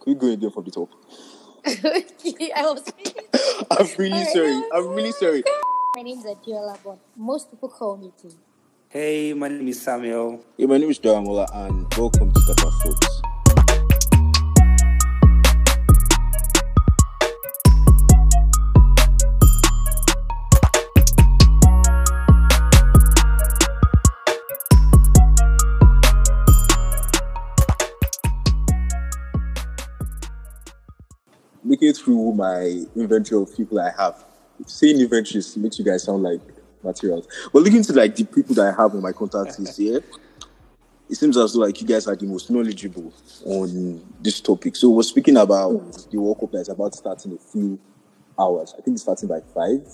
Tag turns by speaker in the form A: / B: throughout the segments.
A: Could we go again from the top?
B: okay, I was thinking.
A: I'm really
B: Alright.
A: sorry. I'm really sorry.
B: My name's Adiola, but most people call me T.
C: Hey, my name is Samuel.
A: Hey, my name is Daramola, and welcome to Tata Folks. Looking through my inventory of people I have, saying inventories makes you guys sound like materials. But looking to like the people that I have on my contact list here, it seems as though like you guys are the most knowledgeable on this topic. So we're speaking about the World Cup that is about starting in a few hours. I think it's starting by five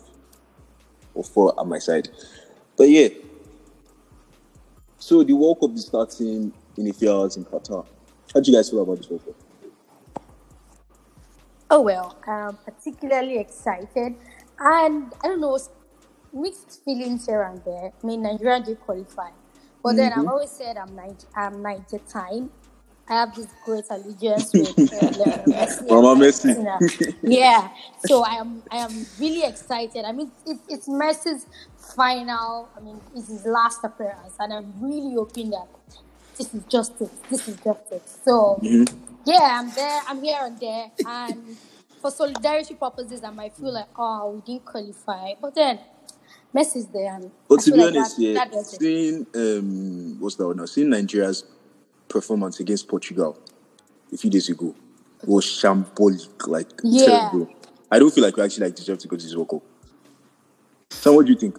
A: or four at my side. But yeah. So the World Cup is starting in a few hours in Qatar. How do you guys feel about this World Cup?
B: Oh well, I'm particularly excited, and I don't know, s- mixed feelings here and there. I mean, Nigeria did qualify, but then I've always said I'm Niger, I'm Niger time. I have this great allegiance with uh, Lionel Messi. and
A: Mama Messi.
B: Argentina. yeah, so I am I am really excited. I mean, it, it's Messi's final. I mean, it's his last appearance, and I'm really hoping that this is just it. This is just it. So
A: Mm-hmm.
B: yeah, I'm there. I'm here and there. And for solidarity purposes, I might feel like, oh, we didn't qualify. But then, Messi's there. And
A: But
B: I
A: to
B: feel
A: be
B: like
A: honest,
B: that-
A: yeah,
B: that does it.
A: seeing um, what's that one now? Seeing Nigeria's performance against Portugal a few days ago was shambolic, like
B: Yeah.
A: terrible. I don't feel like we actually like deserve to go to this World Cup. So what do you think?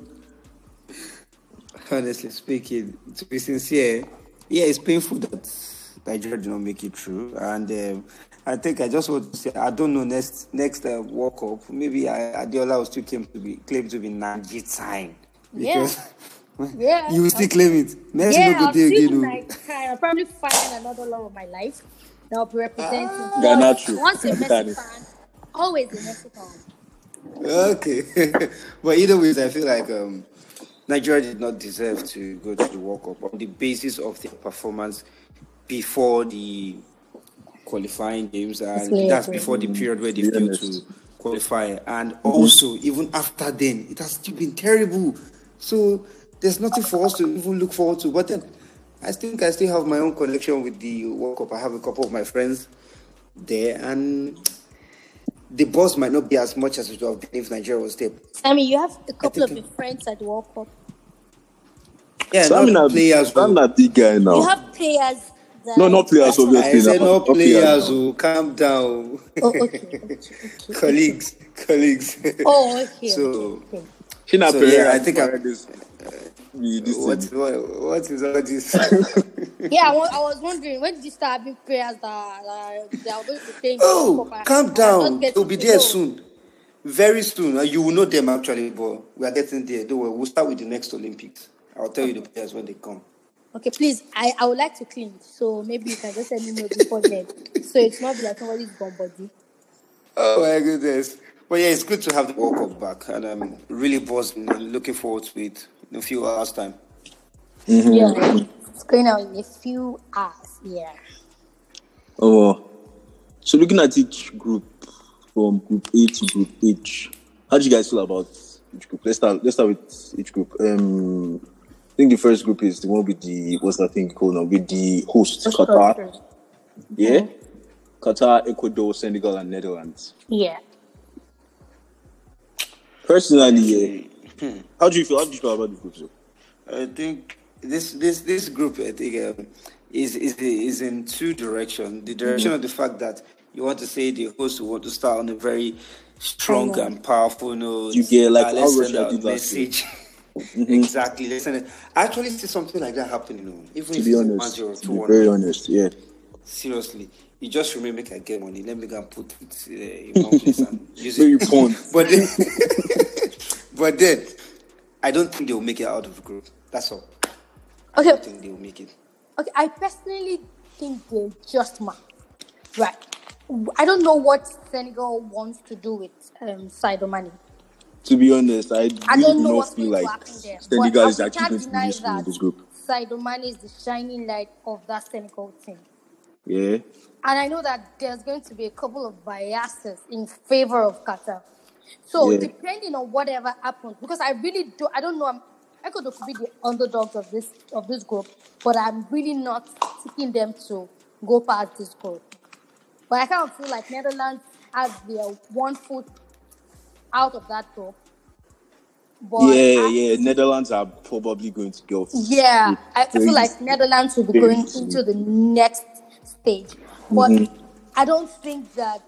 C: Honestly speaking, to be sincere, yeah, it's painful that Nigeria did not make it through. And um, I think I just want to say, I don't know next next uh, World Cup, maybe I, Adiola will still claim to be claim to be Niger time.
B: Yeah. Yeah.
C: You will still claim it. Next
B: yeah,
C: no
B: I'll
C: go there
B: see
C: again. oh.
B: like, I'll probably find another love of my life that I'll be representing.
A: Ghana true.
B: Once a
A: That
B: Messi
A: is-
B: fan, always a Messi fan.
C: oh. Okay. but either ways, I feel like um, Nigeria did not deserve to go to the World Cup on the basis of their performance before the qualifying games, and
B: weird,
C: that's
B: right?
C: before the period where they
A: Yeah,
C: failed
A: that's-
C: to qualify. And also, even after then, it has still been terrible. So there's nothing for us to even look forward to. But then, I think I still have my own connection with the World Cup. I have a couple of my friends there, and the buzz might not be as much as it would have been if Nigeria was there.
B: I mean, you have a couple of
C: think-
B: your friends at the World Cup.
C: Yeah,
A: So I'm
C: not
A: not,
C: players.
A: I'm
C: oh.
A: not the guy
B: You
A: now.
B: have players. That
A: No, not players, obviously.
C: I said
A: now,
C: no
A: not players
C: players.
A: now.
C: who calm down.
B: Oh, okay. okay, okay.
C: colleagues, colleagues.
B: Oh, okay.
C: So-
B: okay, okay.
A: She not
C: So,
A: Pereira,
C: yeah, I think I-
A: Pereira is- we- this
C: What,
A: thing.
C: what, what is all this?
B: Yeah, I wa- I was wondering when did you start having prayers that, that they are going to pay?
C: oh, calm down. They'll be there soon. Very soon. Uh, You will know them actually, but we are getting there. Don't worry. We'll start with the next Olympics. I'll tell you the players when they come.
B: Okay, please. I, I would like to clean, so maybe you can just send me know before then, so it's not be like somebody's gone body.
C: Oh my goodness. But yeah, it's good to have the World Cup back, and I'm really buzzed and looking forward to it in a few hours' time.
B: Yeah, it's going out in a few hours. Yeah.
A: Oh, so looking at each group from group A to group H, how do you guys feel about each group? Let's start. Let's start with each group. Um, I think the first group is the one with the what's that thing called now with the host Qatar. Yeah,
B: Mm-hmm.
A: Qatar, Ecuador, Senegal, and Netherlands.
B: Yeah.
A: Personally, yeah. How do you feel? How do you feel about the group? Though?
C: I think this this this group I think um, is is is in two directions. The direction of the fact that you want to say the host want to start on a very strong
B: Yeah.
C: and powerful note.
A: You get, like,
C: Ah,
A: how
C: let's send
A: Russia
C: out
A: did last year.
C: message.
A: Mm-hmm.
C: exactly. Listen, I actually see something like that happening. You know, even
A: To
C: if
A: be
C: it's
A: honest,
C: a 1-0,
A: to be
C: 2-1,
A: very honest, yeah.
C: seriously, you just remember make I get money. Let me go and put it uh, in one place and use
A: Very
C: it.
A: pond.
C: But then, but then, I don't think they will make it out of the group. That's all. I
B: Okay.
C: don't think they will make it.
B: Okay, I personally think they just might. Right. I don't know what Senegal wants to do with um, Sadio Mane.
A: To be honest, I,
B: I
A: really
B: don't
A: do
B: know
A: not
B: what's
A: feel like
B: going to happen there.
A: Senegal is
B: I
A: actually
B: can't
A: going to be
B: deny
A: useful in
B: that
A: this group.
B: Sadio Mane is the shining light of that Senegal team.
A: Yeah.
B: And I know that there's going to be a couple of biases in favor of Qatar. So
A: Yeah.
B: depending on whatever happens, because I really do, I don't know. I'm, Ecuador could be the underdogs of this of this group, but I'm really not taking them to go past this group. But I kind of feel like Netherlands has their one foot out of that group. But
A: yeah,
B: I-
A: yeah. Netherlands are probably going to go.
B: yeah, I feel like Netherlands will be
A: very
B: going
A: easily.
B: into the next stage. But
A: Mm-hmm.
B: I don't think that,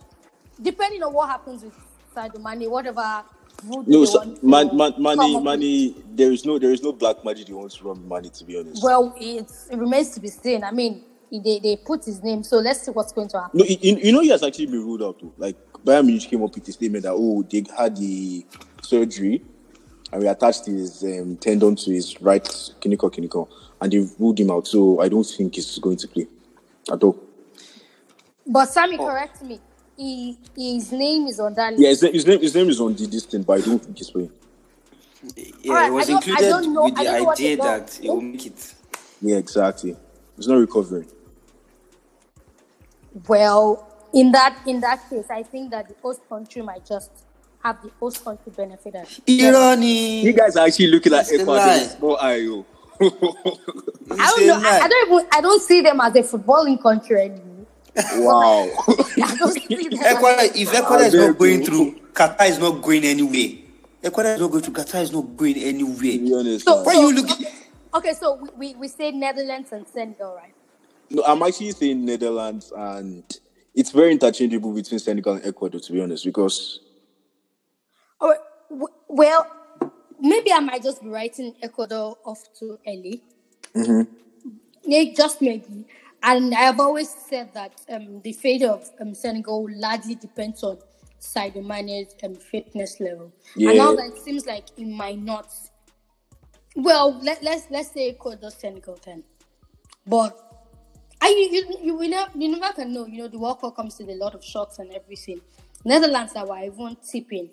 B: depending on what happens with Sadio Mane, whatever. voodoo
A: No,
B: they
A: so,
B: want to
A: man, man,
B: come
A: money,
B: up
A: money. There is no, there is no black magic he wants to run money. To be honest,
B: with- Well, it's, it remains to be seen. I mean, they, they put his name, so let's see what's going to happen.
A: no, you, you- you know he has actually been ruled out though. Like Bayern Munich came up with a statement that oh they had the surgery and we attached his um, tendon to his right clinical clinical and they ruled him out. So I don't think he's going to play at all.
B: But Sammy, correct me. He, his name is on that list.
A: Oh. Yeah, his, name- his name, his name is on the distant, but I don't think he's playing.
D: Yeah,
B: Alright,
D: it was
B: I don't- I
D: included
B: don't know-
D: with
B: I
D: the
B: don't know what
D: idea
B: they want.
D: that it will make it.
A: Yeah, exactly. He's not recovering.
B: Well, in that in that case, I think that the host country might just have the host country benefit. as-
D: Irony.
A: You guys are actually looking at
D: That's the
A: Ecuador
D: lie.
A: with small eye, oh.
B: I don't know. I, I don't even. I don't see them as a footballing country anymore.
A: Wow.
B: I don't see them.
D: Ecuador,
B: as-
D: if Ecuador is
A: I'll
D: not
A: be
D: going
A: okay.
D: through, Qatar is not going anywhere. Ecuador is not going through, Qatar is not going
A: to be
D: anywhere.
A: honest,
B: So-
A: man.
D: Why you look-
B: Okay, okay, so we, we, we say Netherlands and Senegal, right?
A: No, I'm actually saying Netherlands, and it's very interchangeable between Senegal and Ecuador, to be honest, because
B: Or w- well, maybe I might just be writing Ecuador off too early. May- just maybe. And I have always said that um, the fate of um, Senegal largely depends on Sadio Mane's um, fitness level. And now
A: Yeah.
B: that it seems like it might not. Well, let, let's let's say Ecuador Senegal then, but I you you, you, will never, you never can know. You know the World Cup comes with a lot of shocks and everything. Netherlands that were even tipping.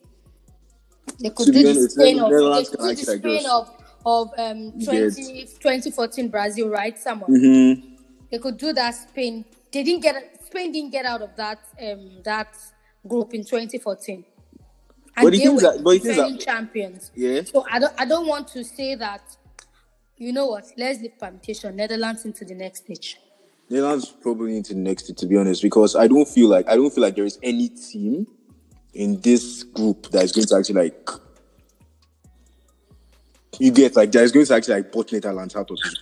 B: They could
A: To
B: do
A: be
B: the
A: honest,
B: Spain of they
A: Netherlands
B: could
A: can
B: do the
A: actually
B: Spain
A: adjust.
B: of of um 20, 2014 Brazil, right? Someone
A: Mm-hmm.
B: they could do that. Spain they didn't get Spain didn't get out of that um that group in twenty fourteen. And
A: But the
B: they
A: thing
B: were
A: is that- but the thing is that-
B: defending champions.
A: Yeah.
B: So I don't I don't want to say that. You know what? Let's leave permutation. Netherlands into the next stage.
A: Netherlands probably into the next, to be honest, because I don't feel like I don't feel like there is any team in this group that is going to actually like you get like there is going to actually like both Netherlands out of this.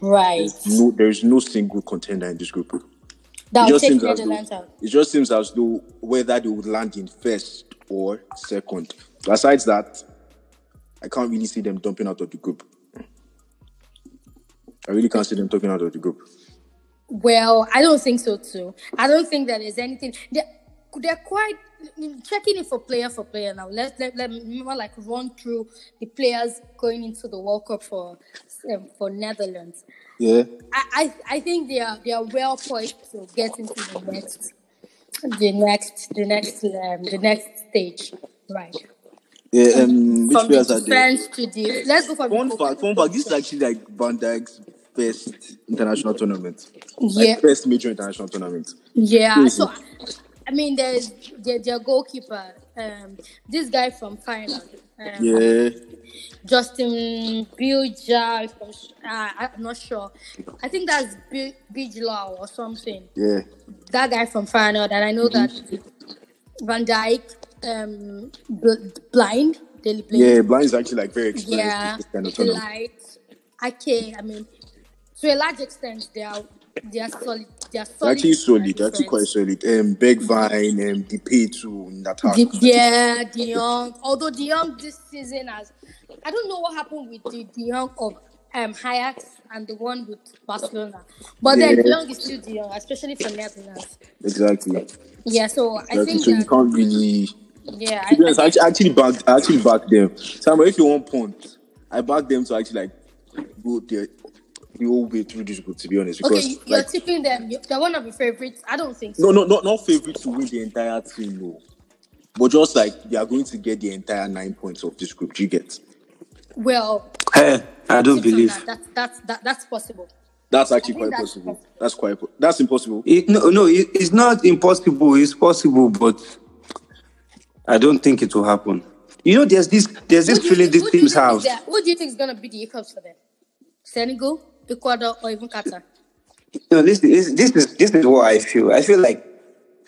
B: Right.
A: No, there is no single contender in this group.
B: That
A: It
B: will
A: just
B: take
A: seems as
B: Netherlands
A: though,
B: out.
A: it just seems as though whether they would land in first or second. Besides that, I can't really see them dumping out of the group. I really can't see them talking out of the group.
B: Well, I don't think so too. I don't think that there's anything. They're, they're quite mm, checking it for player for player now. Let let let me more like run through the players going into the World Cup for um, for Netherlands.
A: Yeah.
B: I, I I think they are they are well poised to get into the next the next the next um, the next stage. Right.
A: Yeah, um, which
B: From the
A: players are there?
B: defense to the let's go for
A: Fun fact, fun fact, this is actually like Van Dijk's first international tournament. Like
B: Yeah.
A: first major international tournament.
B: Yeah,
A: Crazy.
B: so I mean, there's their, their goalkeeper, um, this guy from China, um,
A: Yeah.
B: Justin Bilja. from- Uh, I'm not sure. I think that's Bi- Bijla or something.
A: Yeah.
B: That guy from Feyenoord, and I know
A: Mm-hmm.
B: that Van Dyke, um, bl- blind, Daily Blind.
A: Yeah, Blind is actually like very experienced
B: Yeah,
A: with this kind of tournament.
B: like okay, I mean, to a large extent, they are they are solid. They are
A: They're
B: solid.
A: actually solid. They're actually
B: defense.
A: quite solid. Um, Bergvine, um, Depay too in attack.
B: Di- yeah, De Jong. Although De Jong this season has, I don't know what happened with the De Jong of um Ajax and the one with Barcelona, but then
A: Yeah.
B: De Jong is still De Jong, especially for Netherlands.
A: Exactly.
B: Yeah, so I
A: Exactly.
B: think
A: So you
B: that,
A: can't really.
B: yeah, I,
A: To be honest, I actually, I actually back, I actually back them. Samuel, if you want punt, I back them to actually like go the the whole way through this group. To be honest,
B: okay,
A: because
B: you- you're
A: like
B: tipping them. You- They're one of your favorites. I don't think so.
A: no, no, not not favorite to win the entire team, no. But just like they are going to get the entire nine points of this group. Do you get?
B: Well,
D: Hey, I don't
B: tips on
C: Eh,
D: believe.
B: that. That's that's that, that's possible.
A: That's actually quite
B: think that's
A: possible. That's quite po- that's impossible.
C: It, no, no, it, it's not impossible. It's possible, but I don't think it will happen. You know, there's this, there's this
B: Who do you
C: feeling
B: think-
C: these
B: who do you
C: teams
B: think
C: have.
B: is there- Who do you think is going to be the hiccups for them? Senegal, Ecuador, or even Qatar?
C: No, this is this is this is what I feel. I feel like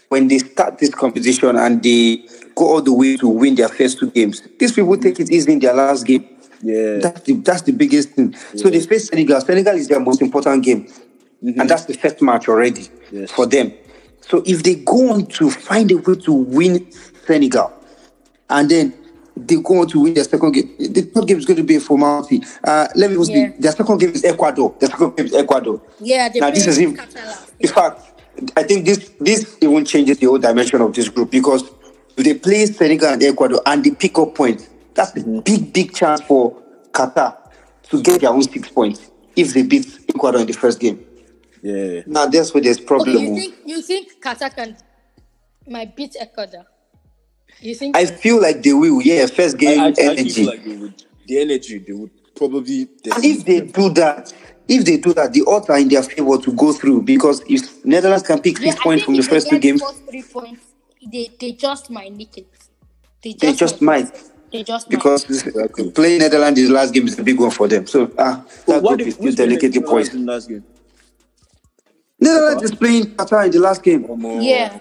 C: when they start this competition and they go all the way to win their first two games, these people take it easy in their last game.
A: Yeah.
C: that's the that's the biggest thing. So they face Senegal. Senegal is their most important game, and that's the first match already
A: Mm-hmm. Yes.
C: for them. So if they go on to find a way to win Senegal, and then they go on to win their second game, the third game is going to be a formality. Uh, let me just
B: Yeah.
C: be. Their second game is Ecuador. Their second game is Ecuador.
B: Yeah, they
C: Now this
B: play
C: is even,
B: Qatar last.
C: in fact, I think this this even changes the whole dimension of this group because if they play Senegal and Ecuador and they pick up points, that's
A: Mm-hmm.
C: a big big chance for Qatar to get their own six points if they beat Ecuador in the first game.
A: Yeah.
C: Now that's where there's
B: Okay,
C: problem. oh.
B: you think you think Qatar can might beat Ecuador? You think?
C: I feel like they will. Yeah, first game
A: I, I, I
C: energy.
A: feel like they would, the energy they would probably.
C: And if they do that, if they do that, the odds are in their favor to go through because if Netherlands can pick
B: Yeah,
C: six
B: I
C: points
B: think
C: from the
B: if they
C: first two
B: get
C: games,
B: first three points, they they just might nick it. They just,
C: they just might.
B: They just
C: because uh,
A: Exactly.
C: playing Netherlands is last game is a big one for them. So ah, that
A: what if
C: group is still delicately poised.
A: in last game?
C: Netherlands is playing Qatar in the last game.
A: Omo.
B: might. Yeah.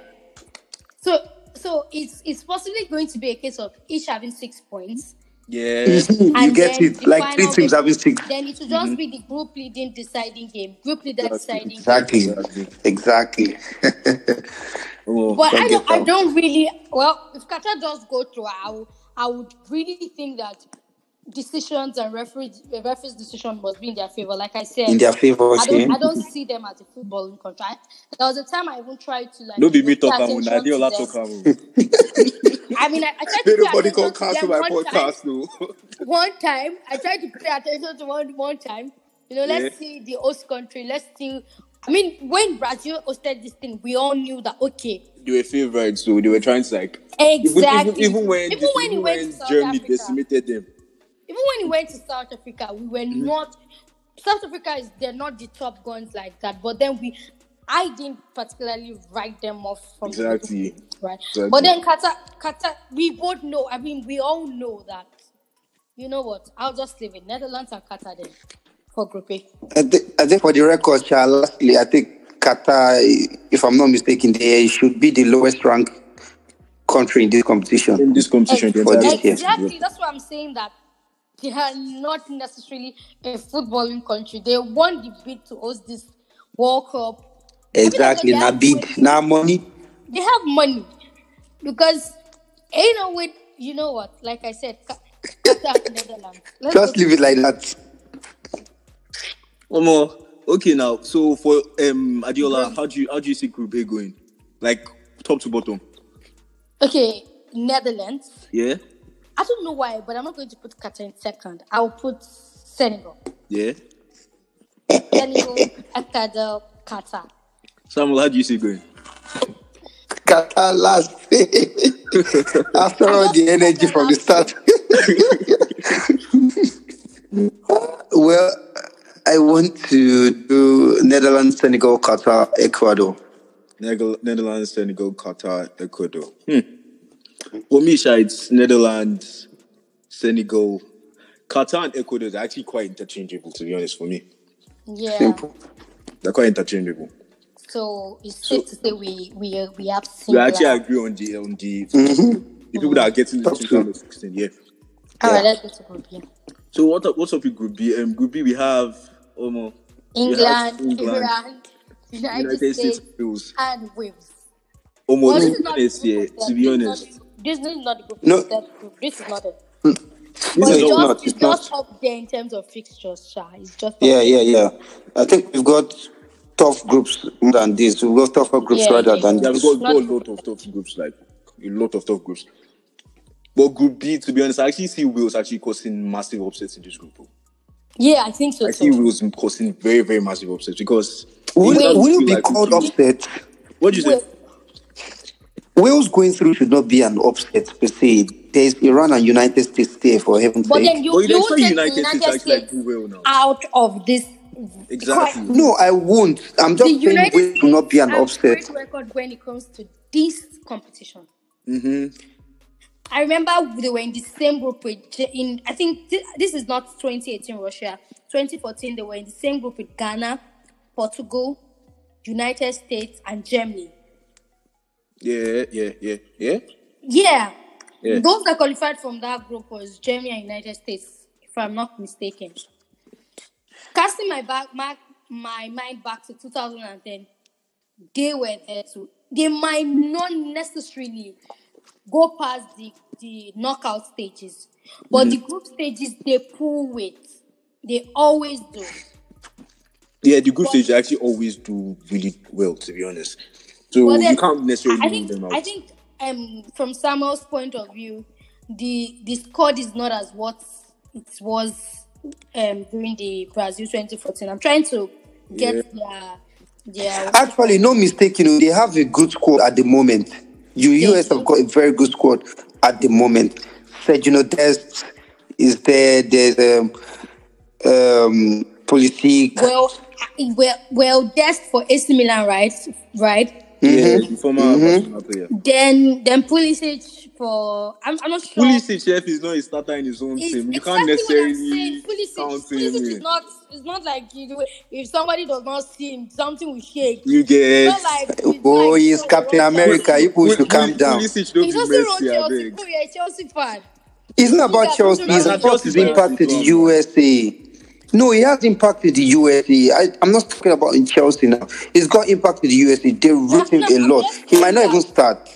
B: So so it's it's possibly going to be a case of each having six points.
A: Yeah.
C: You see, you get
B: then
C: it.
B: the
C: Like three
B: final
C: teams
B: game-
C: having six. Mm-hmm.
B: Then it will just be the group leading deciding game, group leader deciding. game.
C: Exactly. Exactly.
A: Omo.
B: But I
C: Don't
B: don't,
C: get
B: I
C: out.
B: don't really. Well, if Qatar does go through, I would, I would really think that decisions and referees, the referees' decision must be in their favor. Like I said,
C: In their favor,
B: I don't, I
C: okay.
B: don't see them as a footballing contract. There was a time I even tried to like.
A: No be me
B: pay
A: talk am.
B: attention
A: Na Adeola
B: to them.
A: talk am.
B: I mean, I, I tried
A: May
B: to pay
A: nobody
B: attention
A: come
B: to them
A: cancel my
B: one time.
A: podcast no.
B: One time, I tried to pay attention to one one time. You know, let's
A: Yeah.
B: see the host country. Let's see. I mean, when Brazil hosted this thing, we all knew that okay,
A: They were favourites, so they were trying to like. Even,
B: Exactly.
A: even, even when,
B: even when, he
A: even
B: went
A: when
B: to South
A: Germany
B: Africa,
A: decimated them.
B: even when he went to South Africa, we were
A: Mm-hmm.
B: not. South Africa is they're not the top guns like that, but then we, I didn't particularly write them off from the
A: Exactly.
B: beginning, right.
A: Exactly.
B: But then Qatar, Qatar, we both know. I mean, we all know that. You know what? I'll just leave it. Netherlands and Qatar then for Group A.
C: I thi- I think for the record, Sha, lastly, I think Qatar, if I'm not mistaken, they should be the lowest ranked country in this competition.
A: In this competition, the
C: For
A: entire
C: this year.
A: competition, yeah.
B: Exactly. That's why I'm saying that they are not necessarily a footballing country. They won the bid to host this World Cup. I mean,
C: Exactly.
B: like,
C: Now,
B: they have
C: big, now money.
B: They have money because ain't no way. You know what? Like I said, Qa- Qatar, Netherlands. Let's
C: Just
B: go to-
C: leave it like that.
A: Omo, okay now. So for um Adiola, how do you how do you see Group A going? Like top to bottom.
B: Okay, Netherlands.
A: Yeah?
B: I don't know why, but I'm not going to put Qatar in second. I'll put Senegal.
A: Yeah.
B: Senegal, Ecuador, Qatar.
A: Samuel, how do you see it going?
C: Qatar last. After all the energy from the start. well, I want to do Netherlands, Senegal, Qatar, Ecuador.
A: Neg- Netherlands, Senegal, Qatar, Ecuador. Hmm. For me, Sha, it's Netherlands, Senegal, Qatar, and Ecuador are actually quite interchangeable. To be honest, for me,
B: Yeah.
C: Simple.
A: they're quite interchangeable.
B: So it's safe to say we we uh, we have
A: We
B: similar.
A: actually agree on the on the the people that are getting into
C: Top two.
A: 2016. Yeah.
B: All right, let's go to group B.
A: So what up- what's up with Group B? Um, Group B, we have Omo, we have
B: England, Iran, United,
A: United
B: States,
A: States, Wales.
B: and Wales.
A: Omo,
B: But
A: to be honest, yeah, to be honest,
B: this is not the group.
C: No.
B: This is not the group. This is not it.
C: This
B: But
C: is
B: it's
C: not-
B: just, it's
C: it's not.
B: just up there in terms of fixtures, Sha. It's just up
C: Yeah,
B: there.
C: yeah, yeah. I think we've got tough groups more than this. We've got tougher groups
B: Yeah,
C: rather
B: yeah.
C: than
A: Yeah, we've
C: this.
A: got, we've got a lot of tough groups, like a lot of tough groups. But group B, to be honest, I actually see Wales actually causing massive upsets in this group. oh.
B: Yeah, I think so.
A: I see
B: too.
A: Wales causing very, very massive upsets because
C: Would,
A: England
C: would it
A: feel
C: be
A: like-
C: called upset?
A: What do you say?
B: Wales-
C: Wales going through should not be an upset per se. There's Iran and United States there for heaven's
B: But
C: sake.
B: then you
A: But you
B: you
A: saw
B: take
A: United
B: United
A: States actually like
B: States
A: do well now.
B: out of this
A: Exactly.
C: No, I won't. I'm
B: The
C: just saying
B: United
C: we will not be an
B: has a
C: upset.
B: great record when it comes to this competition.
C: Mm-hmm.
B: I remember they were in the same group with J- in I think thi- this is not 2018 Russia. 2014 they were in the same group with Ghana, Portugal, United States, and Germany.
A: Yeah, yeah, yeah, yeah.
B: Yeah.
A: Yeah.
B: Those that qualified from that group was Germany and United States, if I'm not mistaken. Casting my back my, my mind back to 2010, they were there too. They might not necessarily go past the, the knockout stages, but the group stages they pull with. They always do.
A: Yeah, the group stage actually always do really well, to be honest. So
B: But then,
A: you can't necessarily
B: I I
A: leave
B: think,
A: them out.
B: I think um, from Samuel's point of view, the the squad is not as what it was um, during the Brazil 2014. I'm trying to get their their
C: Actually, no mistake, you know, they have a good squad at the moment. You US have got a very good squad at the moment. Sergio Dest is there, there's um um Politik.
B: well, I- well, well, that's for AC Milan, right? Right.
A: Yeah, the former Barcelona player.
B: Then then Pulisic for I'm, I'm not sure.
A: Pulisic chef is not a starter in his own team. You can't necessarily
B: Pulisic,
A: count him.
B: Pulisic is
A: in.
B: not. It's not like you do, if somebody does not see him, something will shake.
A: You get.
B: Not like it's not
C: Oh,
B: like
C: he's
B: so
C: Captain
B: Roger-
C: America. You people
A: Pul-
C: should
A: Pul-
C: calm down.
A: Pulisic don't
B: He's
A: be
B: also
A: messy, I
B: wrote Chelsea.
A: beg.
B: Cool, you're a Chelsea fan.
C: It's not
B: Look
C: about
B: at
C: Chelsea.
B: Portugal.
C: It's
A: Now,
C: about
A: Chelsea
C: his
A: fans
C: impact in the
A: become, uh,
C: USA. No, he has impacted the USA. I, I'm not talking about in Chelsea now. He's got impact in the USA. They root him a lot. He might not even start.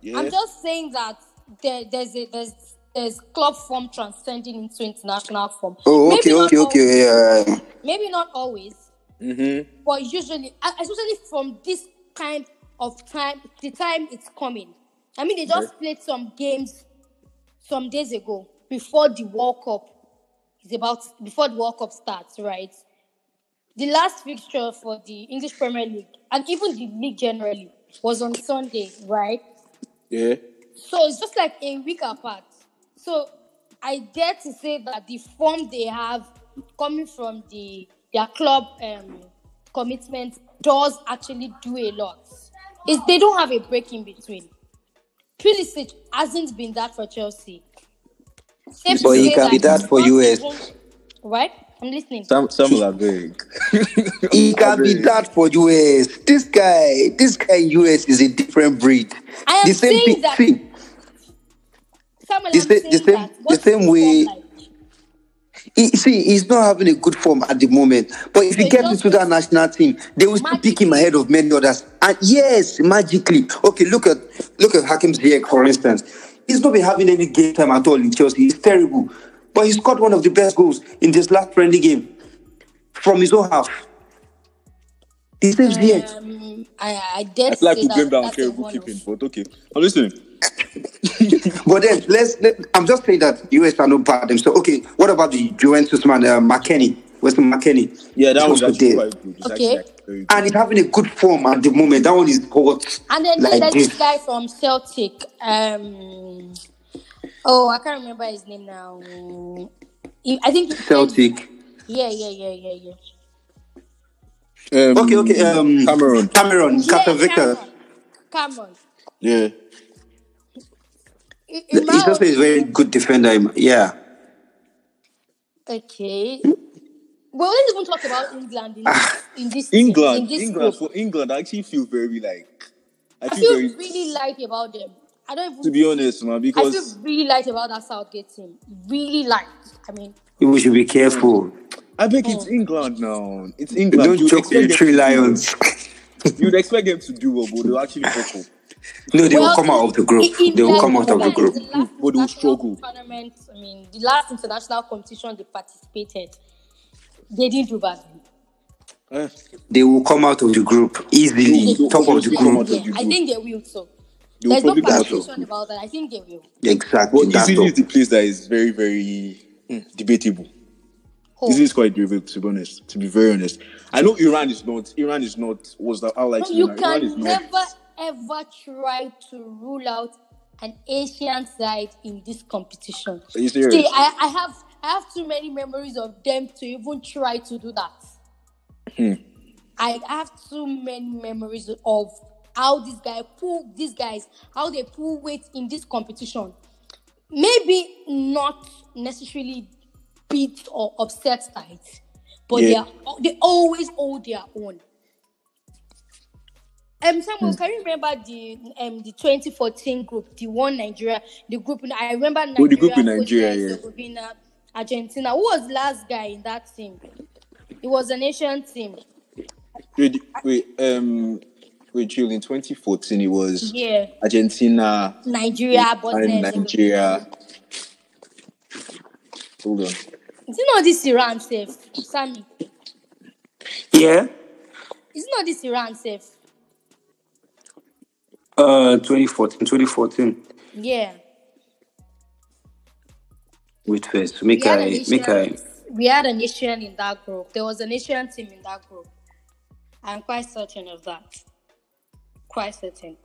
A: Yeah.
B: I'm just saying that there, there's a there's there's club form transcending into international form.
C: Oh,
B: Maybe
C: okay,
B: not
C: okay,
B: always-
C: okay. Yeah.
B: Maybe not always, but usually, uh, especially from this kind of time, the time it's coming. I mean, they just played some games some days ago before the World Cup is about before the World Cup starts, right? The last fixture for the English Premier League and even the league generally was on Sunday, right?
A: Yeah.
B: So it's just like a week apart. So I dare to say that the form they have coming from the their club um, commitment does actually do a lot. Is they don't have a break in between. Pulisic hasn't been that for Chelsea. Safe to
C: But he
B: say
C: can be that
B: he's
C: for
B: not
C: US.
B: even- Right? I'm listening.
A: Sam, Samuel, I beg.
C: He
A: I
C: can be
A: beg.
C: that for US. This guy, this guy in US is a different breed.
B: I am
C: The same
B: saying
C: thing.
B: that-
C: see,
B: Samuel,
C: The
B: I'm
C: same- the
B: saying
C: same-
B: that.
C: the
B: What's
C: same
B: his
C: way-
B: form like?
C: He, see, he's not having a good form at the moment. But if
B: So
C: he
B: it
C: gets
B: just
C: into that
B: goes-
C: national team, they will still pick him
B: Magically.
C: ahead of many others. And yes, magically. Okay, look at look at Hakim Ziyech, for instance. He's not been having any game time at all in Chelsea. He's terrible. But he scored one of the best goals in this last friendly game from his own half. He saves Ziyech.
B: Um, I, I dare
A: I
B: to
A: feel like
B: say
A: we blame
B: that.
A: that on
B: that's a
A: terrible
B: one of-
A: keeping, but okay. I'm listening.
C: But then let's. Let, I'm just saying that US are not bad themselves. Okay, what about the Juventus man, uh, McKenny, Weston McKenny?
A: Yeah, that
C: He's
A: was
C: also
A: actually
C: there.
A: quite good. It's
B: Okay.
A: actually like, very good.
C: and he's having a good form at the moment. That one is hot
B: And then
C: like
B: there's this
C: this.
B: guy from Celtic. Um, oh, I can't remember his name now. He- I think he played-
C: Celtic.
B: Yeah, yeah, yeah, yeah, yeah.
A: Um,
C: Okay, okay. Um,
A: Cameron.
C: Cameron, Captain
B: Yeah,
C: Victor.
B: Cameron. Cameron.
A: Yeah.
B: In- in my
C: He's also a very
B: opinion-
C: good defender. im- Yeah.
B: Okay. Well, let's even talk about England in this in this,
A: Ah,
B: in
A: England.
B: this
A: England.
B: group.
A: For England, I actually feel very like. I
B: I
A: feel,
B: feel
A: very.
B: really light about them. I don't even
A: To be honest, man,
B: I
A: because.
B: feel really light about that Southgate team. Really light. I mean,
C: We should be
A: Mm.
C: careful.
A: I think it's England now. It's England.
C: Don't
A: You'd
C: joke with the
A: expect them
C: three
A: to do well.
C: lions.
A: You'd expect them to do well, but they'll actually fuck up.
C: No, they will
B: well,
C: come out of the group.
B: In, in
C: They will
B: their
C: come out of the
B: defense,
C: group.
B: the last
A: But they'll
B: international
A: struggle.
B: tournament, I mean, the last international competition they participated, they didn't do badly.
A: Eh,
C: They will come out of the group easily.
A: They'll, they'll
C: Top of the
A: obviously come out
C: group.
B: Yeah,
A: of the
B: I
A: group.
B: think they will. So
A: They'll
B: there's no
A: probably come out of the
B: confusion
A: group.
B: about that. I think they will.
C: Exactly.
A: But
C: That's
A: Italy
C: all.
A: is the place that is very, very mm, debatable.
B: Hold.
A: This
B: Oh.
A: is quite debatable, to be honest. To be very honest, I know Iran is not. Iran is not. Was that? I like
B: No,
A: to
B: you
A: know, Iran is
B: can
A: not.
B: never ever try to rule out an Asian side in this competition.
A: Are you serious?
B: See, I, I have I have too many memories of them to even try to do that.
A: Hmm.
B: I have too many memories of how this guy pull these guys, how they pull weight in this competition. Maybe not necessarily beat or upset sides, but
A: Yeah.
B: they are they always hold their own. Um,
A: Hmm.
B: Samuel, can you remember the um the 2014 group, the one Nigeria, the group? in- I remember Nigeria,
A: Oh, the group in
B: Bosnia,
A: Nigeria, yeah.
B: Herzegovina, Argentina. Who was last guy in that team? It was an Asian team.
A: Wait, wait, um, wait, chill. In 2014, it was
B: Yeah,
A: Argentina
B: Nigeria, Bosnia,
A: and
B: Herzegovina.
A: Nigeria. Hold on.
B: Is it not this Iran safe, Sammy?
C: Yeah.
B: Is it not this Iran safe?
C: Uh, 2014, 2014.
B: Yeah.
C: Wait first. Make
B: We had, an
C: I,
B: Asian,
C: make I.
B: we had an Asian in that group. There was an Asian team in that group. I'm quite certain of that. Quite certain.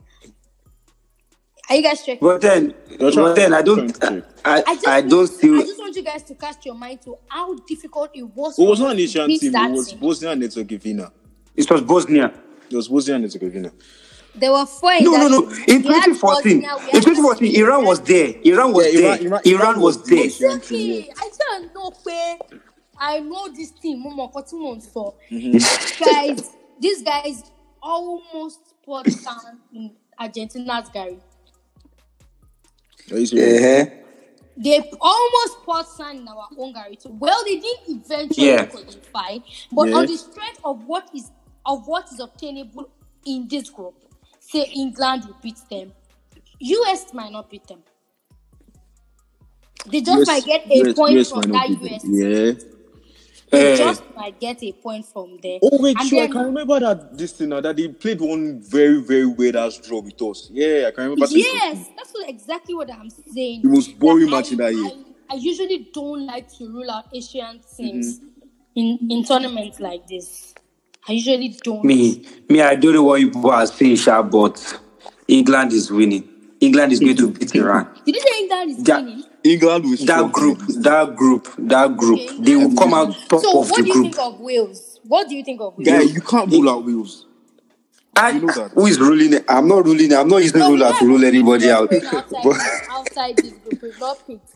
B: Are you guys checking?
C: But then,
A: That's right.
C: but then I don't, I,
A: Thank you.
C: I, I don't
B: I
C: still.
B: just want you guys to cast your mind to how difficult it was.
A: It was
B: for
A: not an
B: us to
A: Asian
B: beat
A: team. It
B: that
A: was
B: team.
A: Bosnia and Herzegovina.
C: It was Bosnia.
A: It was Bosnia and Herzegovina.
B: There were four in
C: No,
B: that
C: no, no.
B: team.
C: In
B: We had Bosnia,
C: 2014,
B: we had
C: in 2014,
B: Bosnia.
C: Iran was there. Iran was
A: Yeah,
C: there.
A: Iran-
C: Iran,
A: Iran- Iran
C: was
A: was
C: there.
A: the Asian team,
B: Exactly.
A: yeah.
B: I don't know where I know this team. Mo mọ nǹkan tí mò ń sọ.
A: Mm-hmm.
B: Guys, these guys almost poured down in Argentina's Gary.
A: Are you serious?
E: Uh-huh.
B: They almost poured sand in our own Gary too. Well, they did eventually
C: Yeah.
B: qualify, but on
A: Yeah.
B: the strength of what is of what is obtainable in this group, say England will beat them. US might not beat them. They just might get a
A: US
B: point
A: US
B: from
A: might not
B: that
A: beat them.
B: US
A: Yeah.
B: they
C: Eh.
B: just might get a point from there.
A: Oh wait,
B: and
A: sure. I
B: then-
A: can remember that this thing now that they played one very very weird ass draw with us. Yeah, I can remember. this one.
B: yes, that's what, exactly what I'm saying.
A: It was boring match in
B: I,
A: that year.
B: I, I usually don't like to rule out Asian teams in, in tournaments like this. I usually don't.
C: Mm-hmm. Me, me, I don't know what you people are saying, sha, but England is winning. England is going to beat Iran.
B: Did you say England is
C: That-
B: winning?
A: England was
C: That group, that group, that group,
B: Okay.
C: they will come out top
B: So,
C: of
B: what
C: the
B: do you
C: group.
B: think of Wales? What do you think of Wales?
A: Guy, you can't rule out Wales.
C: I,
A: You know that.
E: Who is ruling it? I'm not ruling. I'm not using
B: No, we
E: ruler
B: don't
E: to rule
B: have
E: anybody
B: Wales
E: out.
B: going outside,
E: But
B: outside this group, we've not picked.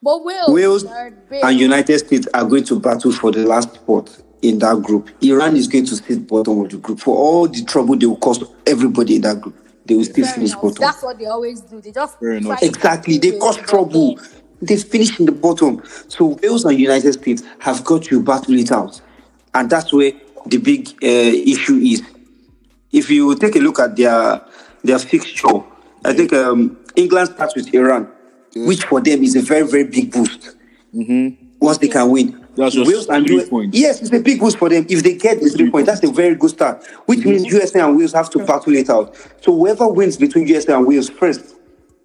B: But Wales,
C: Wales
B: Lord,
C: and
B: Wales.
C: United States are going to battle for the last spot in that group. Iran is going to sit bottom of the group. For all the trouble they will cause everybody in that group, they will still
B: Fair
C: finish
B: enough.
C: bottom.
B: That's what they always do. They just
A: Fair enough.
B: try to
C: Exactly. They
B: win
C: cause
B: without
C: trouble.
B: them.
C: They finish in the bottom. So Wales and United States have got to battle it out. And that's where the big uh, issue is. If you take a look at their their fixture, I think um, England starts with Iran, which for them is a very, very big boost. Once they can win.
A: That's just three points.
C: Yes, it's a big boost for them. If they get the three points, that's a very good start. Which
A: Mm-hmm.
C: means USA and Wales have to battle it out. So whoever wins between USA and Wales first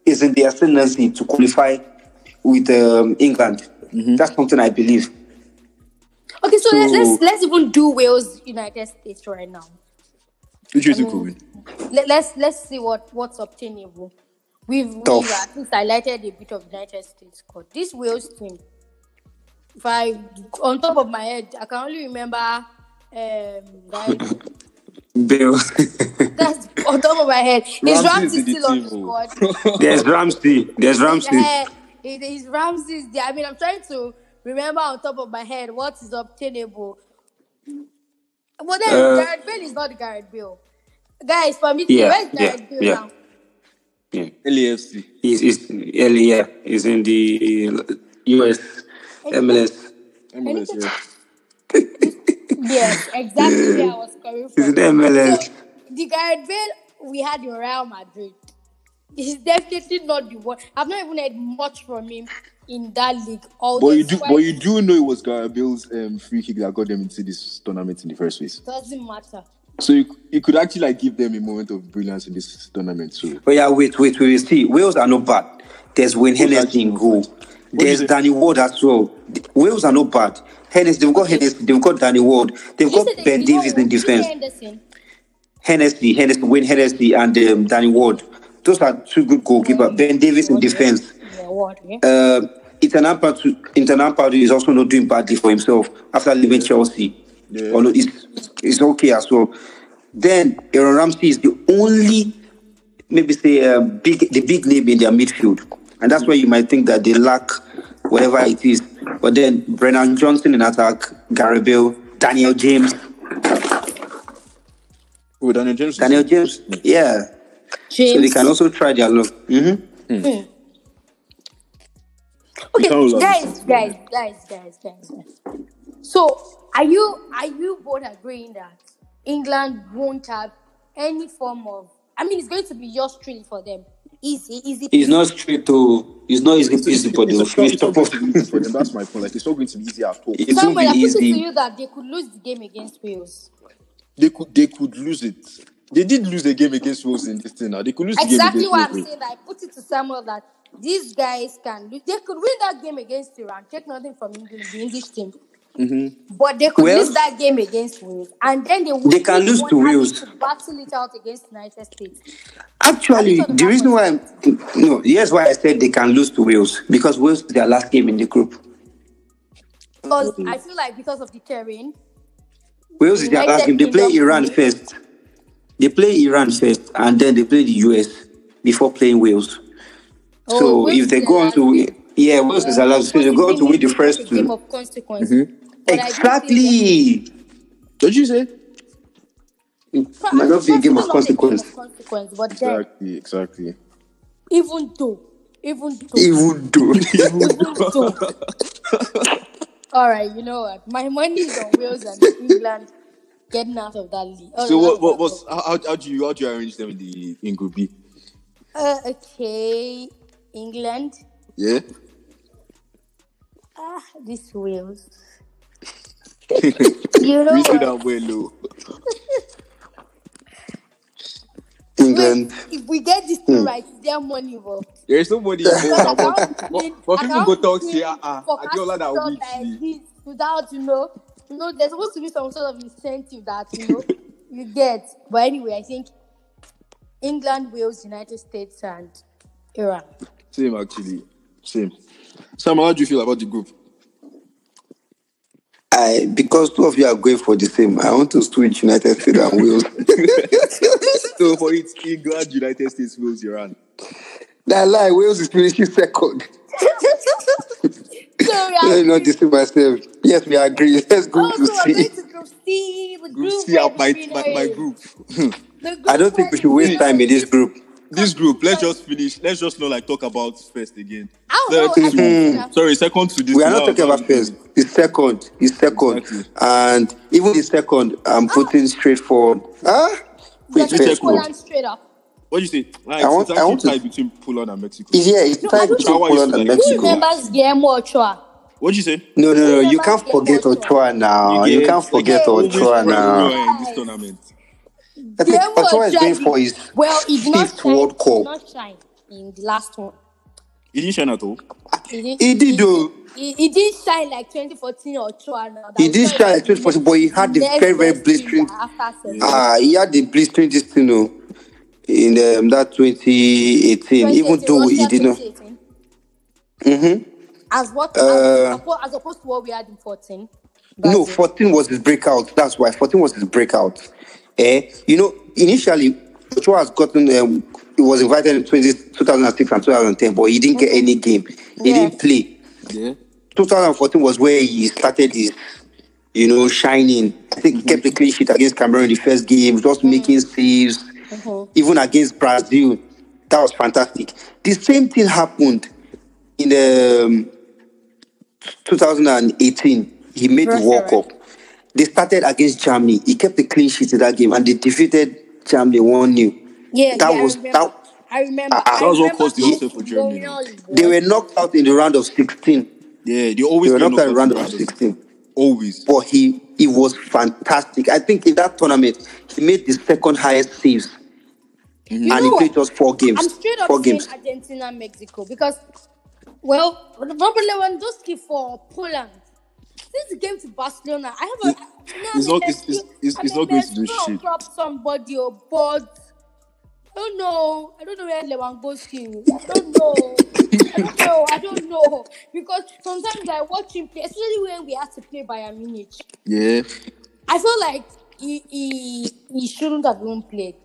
C: is in the ascendancy to qualify with um, England.
A: Mm-hmm.
C: That's something I believe.
B: Okay, so let's,
C: So-
B: let's let's even do Wales United States right now.
A: Who do you
B: Um,
A: think will win?
B: Let, let's let's see what what's obtainable. We've
E: Tough.
B: we've at least highlighted a bit of United States squad. This Wales team, if I on top of my head, I can only remember um that,
C: Bill,
B: that's on top of my head. Is
A: Ramsey
B: Ramsey
A: is in the
B: still on the
A: team, oh.
B: squad?
C: there's Ramsey. There's Ramsey.
B: Yeah, it is Ramses. there. I mean, I'm trying to remember on top of my head what is obtainable. Well, then
C: Uh,
B: Garrett Bale is not Garrett Bale. Guys, permit me.
C: Yeah,
B: Where's Garrett
C: yeah,
B: Bale
C: yeah.
B: now?
C: Yeah.
A: LAFC.
C: He's, he's early, yeah. He's in the US MLS.
A: MLS. Yeah.
B: Yes, exactly where I was coming
C: He's in
B: from.
C: the MLS.
B: So, the Garrett Bale we had in Real Madrid is definitely not the one. I've not even heard much from him in that league. Although
A: But you do,
B: it's
A: but
B: quite-
A: you do know it was Gareth Bale's um, free kick that got them into this tournament in the first place.
B: doesn't matter.
A: So you, you could actually like give them a moment of brilliance in this tournament. So
C: Oh yeah, wait, wait, wait. See, Wales are not bad. There's Wayne
A: Who's
C: Hennessy in
A: that?
C: goal. There's
A: is it?
C: Danny Ward as well. The- Wales are not bad. Hennessy, they've got Hennessy, they've got Danny Ward, they've
B: You
C: got
B: said that
C: Ben
B: you know
C: Davies in
B: what? Did you say
C: defense.
B: Henderson?
C: Hennessy, Hennessy, Wayne Hennessy, and um, Danny Ward. Those are two good goalkeepers. Ben Davies in
B: Ward, yeah.
C: defense.
B: Yeah, Ward, yeah.
C: Uh, Ethan Ampadu is also not doing badly for himself after leaving Chelsea.
A: Yeah.
C: Although it's, it's okay as well. Then Aaron Ramsey is the only, maybe say, uh, big the big name in their midfield. And that's why you might think that they lack whatever it is. But then Brennan Johnson in attack, Gary Bell, Daniel James.
A: Oh, Daniel James. is-
C: Daniel James, yeah. So they
B: James.
C: can also try their luck. Mhm.
B: okay,
A: can't allow
B: guys, guys, guys, guys, guys, guys. So, are you are you both agreeing that England won't have any form of? I mean, it's going to be yours truly for them. Easy, easy.
F: It's not straight to. It's not easy
A: It's-
F: peasy, but
A: it's
F: they will
A: not-
F: finish
A: it's not
F: top
A: going
F: of.
A: to be easy for them. That's my point. Like it's not going to be easy at all.
F: It won't
B: Someone
F: be
B: I put it to
F: easy.
B: you that they could lose the game against Wales.
A: They could they could lose it. They did lose the game against Wolves in this thing. Now they could lose
B: Exactly
A: the game
B: what
A: against
B: I'm saying. I put it to Samuel that these guys can lose. They could win that game against Iran. Take nothing from England, the English team. But they could
C: Mm-hmm. Well-
B: lose that game against Wales, and then they would
C: They can
B: be the
C: lose
B: one
C: to
B: having
C: Wales.
B: To battle it out against United States.
C: Actually,
B: Have you thought
C: the
B: about
C: reason
B: it?
C: why I'm, no, here's why I said they can lose to Wales because Wales is their last game in the group.
B: Because
C: Mm-hmm.
B: I feel like because of the terrain,
C: Wales is their last game. They play Iran first. They play Iran first, and then they play the US before playing Wales.
B: Oh,
C: so
B: Wales
C: if they
B: is
C: go
B: their
C: on to,
B: last
C: win- yeah, Wales is their last. So they go on to win the first
B: game
C: two. Mm-hmm.
B: of consequence. But I do feel that-
C: Exactly.
A: Don't you say?
B: But
C: It might not be a game of
B: possibly not a game
C: consequence.
B: of consequence. But then,
A: Exactly, exactly.
B: even though, even though,
C: Even though
B: Even though. All right, you know what? My money is on Wales and England getting out of that league. All
A: So
B: right,
A: what what was
B: that's-
A: how, how- how do you how do you arrange them in the in group B?
B: Uh, okay, England.
A: Yeah?
B: Ah, this Wales. you know
A: We should
B: what?
A: have well low.
C: England,
B: Wait, if we get this
A: Hmm.
B: thing right, is there money involved?
A: There is nobody involved
B: Because
A: about
B: I can't
A: but,
B: win-
A: but
B: I
A: people
B: can't
A: go talk
B: win
A: say ah ah
B: for
A: Adiola that
B: casting
A: weak.
B: stuff like
A: see."
B: this without you know, you know, there's supposed to be some sort of incentive that you know you get. But anyway, I think England, Wales, United States, and Iran.
A: Same actually. Same. Sam, how do you feel about the group?
C: I because two of you are going for the same. I want to switch United States and Wales.
A: So for it, England, United States, Wales, Iran.
C: That lie, Wales is finishing second.
B: so we
C: Let me
B: are
C: not
B: doing-
C: deceive myself. Yes, we agree. Let's go
B: Oh,
C: to
B: so we're
C: see.
B: going to group C, the
A: Group
B: group
A: C
B: where
A: out
B: the
A: my,
B: winner
A: my, my
B: is.
A: group.
B: The group
C: I don't
B: where
C: think we
B: the
C: should waste
B: winner
C: time in
B: is.
C: this group.
A: This group, let's just finish. Let's just not like talk about first again.
B: I don't
A: Sorry,
B: know. I
A: to-
B: think it's
A: sorry, second to this.
C: We are
A: now,
C: not talking
A: now
C: about
A: we-
C: first. It's second. It's second.
A: Exactly.
C: And even the second, I'm putting straight forward. Huh?
B: You're
C: Which
B: taking
C: first
A: Mexico.
C: group?
B: Poland straight up.
A: What do you say? Like,
C: I want-
A: it's
C: I
A: actually
C: want to-
A: tied between Poland and Mexico.
C: Yeah, it's
B: No, I
C: tied
B: don't
C: between
A: know.
C: Poland and
A: Who
B: Who
C: Mexico.
B: remembers Guillermo Ochoa?
A: What do you say?
C: No, no, no. You
B: remembers
C: can't forget
B: Guillermo Ochoa?
C: Ochoa now. You
A: get-
C: can't
A: they
C: forget
A: get always
C: Ochoa
A: front
C: now.
A: runner in this
B: Guys.
A: tournament.
C: I think
B: Guillermo
C: Ochoa is
B: Ochoa
C: going
B: did-
C: for his
B: well, he did not
C: fifth
B: shine.
C: World
B: He did
C: Cup.
B: not shine in the last one.
A: He didn't shine at all.
B: He did.
C: He did, though.
B: He, he did shine like 2014 or Ochoa now. That
C: He
B: we
C: did
B: saw him
C: shine
B: as
C: at 2014, but he had
B: the
C: the
B: next
C: very, very
B: best winger
C: blistering
B: after Senegal.
C: Ah, he had the blistering this thing, oh, in um, that 2018, even
B: 2018,
C: though he
B: Russia
C: did not.
B: 2018.
C: Mm-hmm.
B: As what as,
C: Uh,
B: oppo- as opposed to what we had in 14.
C: no,
B: Brazil.
C: 14 was his breakout. That's why 14 was his breakout. Eh? You know, initially, Ochoa has gotten, um, he was invited in 20, 2006 and 2010, but he didn't get any game. He
B: Yeah.
C: didn't play.
A: Yeah.
C: 2014 was where he started his, you know, shining. I think he kept the clean sheet against Cameroon in the first game, just making saves, even against Brazil. That was fantastic. The same thing happened in the um, 2018. He made the
B: Russia,
C: World
B: right?
C: Cup. They started against Germany. He kept the clean sheet in that game, and they defeated Germany one 0
B: Yeah,
C: That
B: yeah, I
C: was
B: remember.
C: that.
B: I remember.
C: Ah, ah.
B: I
A: That was what
B: remember
A: caused the
B: how
A: upset for Germany now.
B: phenomenal it
C: They
B: was.
C: were knocked out in the round of 16.
A: Yeah, they
C: They
A: always
C: were
A: get
C: knocked
A: knocked
C: out in
A: out
C: the
A: in
C: round
A: the
C: of
A: round of
C: 16.
A: always.
C: but he he was fantastic. I think in that tournament he made the second highest saves,
B: You
C: and
B: know
C: he played
B: what?
C: just four
B: I'm
C: games.
B: straight up
C: Four
B: saying
C: games.
B: Argentina, Mexico because, well, Robert Lewandowski for Poland. Since he came to Barcelona, I have a. You know,
A: It's
B: I'm a
A: not- it's- it's- it's-
B: Messi-
A: it's
B: I'm a
A: not going to do
B: Messi
A: shit.
B: crop somebody or but I don't know. I don't know where Lewandowski. is. I don't know. I don't know. I don't know because sometimes I watch him play, especially when we had to play Bayern Munich.
A: Yeah.
B: I feel like he, he, he shouldn't have even played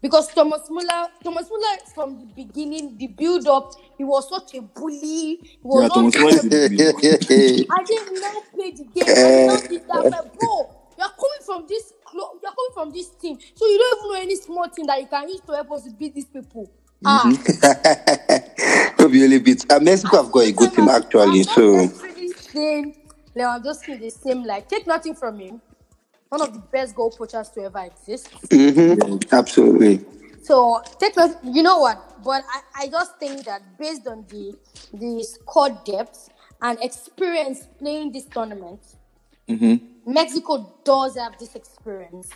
B: because Thomas Muller, Thomas Muller from the beginning, the build up, he was such a bully. He was
A: Yeah, Thomas Muller is a
B: not.
A: bully.
B: I did not play the game. I not did that. I'm like, bro, you're coming from this. clo- You're coming from this team, so you don't even know any small thing that you can use to help us to beat these people. Ah,
C: No be only bit. Uh, Mexico have got a good team actually.
B: I'm
C: So
B: not necessarily saying Lewandowski is the same. Like, take nothing from him. One of the best goal poachers to ever exist.
C: absolutely.
B: So take us, you know what? But I, I just think that based on the the squad depth and experience playing this tournament, Mexico does have this experience.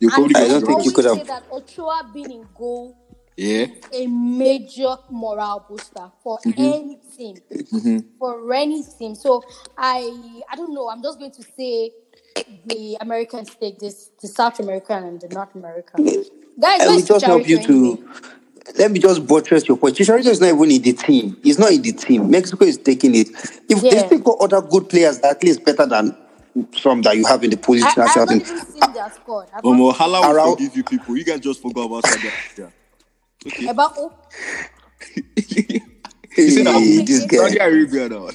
A: You probably
B: And
A: got
C: I don't
A: it
C: think
A: wrong.
C: you could
B: always
C: have-
B: say that Ochoa being in goal
A: Yeah.
B: a major morale booster for any team. For any team. So I I don't know. I'm just going to say the Americans take this, the South American and the North American. Guys,
C: I
B: where's
C: will just help you
B: Chicharito anyway?
C: to. Let me just buttress your point. Chicharito is not even in the team. He's not in the team. Mexico is taking it. If they
B: Yeah.
C: still got other good players, that at least better than some that you have in the Polish
B: I, I
C: national
B: haven't
C: team.
B: even seen their squad. I've
A: Um,
B: not
A: Hala will
C: Arau-
A: forgive you people. You guys just forgot about Saudi Arabia.
B: seen about oh,
A: You said
B: Hey,
A: I'm
C: this
A: Saudi
C: guy.
A: Arabia now.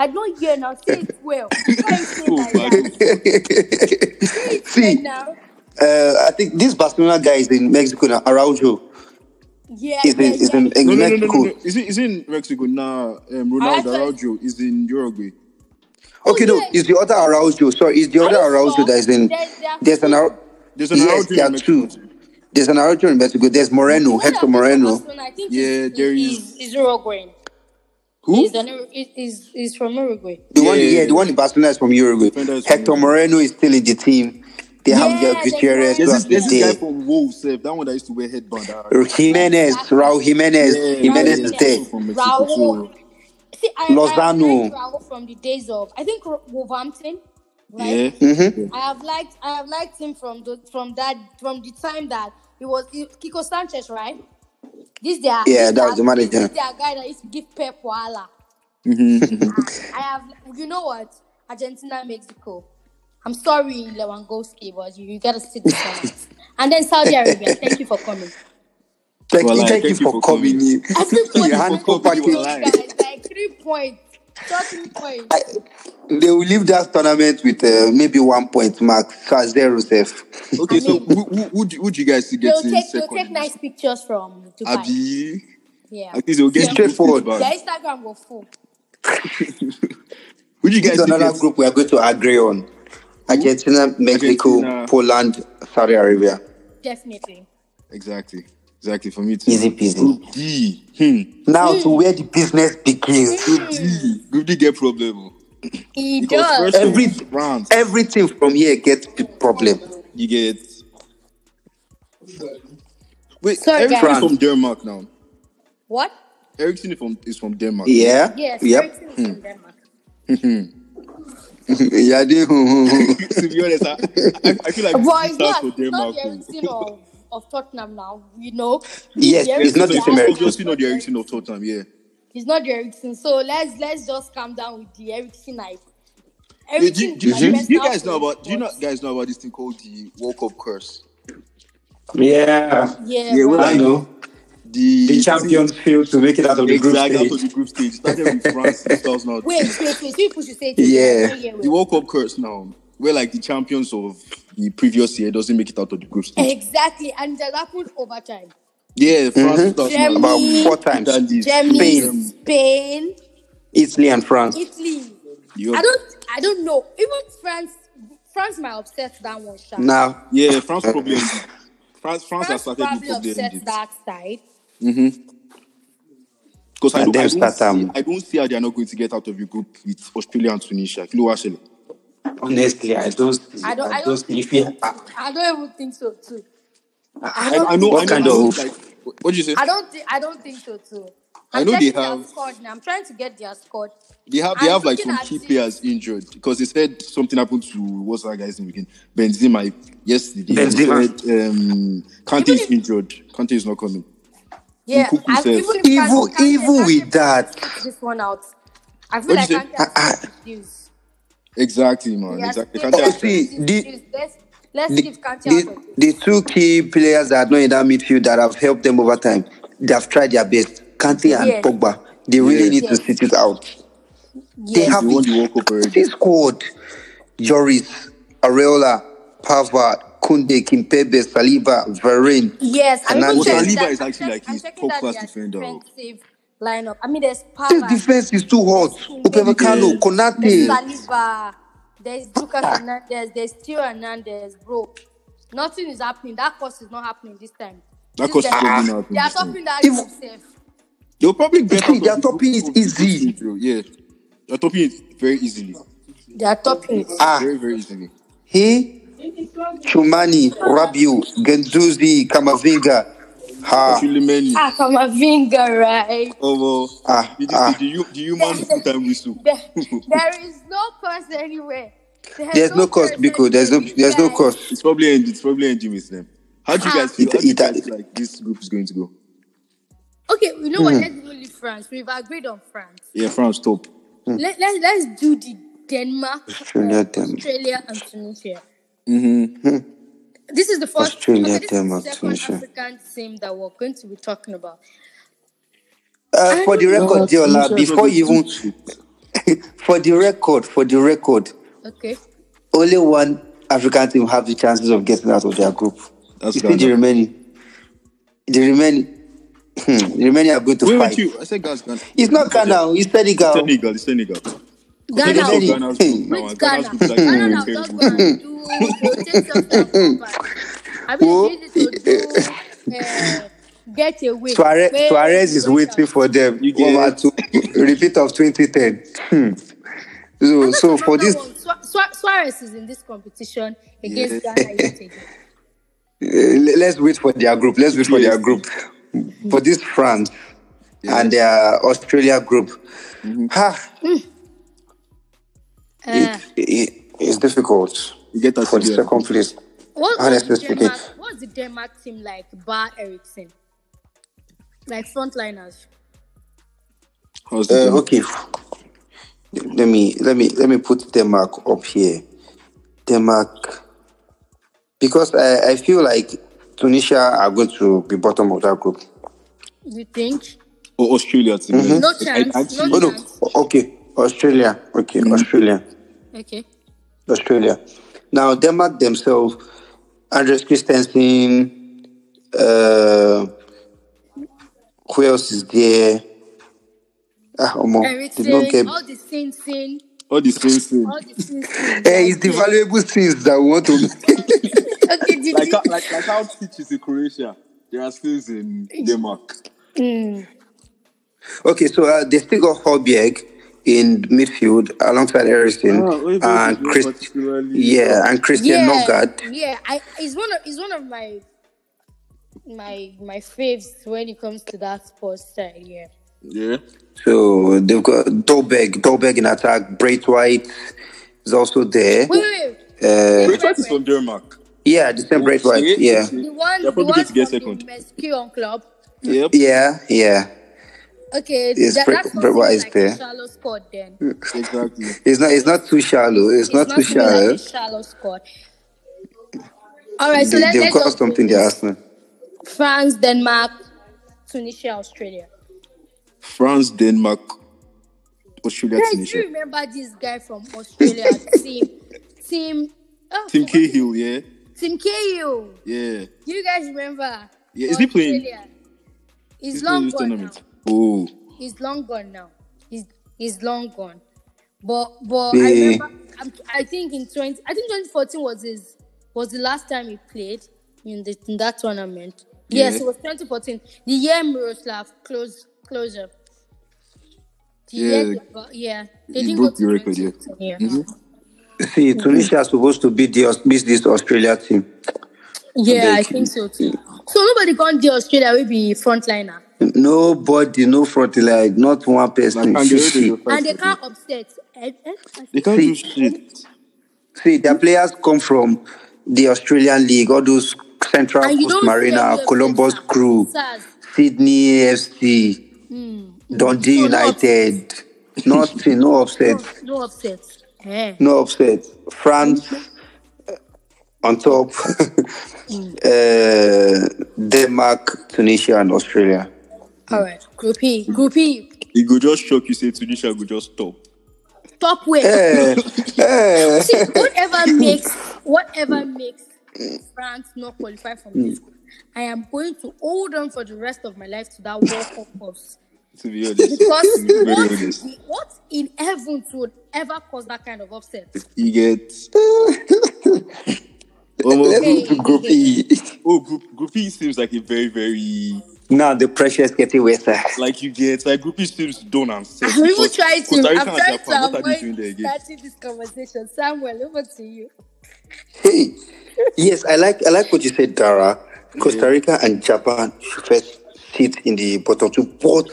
B: I don't hear now. Say it well. Why you say it
A: oh,
B: like
A: my
B: that?
A: God.
B: Say it well
C: See.
B: now.
C: Uh, I think this Barcelona guy is in Mexico now. Araujo
B: Yeah,
C: is
B: yeah,
C: in, is
B: yeah.
C: in, in
A: No, no, no, no,
C: Mexico.
A: no, no. Is it is it in Mexico now? Um, Ronaldo
B: actually-
A: Araujo is in Uruguay.
B: Oh,
C: Okay, no,
B: yeah.
C: it's the other Araujo. Sorry, it's the
B: Are
C: other
B: you
C: Araujo
B: sure?
C: that is in.
B: There- there are
C: There's an
B: two.
C: Araujo.
A: There's an
C: Yes,
A: Araujo
C: there
A: in
C: are
A: Mexico.
C: two.
A: too.
C: There's an Araujo in Mexico. There's
B: The
C: Moreno,
B: one that
C: Hector
B: plays for
C: Moreno.
B: Barcelona, I think
A: Yeah,
B: is
A: there is-
B: is is Uruguayan.
A: Who?
B: Is an is is is from Uruguay.
C: The one, yeah, the
A: Yeah.
C: one in Barcelona is from Uruguay.
A: Defender is from
C: Hector
A: Uruguay.
C: Moreno is still in the team. They have their
B: Yeah, there's
C: Gutierrez
A: There's
C: who
A: this,
C: has
B: Moreno.
C: been
A: there's this guy
C: there.
A: from Wolves, sef, that one that used to wear headband. ah.
C: Jimenez,
B: Exactly.
C: Raul Jimenez.
A: Yeah, yeah,
B: Raul
C: Jimenez
A: yeah.
C: is
A: He's
C: there.
A: also from Mexico.
B: Raul.
A: So
B: See, I, I have liked
C: Lozano.
B: Raul from the days of I think Ro- Wolverhampton, right?
A: yeah,
C: Mm-hmm.
B: I have liked I have liked him from the from that from the time that he was Kiko Sanchez, right? This their
C: Yeah,
B: this
C: that was the
B: their this
C: manager.
B: their guy that used to give Pep Wala.
C: Mm-hmm.
B: I have you know what? Argentina, Mexico. I'm sorry, Lewandowski, but you, you gotta sit this one out. And then Saudi Arabia, thank you for coming.
C: Thank,
A: Well, like,
C: thank you for coming in.
B: Everybody
C: Your
B: went
C: handful
B: to
A: coming,
C: package.
B: those
A: wallahi.
B: guys, like three points, thirteen points.
C: I, they will leave that tournament with uh, maybe one point max, as zero safe.
A: Okay,
B: I
A: so
B: mean,
A: who, who, who, do, who do you guys see
B: they'll
A: getting
B: take they'll take
A: second?
B: nice pictures from Dubai.
A: Abi,
B: Yeah.
A: at least they'll
C: It's
A: get the
C: straightforward.
A: good
B: Their
A: back.
B: Instagram will full.
A: Who do you
C: This
A: guys see
C: is another
A: getting
C: group we are going to agree on. Argentina, Mexico,
A: Argentina.
C: Poland, Saudi Arabia.
B: Definitely.
A: exactly, exactly for me too.
C: Easy peasy.
A: Group D, hmm.
C: Now to where the business begins.
A: Group D, Group D get problem. oh.
B: He
A: Because
B: does.
A: first
C: Every,
A: of France,
C: everything from here gets p- problem.
A: you get wait.
B: Sorry,
A: Ericsson is
B: guys.
A: from Denmark now.
B: What?
A: Ericsson is from is from Denmark.
C: Yeah.
B: Yes,
C: Yep.
B: Ericsson is
A: Hmm.
B: from Denmark.
C: yeah. they-
A: to be honest, I, I, I feel like
B: Well,
A: this stands
B: it's
A: for
B: not, it's not
A: Denmark.
B: the
A: oh.
B: Ericsson of, of Tottenham now. You know,
C: Yes,
B: The
C: it's not the
B: Ericsson
C: same
B: that
C: Ericsson.
B: was
A: Obviously not the
B: not
A: Ericsson of Tottenham, yeah.
B: It's not the Ericsson. So let's let's just calm down with the Ericsson hype.
A: Wait, do, you-
B: Ericsson
A: do,
B: is my
A: you- do you
B: personal
A: guys know
B: favorite.
A: about do you not guys know about this thing called the World Cup curse?
F: Yeah,
A: Yeah,
B: Yeah,
A: we're
B: bro.
F: I
A: like
F: know. The
A: the
F: champions failed to make it out of the group
A: exact out of
F: stage.
A: the group stage. Started with France in 2002.
B: Wait, wait, wait. You push say it.
C: Yeah.
B: again. I don't hear
A: The
B: well.
A: World Cup curse now. We're like the champions of the previous year doesn't make it out of the group stage.
B: Exactly, and that happened over time.
C: Mm-hmm.
A: Yeah, France 2011,
C: About
B: Germany,
C: four times.
A: Italy,
B: Germany,
C: Spain,
A: Spain,
B: Spain,
C: Italy, and France.
B: Italy. I
A: Europe.
B: don't, I don't know. Even France, France might upset that one shot.
C: Now,
A: Yeah, France probably France France has
B: France
A: started the
B: probably
A: problem.
B: upset that side.
A: Because I
C: and
A: don't, I
C: then
A: don't
C: start
A: see,
C: um,
A: I don't see how they are not going to get out of the group with Australia and Tunisia. You know what I'm saying?
F: Honestly, I don't. see-
B: I don't,
F: I
B: I
F: don't
B: don't
F: see
B: think
F: if you.
B: so. I don't even think so too. I
A: I,
B: don't
A: I know, I
B: think
C: what
A: know,
B: so.
A: I
C: kind
A: know.
C: of.
A: Like, what did you say?
B: I don't think I don't think so too.
A: I
B: I'm
A: know they
B: checking their
A: have-
B: squad now. I'm trying to get their squad.
A: They have, they
B: I'm
A: have like
B: looking
A: some
B: at
A: key
B: it.
A: players injured because they said something happened to what's that guy's name again? Benzema yesterday.
F: Benzema.
A: They said um, Kante
B: Even
A: is
B: if-
A: injured. Kante is not coming.
B: Yeah,
A: Nkunku
B: I,
A: says-
B: even if
C: Even,
B: Kante, Kante,
C: even
B: Kante
C: with
B: probably
C: that,
B: sits this one out. I feel
A: What
B: like
A: did you say?
B: Kante has
C: I-
B: something to do.
A: Exactly, man.
B: We are
A: Exactly.
B: still
A: Kante has-
B: trying to
C: See,
B: reduce
C: the-
B: issues. let's let's
C: the,
B: give Kante out
C: the,
B: of this.
C: the two key players that are not in that midfield that have helped them over time, they have tried their best. Kante and
B: Yes.
C: Pogba, they really
A: Yeah.
C: need to
B: Yes.
C: sit it out. They
B: Yes.
C: have
A: They won the World Cup already.
C: the squad. Joris, Areola, Pavard, Kunde, Kimpebe, Saliba, Varane.
B: Yes, I'm even
C: Hernandez.
B: checking
A: Saliba
B: that.
A: is
B: I'm
A: actually
B: check-
A: like
B: I'm
A: his
B: checking that
A: top-class
B: their
A: defender. oh.
B: defensive lineup. I mean, there's
C: This
B: Pavard,
C: defense is too hot.
B: there's
C: Upamecano,
B: Kimpembe, there's
C: Konate.
B: Saliba,
C: Ah.
B: there's Lucas Hernandez, there's Tio Hernandez, bro. Nothing is happening. That course is not happening this time.
A: That
B: This
A: course is
B: time-
A: probably not happening
B: They are
A: this time.
B: topping that
C: If-
B: group safe.
A: They'll probably get out
C: Actually,
A: of
C: their
A: the
C: top
A: group
C: is
A: of the group
C: easy.
A: stage, though. Yeah, they're topping it very easily.
B: They are topping it.
C: Ah,
A: Very, very easily.
C: he, Chumani, Rabiu, Genduzi, Kamavinga. Ha,
A: Oshilmeni,
B: Ah, Kamavinga, right?
A: oh,
C: ah,
A: the, the,
C: ah.
A: the, hu- the human full-time whistle.
B: there, there is no curse anywhere. There's
C: There's
B: no
C: no cost,
B: curse
C: Biko.
B: anywhere.
C: There's no,
B: These
C: there's no
B: guys,
C: cost.
A: It's probably ending. It's probably ending with them. How do you
B: Ah.
A: guys feel?
C: It,
A: How do you
C: it,
A: guys
C: it,
A: feel like this group is going to go?
B: Okay, you know what?
C: Hmm.
B: Let's not leave France. We've agreed on France.
A: Yeah, France top.
B: Let, let, let's do the Denmark,
C: Australia,
B: um,
C: Denmark.
B: Australia, and Tunisia.
A: Mm-hmm.
B: This is the first.
C: Australia,
B: okay, this
C: Denmark,
B: is the second
C: Tunisia.
B: African team that we're going to be talking about.
C: Uh,
B: I
C: for the
B: don't
C: record,
A: Uh, Tunisia
C: Diola,
A: is not
C: before
A: going to
C: you
A: do
C: even
A: shit.
C: for the record, for the record,
B: Okay.
C: only one African team have the chances of getting out of their group.
A: That's
C: you see the
A: Ghana.
C: remaining. The remaining the remaining are going to
A: Wait, wait,
C: fight. Um,
A: you. I said Ghana's Ghana.
C: It's not Ghana, it's Senegal.
A: Senegal. It's Senegal.
C: The
A: Senegal.
B: Ghana,
A: Ghana's
C: remaining.
A: Ghana's group now. and Ghana's group is actually very terrible.
B: which Ghana? Ghana now just go and do rotate yourself and cover. I mean, they
C: Whoa.
B: use it to do uh, get away.
C: Suarez,
B: Where
C: Suarez
B: you
C: is
B: went
C: waiting
B: out.
C: for them.
A: You
C: Over
A: get
C: to repeat of 2010. Hmm. So,
B: And that's
C: so for
B: another
C: this,
B: one. Sua- Sua- Suarez is in this competition
A: yeah.
B: against Ghana yet again.
C: uh, le- let's wait for their group. Let's wait for their
A: Yes.
C: group. For this France
A: Yeah.
C: and their Australia group. Ha,
B: Uh,
C: it, it it's difficult
A: You get us
C: for the
A: there.
C: second place.
B: what, what's the
C: Honestly speaking,
B: Denmark? What's the Denmark team like? Bar Eriksen, like frontliners.
A: How's the
C: uh,
A: game?
C: okay. Let me let me let me put Denmark up here. Denmark, because I, I feel like Tunisia are going to be bottom of that group.
B: You think?
A: Or Oh, Australia to
C: mm-hmm.
A: be
B: No
A: honest. I, I
B: chance. No
C: Oh
A: actually,
C: no,
B: chance.
C: o- okay, Australia, okay, Australia,
B: Okay.
C: Australia. Now Denmark themselves, Andres Christensen, uh, who else is there? Ah, Omo, did not
B: Eriksen,
C: get.
B: all the sin sin,
A: all the same thing.
B: all the sin sin.
C: Eh,
B: They're
C: it's the
B: here.
C: valuable things that we want to.
B: Okay, did
A: Like,
C: uh,
B: you?
A: how- like, like how Tich is in Croatia. There are still in Denmark.
C: Okay, so uh, they still got Holberg in midfield alongside Ericsson
A: Ah, Højbjerg is
C: and
A: doing
C: Chris,
A: particularly well.
C: yeah, and Christian
B: Yeah,
C: Nogard.
B: yeah. I it's one of it's one of my my my faves when it comes to that sports style. Yeah.
A: Yeah.
C: So they've got Dolberg, Dolberg in attack. Braithwaite is also there.
B: Wait, wait, wait.
C: Uh,
B: Wait,
A: Which one
B: wait,
A: is from
B: wait.
A: Denmark?
C: yeah, the same Braithwaite.
A: Okay,
C: Yeah,
A: okay.
B: The one,
A: They're
B: the
A: probably
B: one
A: going to get
B: from the
A: second.
B: Mesquion club.
A: Yep.
C: yeah, yeah.
B: Okay,
C: It's
B: that,
C: Bra-
B: that's not
C: Braithwaite
B: even
C: is
B: like a
C: there.
B: shallow squad then.
A: Exactly.
C: It's not. It's not too shallow. It's
B: It's
C: not too
B: not even like
C: shallow.
B: a shallow squad. All right, so
C: They,
B: let,
C: they've
B: let's
C: got
B: just go
C: something there,
B: with
C: Arsenal.
B: France, Denmark, Tunisia, Australia.
A: France, Denmark, Australia,
B: Guys, do
A: Tunisia.
B: you remember this guy from Australia? Team, team, oh,
A: Tim
B: forgot his
A: Cahill, yeah.
B: Team KU.
A: Yeah.
B: You guys remember?
A: Yeah, is he playing?
B: Australia. He's,
A: He's playing
B: long
A: this
B: gone now.
A: tournament. Oh.
B: He's long gone now. He's he's long gone. But but I
C: They,
B: remember. I'm, I think in twenty. I think twenty fourteen was his was the last time he played in the in that tournament. Yes,
A: Yeah.
B: it was twenty fourteen. The year Miroslav close closure. The year
A: Yeah.
B: they got, yeah they
A: He
B: didn't go
A: broke
B: to
A: the record, yeah. Mm-hmm.
B: twenty eighteen. Yeah.
C: see, Tunisia are supposed to beat the beat this Australia team.
B: yeah, I
C: Like,
B: think so too. So nobody gone to Australia. We be frontliner.
C: Nobody, no front like not one
A: Like,
C: person. See,
A: Kangaroo, they
C: see,
B: and they
A: first.
B: can't upset. Eh, eh, I
A: They
B: think-
A: can't do
C: see,
A: shit.
C: see. Their players come from the Australian league, all those Central
B: And you
C: Coast
B: don't see
C: Marina,
B: any of them,
C: Columbus
B: sir.
C: Crew,
B: Sirs,
C: Sydney FC, Dundee
B: Hmm. no, no upset.
C: United. Nothing, no upset.
B: No, no upset. Eh.
C: no upset. France uh, on top.
B: Hmm.
C: uh, Denmark, Tunisia, and Australia.
B: All right, Group E, Group E,
A: It go just shock you say Tunisia go just stop.
B: top way.
C: Eh, eh.
B: See, whatever makes whatever makes France not qualify from
A: Hmm.
B: this group, I am going to hold on for the rest of my life to that World Cup purse.
A: To be honest,
B: Because
A: to be very honest,
B: what, what in heaven would ever cause that kind of upset?
A: you get. Omo,
C: Let's
B: Okay.
C: move to Group E.
A: oh, group, group E seems like a very, very
C: now the pressure is getting worse.
A: like you get like group E seems done and set.
B: I'm even
A: because
B: trying to.
A: Costa
B: I'm
A: Rica and
B: trying
A: Japan,
B: to
A: what are they doing there
B: avoid
A: again?
B: starting this conversation. Samuel, over to you.
C: Hey, yes, I like I like what you said, Dara. Costa Rica and Japan should first sit in the bottom two, but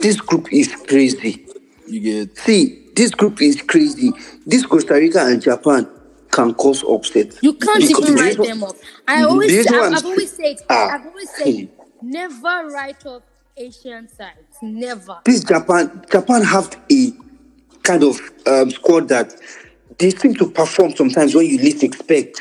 C: this group is crazy.
A: You get
C: See, this group is crazy. This Costa Rica and Japan can cause upset.
B: You can't
C: Because
B: even
C: the
B: write
C: reason-
B: them up. I always,
C: reason
B: I've,
C: I'm-
B: I've always said,
C: Ah.
B: I've always said, never write off Asian sides. Never.
C: This Japan, Japan have a kind of um, squad that they seem to perform sometimes when you least expect.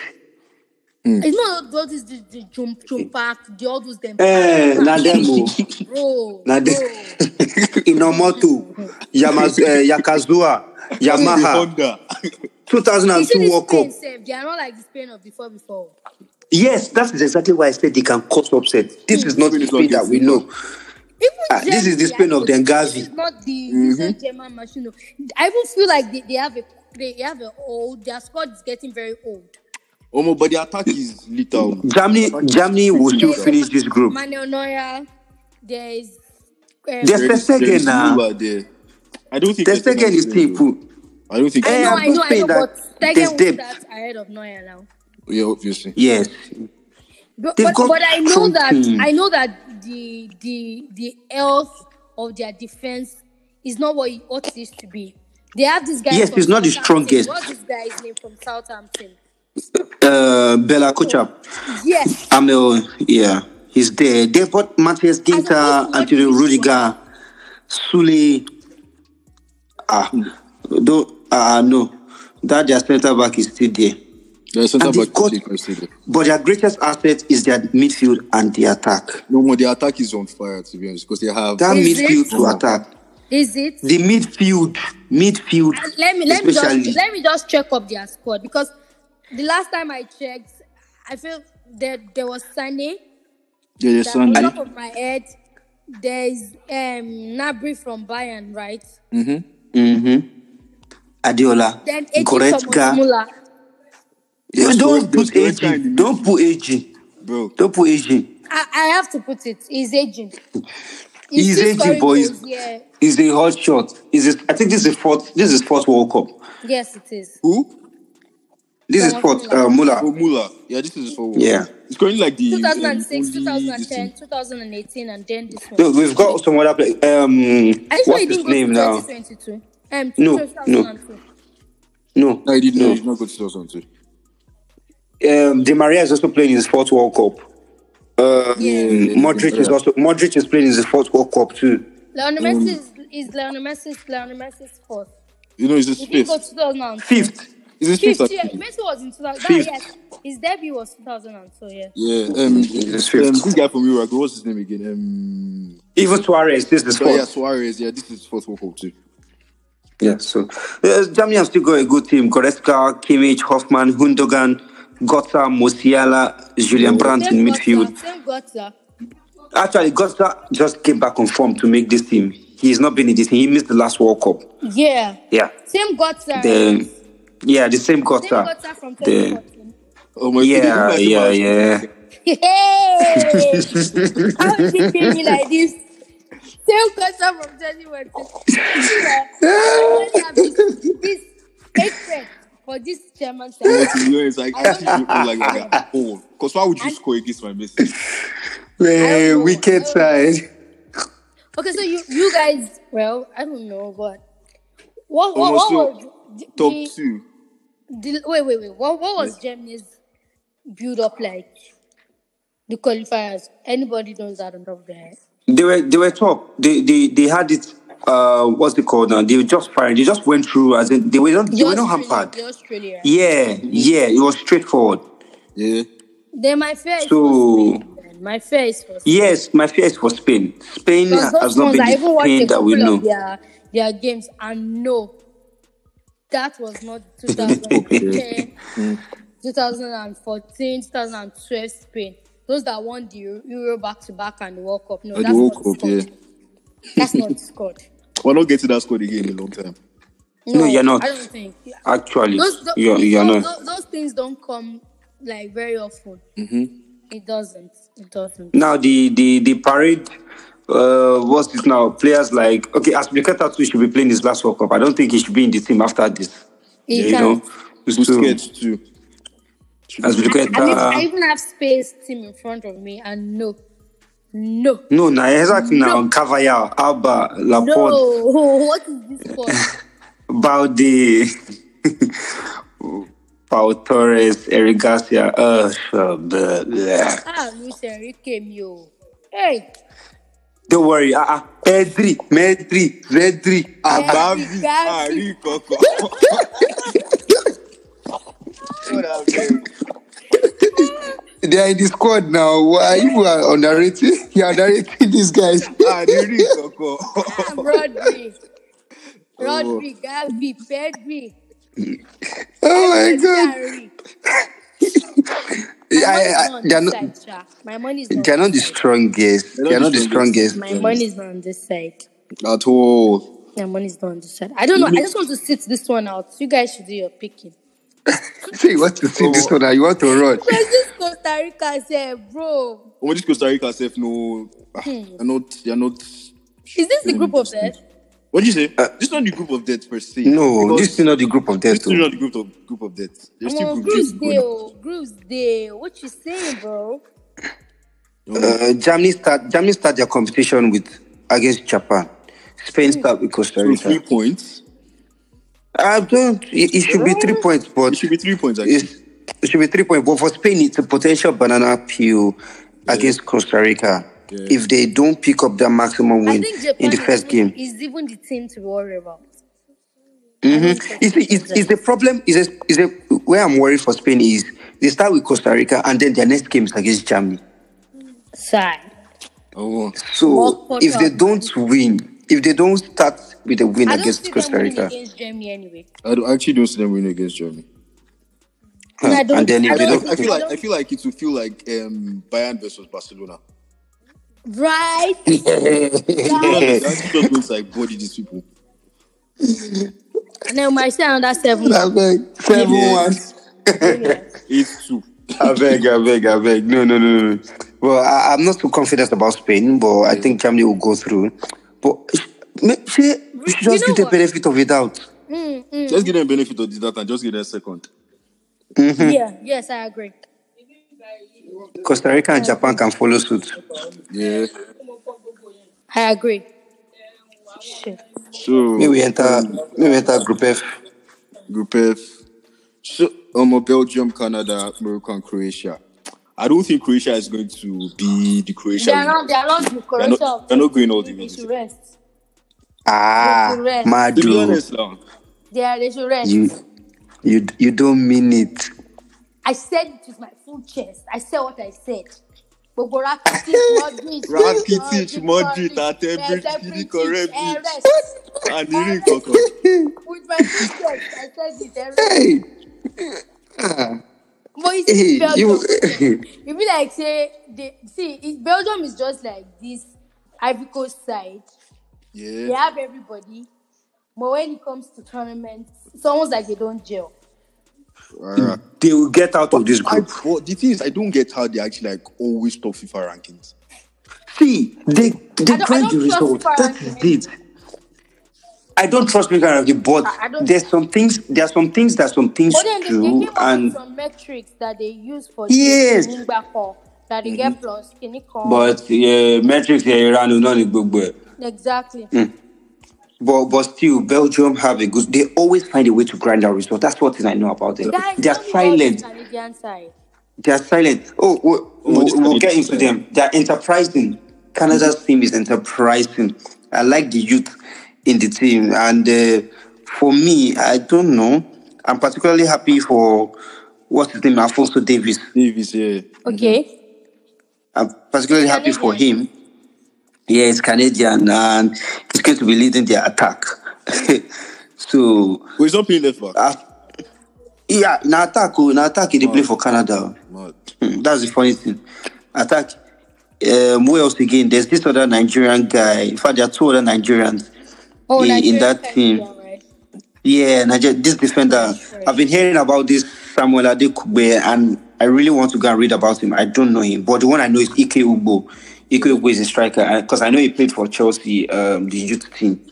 C: Hmm.
B: It's not all this the, the jump jump back, the all those them.
C: Eh, na them o.
B: bro,
C: Now this
B: bro.
C: Inomoto, Yamaz, uh, Yakazua,
A: the
C: Yamaha,
A: Honda.
C: 2002 World Cup.
B: Spain sef, they are not like the Spain of before before.
C: Yes, that is exactly why I said they can cause upset. This is not
A: Spain
C: the
A: is not
C: Spain that we
A: good
C: know.
B: Even
C: Ah, this is the
B: Germany,
C: Spain
B: I
C: of Mm-hmm.
B: feel-
C: Dengazi.
B: This is not the recent German machine. no. I even feel like they, they have a they have a old. Their squad is getting very old.
A: Omo, but the attack is lethal.
C: Germany, Germany will still
B: There's
C: finish this group.
B: Manuel Neuer. There is. Um,
C: There's
A: There is, there
C: Stegen
A: is
C: now.
A: Müller there. I don't think
C: The second is
A: playing, though.
C: Tipu.
A: I don't think.
B: I
C: Eh,
B: know,
C: I'm
B: I
C: just
B: know, I
C: saying
B: know,
C: that
B: but
C: there's
B: Stegen will
C: depth.
B: start ahead of Neuer now.
A: Yeah, obviously.
C: Yes,
B: But,
C: They've
B: but
C: got
B: but I know that
C: something.
B: I know that the the the health of their defense is not what it, what it used to be. They have this guy.
C: Yes,
B: from
C: it's not the
B: Southampton.
C: strongest.
B: What's this guy's name from Southampton?
C: Uh, Bella Kochap.
B: Yes,
C: Amel, yeah, he's there. They've got Matthias
B: As opposed
C: Ginter,
B: to what
C: Antonio
B: we used to
C: Rudiger, Sule. Ah, do ah no, that their centre back is still there.
A: The centre
C: And they've
A: back
C: got,
A: is considered.
C: but their greatest asset is their midfield and the attack.
A: No more. The attack is on fire to be honest because they have.
C: That
B: Is
C: midfield
B: it?
C: to attack.
B: is it?
C: The midfield, midfield,
B: And Uh, let me let me
C: especially.
B: just let me just check up their squad because the last time I checked, I feel that there was Sunday.
A: Yeah, yeah,
B: that on
A: Sunday.
B: top of my head, there's um Nabri from Bayern, right?
C: Adiola,
B: Then AJ
C: correct
B: Thomas
C: guy.
B: Muller.
A: There's
C: Don't
A: Goretzka-
C: put
A: there's Goretzka in the
C: AG.
A: midfield.
C: Don't put AG.
A: Bro,
C: Don't put AG.
B: I, I have to put it. He's aging. He's
C: He's
B: still
C: aging,
B: scoring
C: but he's,
B: goals. Yeah.
C: he's a hot shot. He's a, I think this is fourth. This is fourth World Cup.
B: Yes, it is.
A: who?
C: This is
B: Thomas
C: fourth.
B: Müller.
C: Uh, Muller.
A: Oh, Muller. Yeah, this is for.
C: Yeah.
A: It's going like the. Um,
B: 2006,
A: only this thing.
B: 2010, 2018, and then this one.
C: No, we've got some other play. Um,
B: I sure
C: what's
B: he
C: his
B: didn't go to
C: name now?
B: 2022. Um,
C: No, no.
B: 2002.
C: No,
A: No, he didn't. No,
C: no.
A: he did not go to 2002.
C: Um, Di Maria is also playing his fourth World Cup. Um,
B: Yeah.
A: Yeah, yeah,
C: Modric
A: yeah.
C: is also Modric is playing his fourth World Cup too. Um,
B: Lionel Messi is, is Lionel Messi's Lionel Messi's fourth.
A: You know, he's just
B: He didn't
A: fifth.
B: go to 2002.
C: Fifth.
A: Is it fifth?
B: Fifth,
A: or-
B: yeah. Messi was in 2000. That,
C: Fifth.
B: yes, his debut was 2002, yeah.
A: Yeah. Um, um,
C: He's fifth.
A: this guy from Iraq. What's his name again? Um,
C: Even Suarez, this is
A: So yeah,
C: fourth.
A: Suarez. Yeah, this is fourth World Cup too.
C: Yeah, so uh, Germany have still got a good team. Goretzka, Kimmich, Hoffman, Hundogan, Götze, Musiala, Julian Brandt in
B: Same
C: midfield.
B: Gotza, same Gotza.
C: Actually, Götze just came back on form to make this team. He's not been in this team. He missed the last World Cup.
B: Yeah.
C: Yeah.
B: Same Gotza.
C: The, yeah, the same
B: Same
C: Götze.
B: Gotza from
C: The,
B: 2014.
A: Oh my
C: yeah,
A: god, they
C: yeah,
A: look like
C: yeah.
B: Hey! How is it me like this? Same Gotza from 2014. Yeah. I really have this, this hatred for this German side.
A: It's like, I actually don't feel like they are old. Because why would you score against my Messi?
B: I
C: Eh,
B: don't know.
C: wicked
B: I don't know.
C: side.
B: Okay, so you, you guys, well, I don't know, but what, what,
A: Almost
B: what
A: so,
B: was the-
A: top
B: the-
A: two.
B: The, wait, wait, wait. What, what was Germany's build up like? The qualifiers. Anybody knows that on top of their head.
C: They were they were top. They they they had it
D: uh, what's it called now? They were just fired. They just went through as in they were not they were not hampered.
B: Australia, Australia.
D: Yeah, yeah, it was straightforward.
A: Yeah.
B: Then my fear is
D: So-
B: for Spain. man. My fear is for Spain.
D: Yes, my fear is for Spain. Spain
B: Because
D: has
B: those
D: not
B: ones,
D: been
B: I even
D: the
B: watched a
D: Spain that we
B: couple
D: know.
B: of their, their games and no, that was not 2010, 2014, 2012 Spain. Those that won the Eu- Euro back to back and the World Cup. No,
D: Oh,
A: the
B: that's
A: World
B: not
A: Cup,
B: scored. That's not scored.
A: We're not getting that squad again in a long time.
D: No, you're not.
B: I don't think. Yeah.
D: Actually,
B: Those, tho-
D: you're, you're
B: those,
D: not.
B: those, those things don't come like very often.
D: Mm-hmm.
B: It doesn't. It doesn't.
D: Now the the the parade. Uh, what's this now? Players like okay, Aspilicueta too should be playing his last World Cup. I don't think he should be in the team after this.
B: He
D: you know,
B: can't.
A: Who's
D: So,
A: scared too?
B: I, mean, I
D: Aspilicueta.
B: even have space team in front of me, and no, no,
D: No, na exactly now.
B: No.
D: Cavallal, Alba,
B: no.
D: Laporte,
B: What is this for?
D: Balde, Paul Torres, Eric Garcia. Uh, uh, blah, blah.
B: ah, Luis Enrique, yo. Hey,
D: Don't worry.
C: Ah,
D: Uh, uh, Pedri, Medri, Redri. Uh,
B: Gavi,
A: Abavi,
B: Gavi.
A: Ari, Koko. What happened?
D: they are in the squad now. Why you are underrating? You are underrating these guys.
C: Ah,
A: Ari, Koko.
B: Ah, Rodri, Rodri, Gavi, Pedri,
D: Oh my
B: Luis
D: god!
B: Enrique.
D: I,
B: My money is not
D: I, I- they are
B: on this
D: not.
B: side, Sha. My money is
D: They are
B: not on
D: not the
B: this side.
D: strongest. They are not the strongest.
B: My money is not on this side.
A: At all.
B: My money is not on this side. I don't know. I just want to sit this one out. You guys should do your picking.
D: Say you want to see this one? and You want to run?
B: Because this Costa Rica said, bro,
A: What is Costa Rica self no ah, they're not they're not
B: Is this the
D: Mm.
B: group of eh? death?
A: what did you say? this is not the group of death per se.
D: Uh, No,
A: Because
D: this is not oh. the group of death.
A: this is
D: Too.
A: not the group of group of death. There's
B: Come
A: still
B: on,
A: group death
B: Bruce
A: going on.
B: Dale, Bruce Dale. What you saying, bro?
D: Uh, Germany start. Germany start their competition with against Japan. Spain
B: Mm.
D: start with Costa
A: So three
D: Rica.
A: points.
D: I don't. It, it should be three points, but
A: It should be three points actually.
D: it's, it should be three points. But for Spain, it's a potential banana peel against Costa Rica if they don't pick up that maximum
B: I
D: win
B: think
D: in
B: Japan
D: the
B: is
D: first
B: even,
D: game.
B: is even the team to worry about.
D: Mm-hmm. Is, is, is the problem? Is a, is a, where I'm worried for Spain is they start with Costa Rica and then their next game is against Germany.
B: Side.
A: Oh
D: So
B: Walk
D: if they
B: Portugal.
D: don't win, if they don't start with a win
B: I don't see
D: against
B: them
D: Costa
B: winning
D: Rica,
B: against Germany anyway.
A: I, don't, I actually don't see them winning against Germany.
D: huh,
B: I don't-
D: and then
B: I
D: if they
A: I,
B: don't
D: don't,
A: I feel
B: I
A: like
B: don't-
A: I feel like it will feel like um Bayern versus Barcelona.
B: Right?
A: They're
B: right.
A: actually just going to like body these people.
B: And then my sound that's seven.
D: I beg, seven one.
A: Yes.
B: Brilliant.
A: Eight two.
D: I beg, I beg, I beg. No, no, no, no. um, Well, I, I'm not too confident about Spain, but I think Germany will go through. But ma- see, we should
B: You
D: just
B: know
D: give the
B: what?
D: benefit of the doubt.
B: Mm, mm.
A: Just give them benefit of the doubt and just give them second.
B: Yeah, yes, I agree.
D: Costa Rica and Japan can follow suit.
A: Yeah.
B: I agree. Shit.
A: So
D: Maybe we enter, maybe we enter Group F.
A: Group F. So um, Belgium, Canada, Morocco, and Croatia. I don't think Croatia is going to be the Croatia.
B: They are not they are not the
A: They're
B: correct
A: not, they're not going all the way.
B: They should
A: To
B: rest.
D: Ah,
B: Go to rest.
A: be
D: Madu,
A: honest, now,
B: They are they should rest.
D: you, you, you don't mean it.
B: I said it with my full chest. I said what I said. Gbogbo Rakitic, Modric,
A: Rakitic, Modric, Atebreach, Kini
B: Eredivisie,
A: Korevic.
B: Eredivisie,
A: and you
B: Eredivisie.
A: didn't cock up.
B: With my full chest, I said it. Eredivisie.
D: Hey,
B: But you
D: hey,
B: see, Belgium,
D: you.
B: you be like say, they, see, it, Belgium is just like this Ivory Coast side. They
A: Yeah.
B: have everybody, but when it comes to tournaments, it's almost like they don't gel.
A: Alright.
D: they will get out of this
A: I,
D: group.
A: but the thing is, I don't get how they actually like always top FIFA rankings.
D: See, they they
B: I don't- I
D: grind
B: don't
D: the
B: trust
D: result.
B: Farah
D: That is
B: Jimmy.
D: it. I don't trust Mikaraki, but
B: I- I don't-
D: there's some things. There are some things that some things
B: But then they, they
D: do,
B: came up with
D: and
B: some metrics that they use for
D: Yes.
B: this Nimba call that they
C: Mm-hmm.
B: get plus skinny call.
D: but yeah, metrics yeah, Iran will not Igbogbo.
C: mm,
B: exactly.
D: But but still, Belgium have a good. They always find a way to grind out result. That's what thing I know about them.
B: Guys,
D: They are
B: tell me about this
D: silent.
B: Canadian side.
D: They are silent. Oh, we,
A: Oh, this
D: we,
A: Canadian
D: will get into
A: side. Mm-hmm.
D: them. They are enterprising. Canada's team is enterprising. I like the youth.
C: in the team. And uh, for me, I don't know. I'm particularly happy for what's his name, Alfonso Davis.
A: Davis, yeah.
C: Mm-hmm.
B: Okay.
C: I'm particularly happy for him. Yeah, he's Canadian and he's going to be leading the attack. so,
A: Well, he's not playing left back.
C: uh, yeah, na attack, oh, na attack, he dey play for Canada.
A: Mad.
C: Hmm, That's the funny thing. Attack. Um, who else again? There's this other Nigerian guy. In fact, there are two other Nigerians.
B: Oh,
C: in, in
B: Nigerian
C: that
B: side,
C: team.
B: yeah, right.
C: Yeah, Niger- this defender.
B: Right.
C: I've been hearing about this Samuel Adekugbe, and I really want to go and read about him. I don't know him, but the one I know is Ike Ugbo. Ike Ugbo is a striker because I know he played for Chelsea, um, the youth team.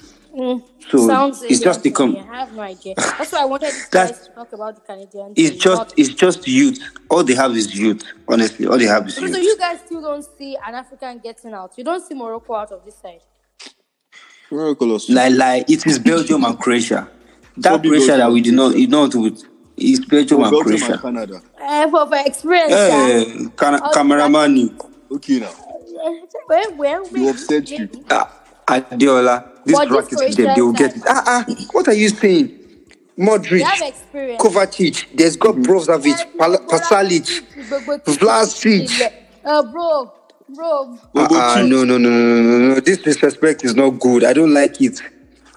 C: So
B: Sounds
C: it's just the
B: interesting.
C: com-
B: I have no idea. That's why I wanted you
C: That-
B: guys to talk about the Canadian.
C: it's
B: team,
C: just
B: not-
C: it's just youth. All they have is youth. Honestly, all they have is
B: So,
C: youth.
B: so you guys still don't see an African getting out. You don't see Morocco out of this side.
A: Miraculous.
C: like like it is Belgium and Croatia. That
A: Probably
C: Croatia
A: Belgium
C: that we
A: and
C: did not you know to it's Belgium and
A: Belgium and
C: Croatia.
A: Canada.
B: Eh, for, for experience,
C: Eh,
B: yeah.
C: Can-
B: Oh,
C: Cameramani,
A: Okay now.
B: Well, well,
A: You upset you.
C: ah, Adeola, this
B: But this
C: bracket them, they
B: Croatian
C: will get
B: side-
C: it. Ah ah, what are you saying?
B: They have
C: Modric,
B: experience.
C: Kovacic, there's got Brozovic, Pal- Pasalic, Vlasic.
B: Uh, bro, bro.
C: Ah ah,
A: Bobochuk.
C: no no no no no no. This disrespect is not good. I don't like it.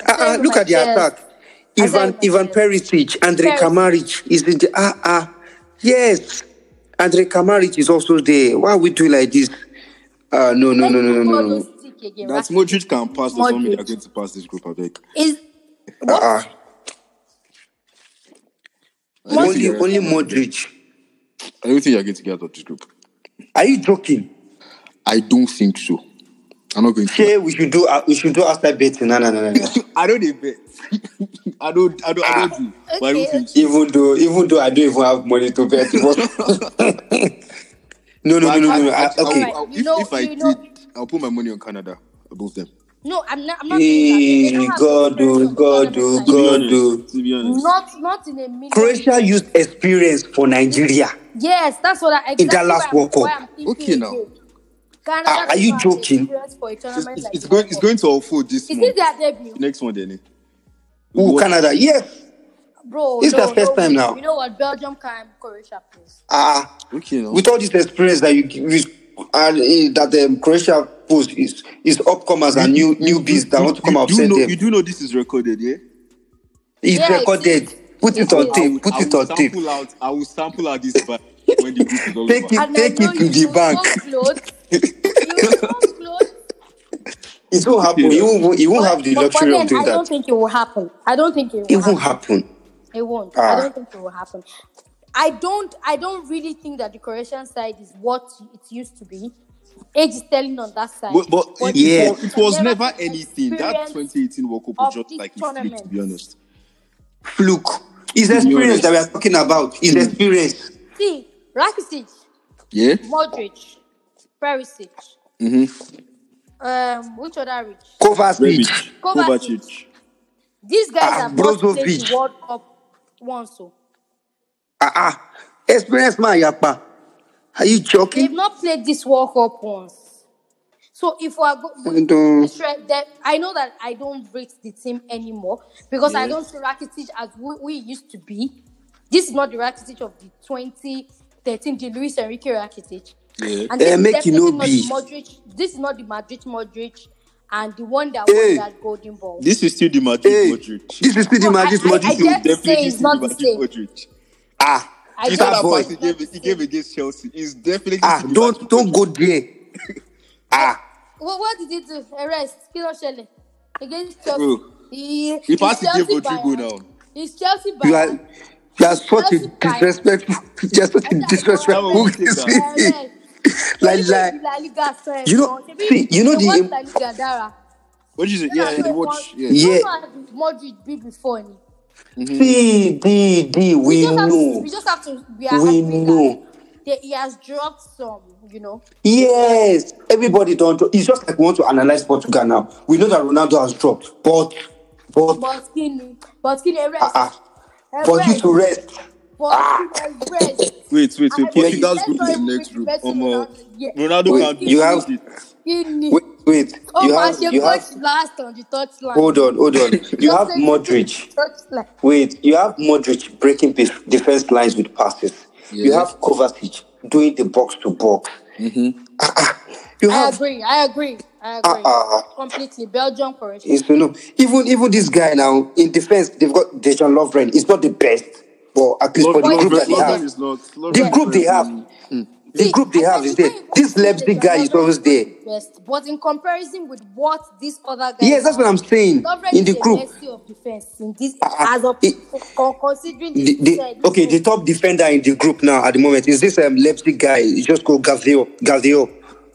C: Ah
B: tell
C: ah,
B: you
C: look
B: my
C: at the
B: best.
C: attack.
B: I tell
C: Ivan
B: you my
C: Ivan
B: best.
C: Perisic, Andre
B: Perisic.
C: Kamaric is in the ah ah. Yes, Andre Kamaric is also there. Why we do like this? Ah no no
B: Let's
C: no no no
B: go
C: no.
B: those
C: no.
B: stick again,
A: That
B: right?
A: Modric can pass does not mean they're
B: Modric.
A: going to pass this group, I beg.
B: Is
C: Ah
B: what?
C: ah.
A: I don't think
C: Only
A: you're- I
C: only Modric.
A: don't think you're going to get out of this group.
C: Are you joking?
A: I don't think so. I'm not going to.
C: Say we should do uh, we should do outside betting. No no no no. no.
A: I don't dey bet. I don't. I don't. I don't do. But I don't
B: Ah, Okay. uh,
A: think so.
C: even though even though I don't even have money to bet. But no no no no no. no. I,
A: I'll-
C: okay.
B: Alright,
A: I'll-
B: you
A: if,
B: know-
A: if I
B: you know-
A: did, I'll put my money on Canada above them.
B: No, I'm not. I'm not saying that. They
C: Eh,
B: don't have the
C: God,
B: experience
C: oh,
B: of the
C: God,
B: tournament
C: oh,
B: side.
A: To be honest,
C: God, oh.
A: to be honest,
B: Not, not in a million.
C: Croatia used experience for Nigeria
B: Yes, that's what I
C: in that
B: exactly
C: last
B: why I'm,
C: World
B: why
C: Cup. Ah,
B: I'm thinking
A: Okay, now.
B: again. Canada
C: Are, are
B: does
C: you
B: not have the
C: joking?
B: experience for a
A: it's,
B: tournament
A: it's,
B: like
A: it's
B: the
A: going.
B: World
A: It's
B: Cup.
A: going to unfold this
B: Is this
A: month.
B: their debut,
A: Next month, then. eh?
C: Oh,
A: What-
C: Canada, yes.
B: bro?
C: It's
B: No,
C: their first
B: no
C: time
B: way.
C: now.
B: You know what? Belgium can Croatia, please.
C: Ah,
A: Okay, now.
C: with all this experience that you with, and eh, that um, Croatia post is is upcomers and new newbies that want to come
A: you,
C: and
A: do
C: upset
A: know,
C: them.
A: you do know this is recorded, yeah?
C: It's
B: Yeah, it
C: recorded.
B: is.
C: Put
B: It
C: it on
B: is.
A: I
C: tape.
A: will,
C: Put
A: I
C: it
A: will
C: on tape.
A: sample out. I will sample out this vibe when the group is all
C: Take
A: over.
C: it.
B: And I
C: Take
B: know
C: it
B: you
C: to the
B: will so
C: bank.
B: close. You will so close.
C: It won't happen. You won't. You won't have
B: But,
C: the
B: but, but
C: luxury of
B: then
C: doing
B: I don't
C: that.
B: think it will happen. I don't think it
C: It
B: will
C: won't
B: happen.
C: happen.
B: It won't. I
C: Ah.
B: don't think it will happen. I don't. I don't really think that the Croatian side is what it used to be. Age is telling on that side.
A: But, but it, it,
C: Yeah.
A: was, it
B: they've
A: was
B: never
A: never
B: been
A: anything. That
B: experienced
A: 2018 World Cup was
B: of
A: just
B: this
A: like a fluke, to
B: tournament.
A: be honest.
C: fluke. It's
A: To be
C: experience that we are
A: honest. Mm.
C: talking about. It's experience.
B: See, Rakitic,
A: Yeah?
B: Modric, Perisic.
C: Mm-hmm.
B: Um, which other rich?
C: Kovacic,
A: Rebic,
B: Kovacic.
A: Kovacic.
B: These guys
C: ah,
B: have not played the
C: Brozovic,
B: World Cup once, oh. so
C: ah, ah. Experience man, yapa. Are you
B: they've
C: joking?
B: not played this World Cup once. So if we are go-
C: I
B: we,
C: don't-
B: Shre- that I know that I don't rate the team anymore because I
C: Mm-hmm.
A: Yeah.
B: don't see Rakitic as who we used to be. This is not the Rakitic of the 2013, the Luis Enrique Rakitic.
A: Yeah.
B: And
C: Eh,
B: this is
C: make it
B: definitely
C: no
B: not the
C: be.
B: Modric. This is not the Madrid Modric and the one that won
C: Hey.
B: that golden ball.
A: This is still the Madrid
C: Hey,
A: Modric.
C: this is still
B: No,
C: the
B: I,
C: magic
B: I, I
C: magic.
A: This will
B: dare to say
A: definitely still
B: it's
A: the
B: not the
A: Madrid
B: same.
A: Modric.
C: Ah,
B: I
A: You
B: dare
A: saw
C: star
B: to
A: that pass
B: say
C: boy.
A: he
B: it's not
A: gave,
B: the
A: he gave
B: same.
A: against Chelsea. It's definitely
C: Ah,
A: still the Madrid
C: don't don't
A: Modric.
C: go there. Ah,
B: What, what did he do? Eh, Arrest Kilo Shelley against Chelsea.
A: Bro,
B: He,
A: he
B: he's
A: passed he gave
B: Chelsea
A: Rodrigo
B: bias.
A: now.
B: He's Chelsea
C: you are
B: bias.
C: you are
B: He's
C: such a
B: Chelsea bias.
C: disrespectful, just such a
A: That one
B: Ẹja ìbò
C: disrespectful.
A: will
B: arrest
A: take that.
B: arrest.
C: like
B: Ṣebí
C: like
B: ìdí La Liga sọ ẹ̀
C: you know.
B: gan? Ṣebí
C: See, you know
B: they watch
C: the
B: La Liga dára?
A: What you say?
B: Ṣé
A: Yeah,
B: náà
A: yeah,
B: ló
A: they
B: wọ́n
A: watch. Yeah.
B: don't
C: yeah.
B: know how the Modric be before ni.
C: Mm-hmm. See, D D.
B: We
C: We
B: just have to we just have to
C: know.
B: we are
C: We
B: agreeing that
C: know.
B: they, he has dropped some you know.
C: Yes, everybody don't. It's just like we want to analyze Portugal now. We know that Ronaldo has dropped, but but
B: but kí ni but kí ni
C: ah
B: rest
C: ah, for you
B: rest
C: to rest.
B: but kí
C: Ah,
B: ni rest.
A: Wait, wait, wait.
B: I mean
A: Portugal's
B: let's
A: group
B: not
A: is the
B: even
A: next
B: bring the
A: group. Um,
B: person
A: uh,
B: Ronaldo yet.
A: Ronaldo
C: we,
A: can't do
C: you
B: Kí ni
C: have
A: shit.
B: kí ni.
C: we, Wait,
B: Oh,
C: you
B: man,
C: have,
B: your
C: you have,
B: coach last on the touchline.
C: hold on, hold on. You have Modric.
B: Touchline.
C: Wait, you have Modric breaking def- defense lines with passes. You
A: Yeah.
C: have Kovacic doing the box to box. Mm-hmm. Ah, You
B: I
C: have
B: agree. I agree. I agree.
C: Uh-uh.
B: Completely. Belgium correction.
C: it's, you know, even even this guy now in defense. They've got Dejan Lovren. He's not the best, but at least for the
B: Lovren-
C: group that they
B: Lovren
C: have,
A: is not. Lovren
C: the
B: Yeah.
A: is
C: group they
A: very
C: have,
A: funny.
C: the
B: See,
C: group they
B: I
C: have
B: said
C: is
B: even
C: there.
B: if
C: This
B: Belgium
C: Leipzig
B: is
C: guy is
B: Belgium
C: always
B: is not
C: there.
B: the Best, but in comparison with what these other guys
C: Yes, that's
B: are,
C: what I'm saying.
B: Lovren
C: In
B: is
C: the
B: a
C: group,
B: Messi of defense in this
C: Ah,
B: as of
C: it-
B: con- considering the
C: the,
B: future in
C: the
B: this
C: okay,
B: group.
C: the top defender in the group now at the moment is this um, Leipzig guy. Just called Gazio. Gazio.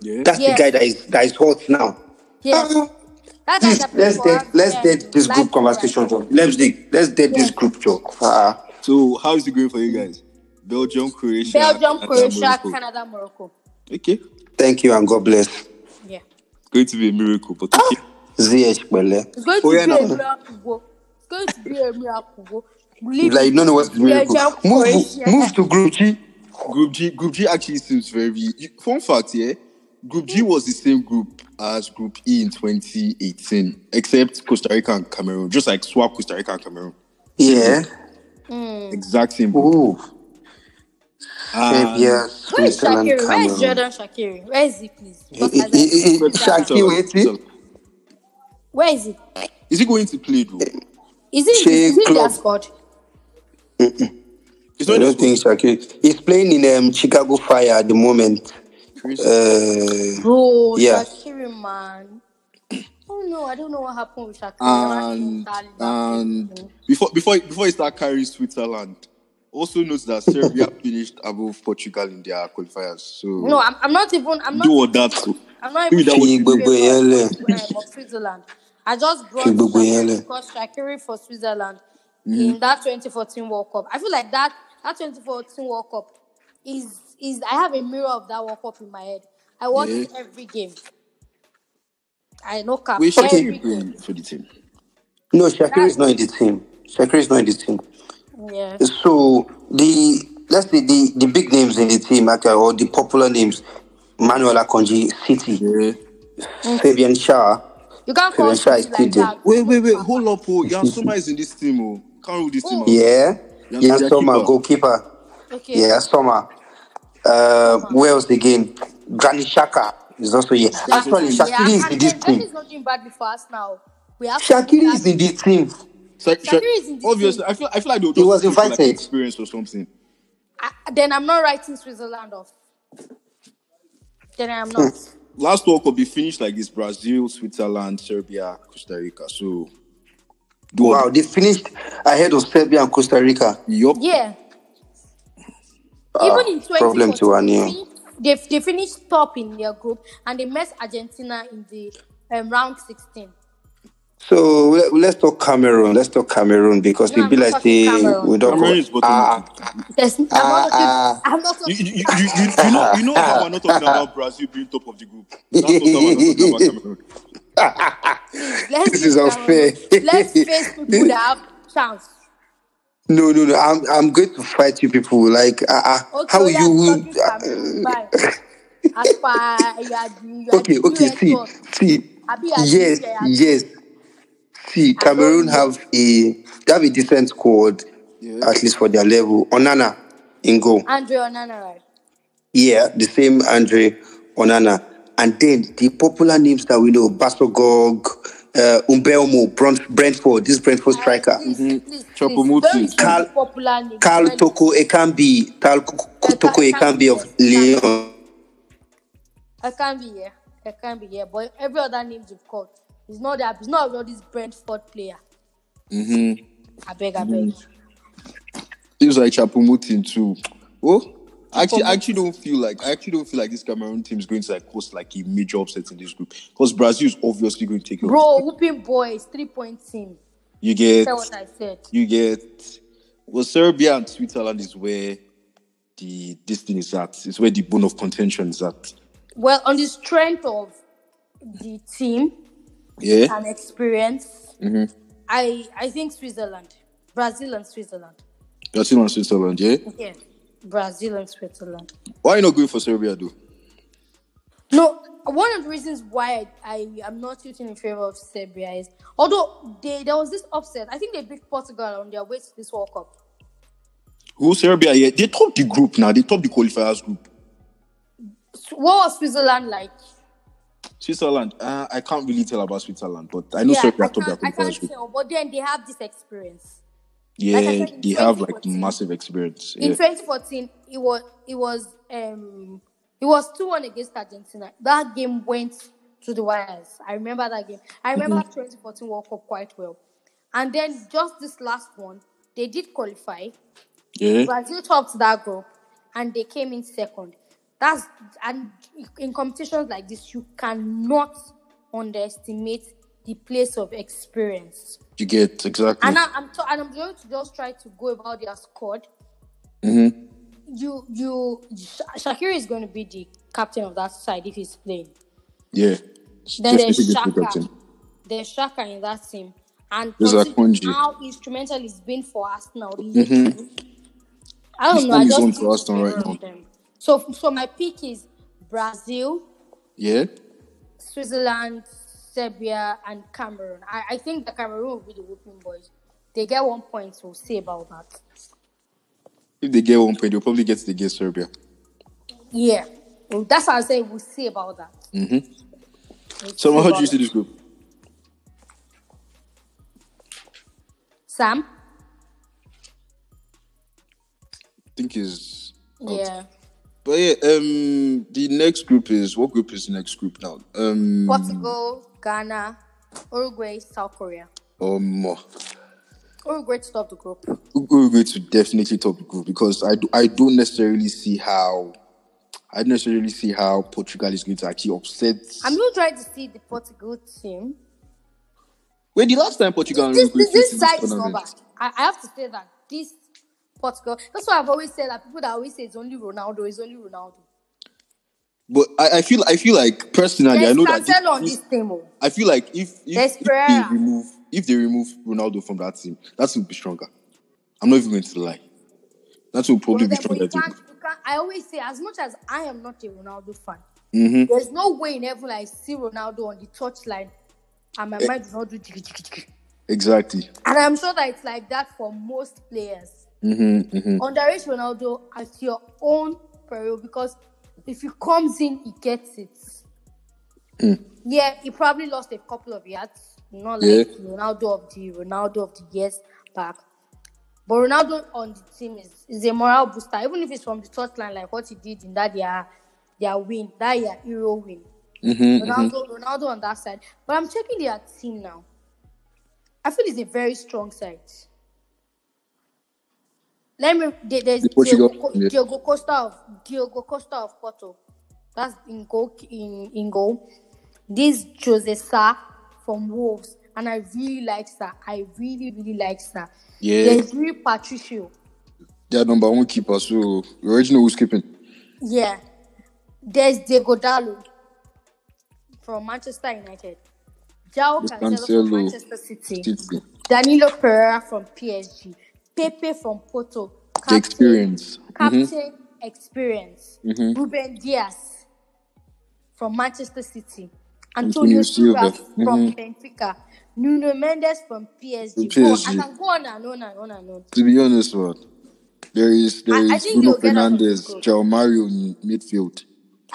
A: Yeah.
C: That's the
B: Yes,
C: guy that is that is hot now.
B: yes.
C: Ah,
B: That guy
C: Please
B: that played
C: let's
B: for
C: dead,
B: us
C: let's
B: um,
C: dead this group
B: Leipzig right
C: conversation,
B: now.
C: John. Let's dig, let's dead this
B: Yes.
C: group joke. Ah.
A: So how is it going for you guys? Belgium, Croatia,
B: Belgium,
A: Canada,
B: Croatia,
A: Morocco.
B: Canada, Morocco.
A: Okay.
C: Thank you and God bless.
B: Yeah.
A: Going to be a miracle, but okay.
C: Ah! ZH Bele.
B: It's going
A: Oh
B: to
A: yeah,
B: be a
A: now.
B: miracle. go. It's going to be a miracle. go. Believe
C: Like you
B: me.
C: don't know what's the miracle.
B: Belgium,
C: Move
B: Croatia.
C: move to group G.
A: Group G, Group G actually seems very. you- Fun fact, yeah, Group G was the same group as Group E in 2018, except Costa Rica and Cameroon. Just like swap Costa Rica and Cameroon, same
C: Yeah.
A: group, exact same Ah, group.
C: Ooh.
A: And
C: Serbia,
B: Where is
C: Switzerland,
B: Shakiri? Where is
C: Cameroon.
B: Jordan Shakiri? Where is he, please?
C: Eh,
B: Because as
C: eh,
B: I
C: eh, eh,
B: speak,
C: eh,
A: But
B: he's around.
C: Shaki,
A: Victor,
C: wait, eh?
A: Victor,
B: Where is he?
A: is he going to play though?
B: Is he in this? Is
C: She
B: he in their
C: club.
B: squad?
A: It's
C: I
A: not in the
C: don't
A: squad.
C: think Shaki. He's playing in um, Chicago Fire at the moment.
A: Crazy.
C: Uh,
B: Bro,
C: yeah.
B: Shakiri, man. I don't know. I don't know what happened with Shakiri. That man is
A: And
B: entirely that
A: and
B: place. you know.
A: before before before you start carrying Switzerland, also note that Serbia finished above Portugal in their qualifiers.
B: No,
A: So
B: I'm, I'm not even. I'm
A: do
B: not
A: or
B: even.
A: that. So
B: I'm not
A: maybe
B: even
A: that was
B: speaking
C: She
A: the
B: in
A: real.
B: favor of,
C: Yele.
B: um, of Switzerland. I just
C: She
B: brought Shakiri because Shakiri for Switzerland
A: Mm-hmm.
B: in that 2014 World Cup. I feel like that that 2014 World Cup is is. I have a mirror of that World Cup in my head. I watched
A: Yeah.
B: every game. I no cap
A: Wait,
C: Okay.
A: Shakiri
B: every game.
A: playing for the team.
C: No, Shakiri
B: That's
C: is not in the team. Shakiri is not in the team.
B: yeah.
C: So the let's say the, the big names in the team, okay, or the popular names, Manuel Akonji, City,
A: Yeah.
B: Mm.
C: Fabian Shah,
B: You can't call
C: Fabian
B: City
C: Shah is still
B: like
C: there.
B: that.
A: Wait,
B: No
A: wait, wait.
B: cap.
A: Hold up, oh. Jan Sommer is in this team, oh. Can't rule this team
B: Who?
A: out.
C: Yeah,
A: Jan,
C: yeah,
A: their
C: Soma,
A: keeper.
C: goalkeeper.
B: Okay.
C: Yeah, Soma. Uh,
B: Soma.
C: where else again? Granit Shaka is also here.
A: That's
C: Actually,
A: also.
B: Definitely,
C: Shakiri
B: and
C: is in
B: and
C: this
B: Benjamin
C: team.
B: is not doing badly for us now. We have to give
C: Shakiri
B: that
C: is in the team.
A: Sha- Sha-
B: Shakiri is in the
A: obviously,
B: team.
A: I feel I feel like they were
C: He
A: just
C: was
A: looking for like
C: invited.
A: experience or something.
B: I, then I'm not writing Switzerland off. Then I'm not.
C: Hmm.
A: Last World Cup, they finished like this: Brazil, Switzerland, Serbia, Costa Rica. So do all that.
C: Wow, they finished ahead of Serbia and Costa Rica.
A: Yup.
B: Yeah. Even
C: Ah,
B: in
C: problem to
B: 2014, they
C: Aniel.
B: finished, they, they finished top in their group and they met Argentina in the um, round 16.
C: So let, let's talk Cameroon. Let's talk Cameroon because
B: No,
C: it
B: I'm
C: be
B: not
C: like
B: talking
C: say
B: Cameroon.
C: we don't
A: Cameroon
C: go
A: is bottom of the
C: ah
A: group.
B: There's, I'm not talking.
C: ah
B: I'm not
A: You,
B: talking.
A: you, you, you, you know, you know how we're not talking about Brazil being top of the group. That's also how we're not talking about
C: ah.
A: Cameroon.
B: Please, let's
C: this is
B: leave Cameroon.
C: unfair.
B: Let's face people that have chance.
C: no, no, no. I'm I'm going to fight you people. Like ah, ah
B: Okay,
C: how
B: oh yeah, I'm
C: you? ah, uh,
B: talking Cameroon. Bye. As far you are the you are
C: okay,
B: the new
C: okay. See,
B: export.
C: see.
B: Abi you are the new
C: Yes,
B: Yayatu.
C: yes. See,
B: I don't
C: Cameroon
B: know.
C: have a they have a decent squad,
A: Yeah.
C: at least for their level. Onana in goal.
B: Andre Onana, right?
C: Yeah, the same Andre Onana. And then the popular names that we know, Basogog, uh, Umbelmo, Brent, Brentford, this Brentford
B: I
C: striker, Mm-hmm.
B: please, please, please. Don't
A: Chopomoting too.
B: repeat
C: Carl,
B: the popular names.
C: Carl
B: Really.
C: Toko Ekambi, Carl
B: I
C: K-
B: can,
C: Toko
B: I can be
C: Ekambi
B: here.
C: of
B: It can be.
C: Lyon.
B: I can be here. I can be here. But every other name you've called, it's not that. It's not all this Brentford player.
C: Mm-hmm.
B: I beg, I beg.
A: Seems like Chopomoting too. Oh, I actually, I
B: Chukwuemeka.
A: actually don't feel like I actually don't feel like this Cameroon team is going to like cause like a major upset in this group because Brazil is obviously going to take it off.
B: Bro, whooping boys, three point team.
A: You
B: Tell
A: get,
B: what I said.
A: you get. Well, Serbia and Switzerland is where the this thing is at. It's where the bone of contention is at.
B: Well, on the strength of the team
A: Yeah.
B: and experience,
A: Mm-hmm.
B: I I think Switzerland, Brazil and Switzerland.
A: Brazil and Switzerland. Yeah.
B: Yeah, Brazil and Switzerland.
A: Why you not going for Serbia though?
B: No, one of the reasons why I, I am not shooting in favor of Serbia is although they there was this upset. I think they beat Portugal on their way to this World Cup.
A: Who Serbia? Yeah, they top the group now. They top the qualifiers group.
B: S- What was Switzerland like?
A: Switzerland. Uh, I can't really tell about Switzerland, but I know
B: yeah,
A: Serbia
B: I
A: top their
B: can't, I
A: qualifiers
B: can't
A: group.
B: tell, but then they have this experience.
A: Yeah,
B: I said, in
A: they have like
B: 2014.
A: massive experience.
B: In
A: Yeah.
B: 2014, it was it was um it was two one against Argentina. That game went to the wires. I remember that game. I remember 2014 World Cup quite well. And then just this last one, they did qualify.
A: yeah.
B: Brazil topped that group, and they came in second. That's and in competitions like this, you cannot underestimate the place of experience.
A: You get exactly.
B: And I, I'm t- and I'm going to just try to go about their squad.
A: Mm-hmm.
B: You you Sha- Shakiri is going to be the captain of that side if he's playing.
A: yeah.
B: Then
A: Definitely
B: there's
A: the good
B: Shaka.
A: captain.
B: There's Shaka in that team. And
A: There's
B: considering
A: Akonji. Mm-hmm.
B: how instrumental it's been for Arsenal lately, I
A: He's
B: don't know. I
A: on his
B: just
A: own
B: think
A: for Aston
B: in
A: right
B: favor of
A: now.
B: them. So so my pick is Brazil,
A: Yeah.
B: Switzerland, Serbia, and Cameroon. I, I think the Cameroon will be the whooping boys. They get one point. We'll see about that.
A: If they get one point, they'll probably get against Serbia.
B: Yeah, Well, that's what I say. We'll see about that. We'll
A: So,
B: see
A: how do
B: about
A: you see
B: that.
A: this group?
B: Sam?
A: I think is.
B: Yeah.
A: But yeah, um, the next group is what group is the next group now? Um,
B: Portugal, Ghana, Uruguay, South Korea.
A: um, uh,
B: Uruguay to top the group.
A: we're going to definitely top the group because I do, I don't necessarily see how I don't necessarily see how Portugal is going to actually upset.
B: I'm not trying to see the Portugal team.
A: Wait, the last time Portugal and
B: This
A: Uruguay faced
B: this, this
A: in
B: side is not
A: tournament,
B: bad. I, I have to say that this Portugal. That's why I've always said that people that always say it's only Ronaldo, it's only Ronaldo.
A: but I, I feel I feel like personally I
B: There's
A: know that
B: Cancelo on
A: this-
B: this team. oh.
A: I feel like if
B: There's
A: if, if
B: Pereira.
A: they remove if they remove Ronaldo from that team, that team will be stronger. I'm not even going to lie. That will probably
B: But
A: be
B: then, but
A: stronger. than-
B: you can't, you can't. I always say, as much as I am not a Ronaldo fan, there's no way in heaven I see Ronaldo on the touchline and my mind does not do jiggy, jiggy, jiggy.
A: Exactly.
B: And I'm sure that it's like that for most players. Underage Ronaldo at your own peril because if he comes in, he gets it. Yeah, he probably lost a couple of yards, not like
A: Yeah.
B: Ronaldo of the Ronaldo of the years back. But Ronaldo on the team is, is a morale booster, even if it's from the touchline, like what he did in that their their win, that year Euro win. Ronaldo, Ronaldo on that side. But I'm checking their team now. I feel it's a very strong side. Let me. there- There's
A: The Portugal-
B: Diogo, Co-
A: yeah.
B: Diogo Costa of Diogo Costa of Porto. That's in goal. In, in goal. This Jose Sa from Wolves, and I really like Sa. I really really like Sa.
A: Yeah.
B: There's Rui Patricio.
A: Their number one keeper, so you already know who's keeping.
B: Yeah. There's Diego Dalo from Manchester United. Jao
A: There's
B: Cancelo from
A: Cancelo.
B: Manchester City.
A: City.
B: Danilo Pereira from PSG, Pepe from Porto,
A: The experience. Mm-hmm.
B: captain experience, Ruben Diaz from Manchester City, Antonio
A: Antonio
B: Silva
A: Silva,
B: from Benfica, Nuno Mendes from PSG.
A: Mm-hmm. From
B: Oh, I
A: PSG.
B: can go on and on and on and on.
A: To be honest, man, there is there
B: I- I
A: is
B: think
A: Bruno
B: they'll get out of this
A: Fernandez,
B: group.
A: Joao Mario in midfield.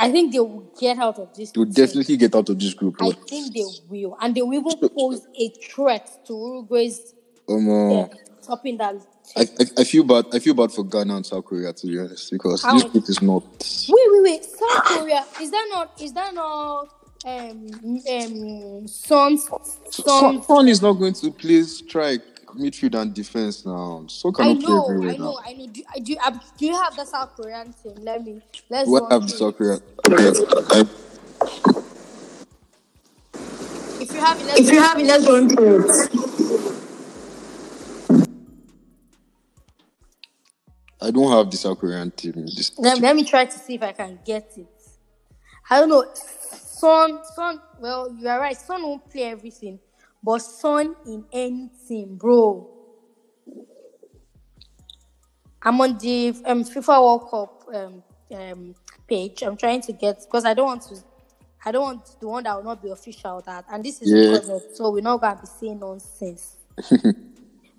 B: I think they will get out of this.
A: They'll
B: team.
A: definitely get out of this group.
B: I
A: But,
B: think they will, and they will even pose a threat to Uruguay's
A: um, uh,
B: topping that. team.
A: I, I I feel bad. I feel bad for Ghana and South Korea to be honest, because
B: How-
A: this group is not.
B: Wait, wait, wait. South Korea is that not? Is that not? Um, um, Son's
A: Son,
B: Son's.
A: Son is not going to play strike, midfield, and defense now. So
B: I
A: cannot play
B: know,
A: everywhere
B: I know,
A: now.
B: I know. Do, I- do, I, do you have the South Korean team? Let me. Let's.
A: What
B: run
A: have the
B: through
A: South
B: it.
A: Korea? I,
B: If you have it, let's. If you have it, let's run through it.
A: I don't have the South Korean team. in This
B: Let, let me try to see if I can get it. I don't know. Son, son. Well, you are right. Son won't play everything, but son in any team, bro. I'm on the um, FIFA World Cup um, um, page. I'm trying to get because I don't want to I don't want the one that will not be official that, and this is
A: Yeah.
B: because of so we're not gonna be saying nonsense.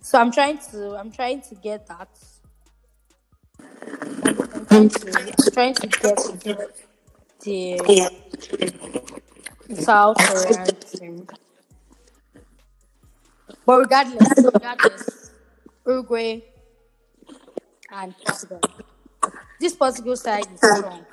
B: so I'm trying to I'm trying to get that. I'm trying to, I'm trying to get the South Korean team. But regardless, regardless, Uruguay and Portugal. This Portugal side is strong.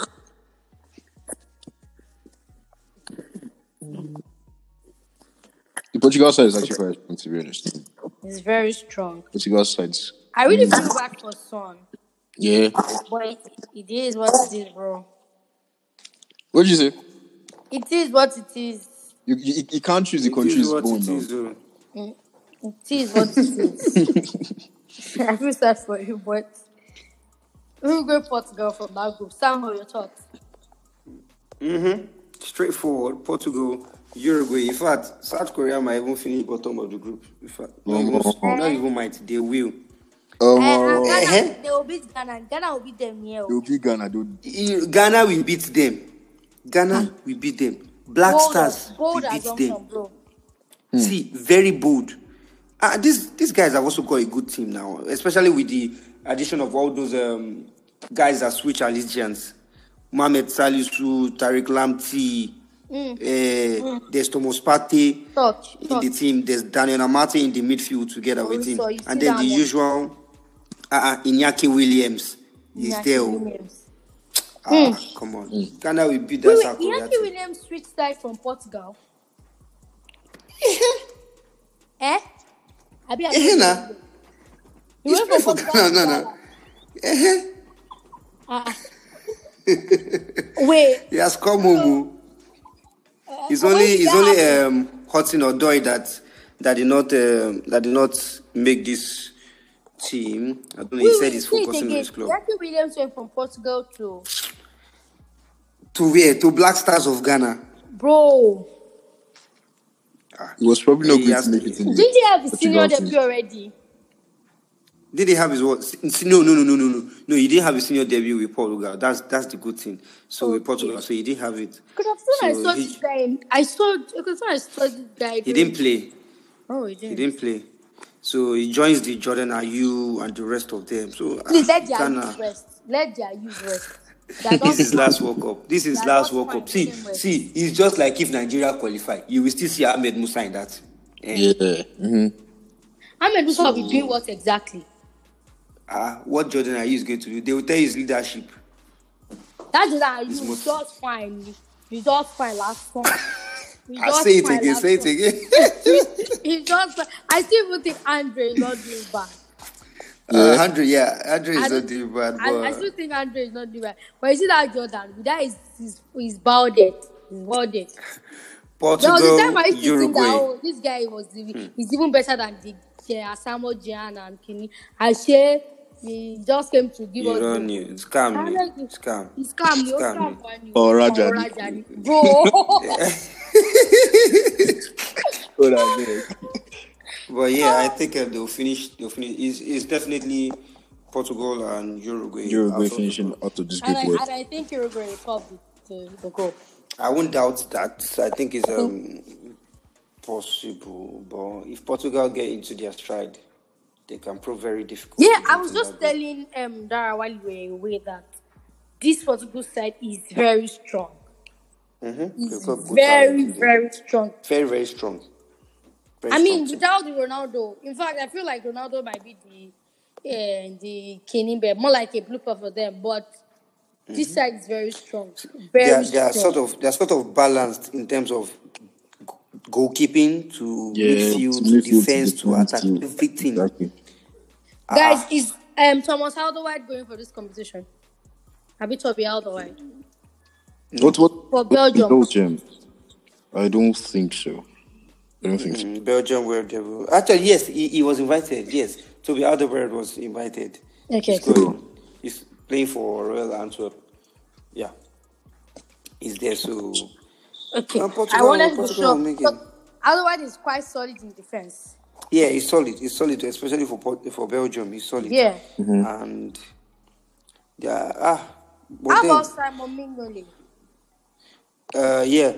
A: The Portugal side is actually quite strong, to be honest.
B: It's very strong.
A: Portugal side's
B: I really
D: Mm.
B: feel bad for Son,
A: yeah.
B: but it, it is what it is, bro.
A: What'd you say?
B: It is what it is.
A: You, you, you can't choose the
D: It is
A: country's
D: what
A: bone
D: it
A: now.
D: is, oh.
B: It is what it is. I feel sad for you, but Uruguay, Portugal from that group. Sam, what are your thoughts?
D: straightforward. Portugal, Uruguay. In fact, South Korea might even finish bottom of the group. In fact, not even, not even might. They will.
A: Um,
B: Uh,
A: uh,
B: Ghana,
D: Oh, eh.
B: They will beat Ghana. Ghana will beat them here.
A: it'll be Ghana, dude.
D: E- Ghana will beat them. Ghana will beat them. Black
B: Bold,
D: Stars will
B: bold
D: beat
B: assumption,
D: them.
B: bro.
D: See, very bold. Ah, these these guys have also got a good team now, especially with the addition of all those um, guys that switch allegiance. Mohamed Salisu, Tariq Lamptey,
B: Mm.
D: eh, there's Thomas Partey
B: Touch,
D: in
B: touch.
D: the team. There's Daniel Amate in the midfield together
B: Oh,
D: with him,
B: so you see
D: and then
B: that
D: the
B: one.
D: usual uh, Inyaki Williams is
B: Iñaki
D: there. oh.
B: Williams. Mm.
D: Ah, come on,
A: Mm.
D: Ghana will beat that
B: Wait,
D: South
B: wait,
D: Korea
B: Iñaki
D: team.
B: Williams switched side from Portugal. eh? Abi, I
D: Eh, nah.
B: He went from
D: He's playing for
B: Portugal.
D: Ghana,
B: to
D: nah, nah.
B: Ghana.
D: Eh?
B: Ah. Wait.
D: He has come home. oh. It's
B: When
D: only
B: did
D: it's
B: that
D: only
B: happen?
D: um Hudson Odoi that that did not um, that did not make this team. I don't know. He
B: Wait,
D: said
B: wait,
D: he's
B: say it
D: focusing on
B: again.
D: his club.
B: Jackie Williams went from Portugal to
D: To where? To Black Stars of Ghana.
B: bro.
A: It was probably not
D: He
A: good
D: has
A: to make
D: to-
A: it in
B: Did
A: the
B: he have a senior
A: Portugal team.
B: debut already?
D: Did he have his what? s- No, no, no, no, no, no. No, he didn't have his senior debut with Portugal. That's that's the good thing. So with
B: Okay.
D: Portugal, so he didn't have it.
B: Because as soon as I
D: So
B: saw
D: he-
B: this guy, in- I saw because when I saw this guy.
D: He
B: doing-
D: didn't play.
B: Oh, he
D: He
B: didn't.
D: didn't play. So he joins the Jordan Ayew and the rest of them. So ah,
B: Please let their
D: Ghana.
B: youth rest. Let their youth rest. They're not
D: this is last World Cup. This is
B: They are
D: last
B: not
D: World Cup. See,
B: finding them well.
D: see, it's just like if Nigeria qualify, you will still see Ahmed Musa in that. Eh.
A: Yeah. hmm
G: mm-hmm.
B: Ahmed Musa will be doing what exactly?
D: Ah, what Jordan Ayew is going to do? They will tell you his leadership.
B: That's just that ah,
D: It's
B: you
D: most-
B: just fine. You just fine last song. You
D: I
B: just
D: say it
B: fine
D: again.
B: last
D: Say it
B: song.
D: again.
B: You just fine. I still even think Andre is not doing bad.
D: Uh, Andre, yeah, Andre
B: I
D: is
B: don't-
D: not doing bad,
B: I, I
D: but
B: still think Andre is not doing bad. But you see that Jordan, that is is is balded. He's balded. There was a time I
D: Portugal,
B: used to think that
D: Uruguay. Hmm.
B: oh, this guy was the- he's even better than the yeah, Asamo Gian and Kini. Ashe, he just came to give
D: You
B: us.
D: don't
B: the-
D: need it's calm,
B: Ahmed is-
D: it's calm,
B: He's calm. He's
D: Scam
B: calm.
D: me.
B: one you.
A: Or
B: Or
A: Rajani.
B: Rajani. Bro.
A: What I mean.
D: But yeah, I think uh, they'll finish. They'll finish. It's, it's definitely Portugal and Uruguay.
A: Uruguay
D: out of the
A: finishing
D: group.
A: out of this
B: and
A: group
B: I
A: well.
B: and I think Uruguay will probably the, the goal.
D: I won't doubt that. I think it's um, possible, but if Portugal get into their stride, they can prove very difficult.
B: Yeah,
D: to
B: I
D: beat
B: was
D: Zimbabwe.
B: just telling um Dara while you were away that this Portugal side is very strong.
D: Mm-hmm. They've got
B: It's
D: good
B: very
D: talent.
B: very strong.
D: very, very strong. Very
B: I mean,
D: strong.
B: without the Ronaldo, in fact, I feel like Ronaldo might be the uh, the Kenimbe, more like a blooper for them. But
D: Mm-hmm.
B: this side is very strong,
D: they
B: very
D: are, they are
B: strong.
D: sort of they are sort of balanced in terms of g- goalkeeping to
A: Yeah,
D: midfield
A: to
D: to
A: midfield,
D: defense
A: to
D: to
A: defense,
D: attack
A: to-
D: everything.
A: Exactly.
B: Guys,
D: Ah.
B: is um Thomas Alderweireld going for this competition? Abi Toby Alderweireld
A: What, what,
B: for
A: what is
B: Belgium.
A: Belgium? I don't think so. I don't think so.
D: Mm, Belgium were devil. Actually, yes, he, he was invited. Yes, Toby Alderweireld was invited.
B: Okay.
D: He's going. He's playing for Royal Antwerp. Yeah, he's there. So
B: Okay.
D: And Portugal-
B: I wanted to be
D: Portugal will
B: sure.
D: make it.
B: But Alderweireld is quite solid in defense.
D: yeah, he's solid. He's solid, especially for Port- for Belgium. He's solid.
B: Yeah.
D: And yeah, ah, but
B: How
D: then
B: about Simon Mignolet?
D: Uh, yeah,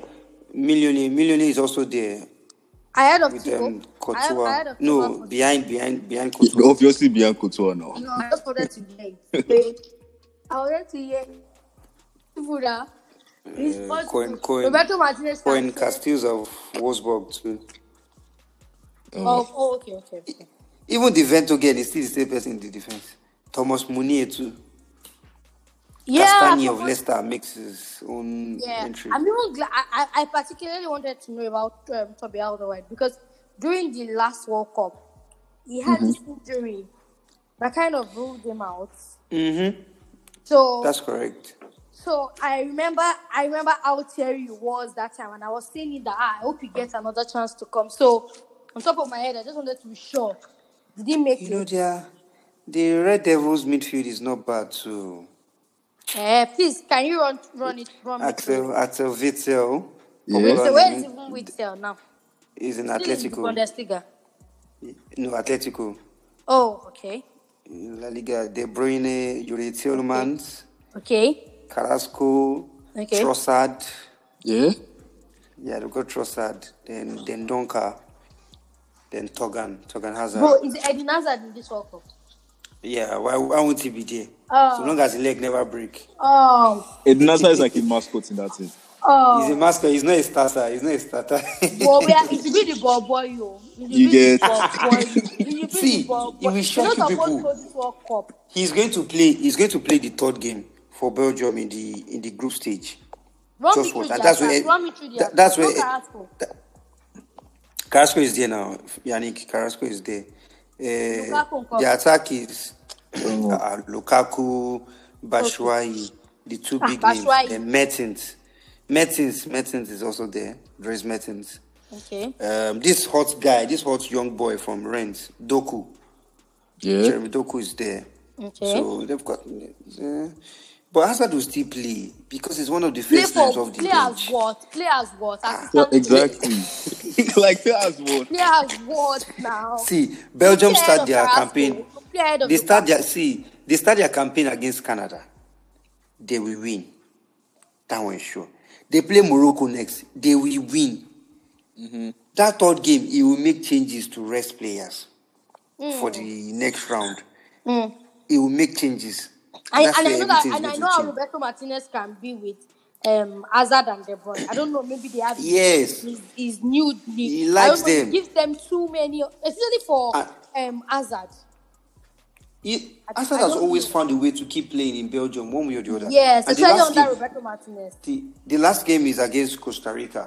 D: Millionaire. Millionaire is also there
B: I heard of
D: with
B: Tigo.
D: um,
B: I heard, I heard
D: Kotua.
B: of
D: No,
B: Tigo.
D: behind, behind, behind
G: It's
D: Kotua.
G: obviously beyond Couture now.
B: No, I just wanted to hear it. Wait, I wanted to hear people that he's
D: Uh,
B: possible.
D: Cohen, Cohen,
B: Roberto Martinez can
D: Cohen
B: play.
D: Castillos of Wolfsburg too.
B: Oh, oh, okay, okay, okay.
D: Even the Vento girl is still the same person in the defense. Thomas Munier too.
B: Yeah,
D: Castani of
B: Thomas-
D: Leicester makes his own
B: Yeah,
D: entry.
B: I'm even glad. I, I I particularly wanted to know about um, Toby Alderweireld because during the last World Cup, he had this injury that kind of ruled him out.
D: Mm-hmm.
B: So
D: That's correct.
B: So I remember, I remember how Terry was that time, and I was saying it that ah, I hope he gets another chance to come. So on top of my head, I just wanted to be sure. Did he make
D: You know,
B: it?
D: their the Red Devils midfield is not bad too.
B: Eh, please, can you run, run it, run me through?
D: Axel, Axel Witzel.
G: Yeah.
D: Popular
B: So where is
D: name,
B: even Witzel now?
D: is in
B: Still in the
D: Atletico.
B: Bundesliga.
D: No, Atletico.
B: Oh, okay,
D: In La Liga, De Bruyne, Yuri Tillmans,
B: okay,
D: Carrasco,
B: Okay.
D: Trossard.
G: Yeah?
D: Yeah, they got Trossard. Then then Donka. Then Togan. Togan Hazard.
B: bro, is Eden Hazard in this World Cup?
D: Yeah, why, why won't he be there?
B: Oh.
D: So long as the leg never break.
B: Oh,
G: Ednasa is like a mascot in that team.
D: He's a
B: oh.
D: mascot. He's not a starter. He's not a starter.
B: Well, we are, it should be the ball boy, yo. It should
G: You
B: be the
G: get-
B: ball boy. It should be
D: See,
B: the ball
D: it will
B: boy. We're
D: shock
B: not supposed to
D: you people.
B: go this World Cup.
D: he's going to play. He's going to play the third game for Belgium in the in the group stage.
B: Run me
D: Just
B: through
D: watch,
B: the
D: and that's
B: attack.
D: where
B: Run me through the
D: that,
B: attack.
D: that's where
B: Look at Aspo.
D: Carrasco is there now. Yannick Carrasco is there. Uh,
B: Lukaku and
D: the
B: Cobb.
D: attack is uh, Lukaku, Bashuayi, the two
B: Ah,
D: big
B: Batshuayi.
D: names. Then Mertens, Mertens, Mertens is also there. There is Mertens.
B: Okay.
D: Um, this hot guy, this hot young boy from Rennes, Doku.
G: Yeah?
D: Jeremy Doku is there.
B: Okay.
D: So they've got. Uh, but Hazard will still play because it's one of the
B: Play
D: first names
B: for
D: of the
B: play as
D: bench. Ah.
B: what? Play as what? Assistant
G: Yeah,
B: coach.
G: exactly. like, that's what.
B: Play as what now?
D: See, Belgium
B: Play ahead
D: start
B: of
D: their
B: Carrasco.
D: campaign.
B: Play ahead of
D: They start
B: Lukaku.
D: their see. They start their campaign against Canada. They will win. That one is sure. They play Morocco next. They will win. That third game, he will make changes to rest players
B: Mm.
D: for the next round. He will make changes.
B: I,
D: That's
B: and I
D: where
B: know that,
D: everything is
B: and I
D: going
B: know
D: to
B: how
D: change.
B: Roberto Martinez can be with um Hazard and De Bruyne. I don't know. Maybe they have his-
D: Yes.
B: his, his new.
D: He
B: I
D: likes
B: don't know.
D: them.
B: He gives them too many, especially for
D: Ah.
B: um Hazard.
D: He,
B: I-
D: Hazard
B: I
D: has
B: don't
D: always
B: know.
D: found a way to keep playing in Belgium, one way or the other.
B: Yes,
D: and the
B: especially
D: last,
B: under
D: game,
B: Roberto Martinez.
D: the, the last game is against Costa Rica.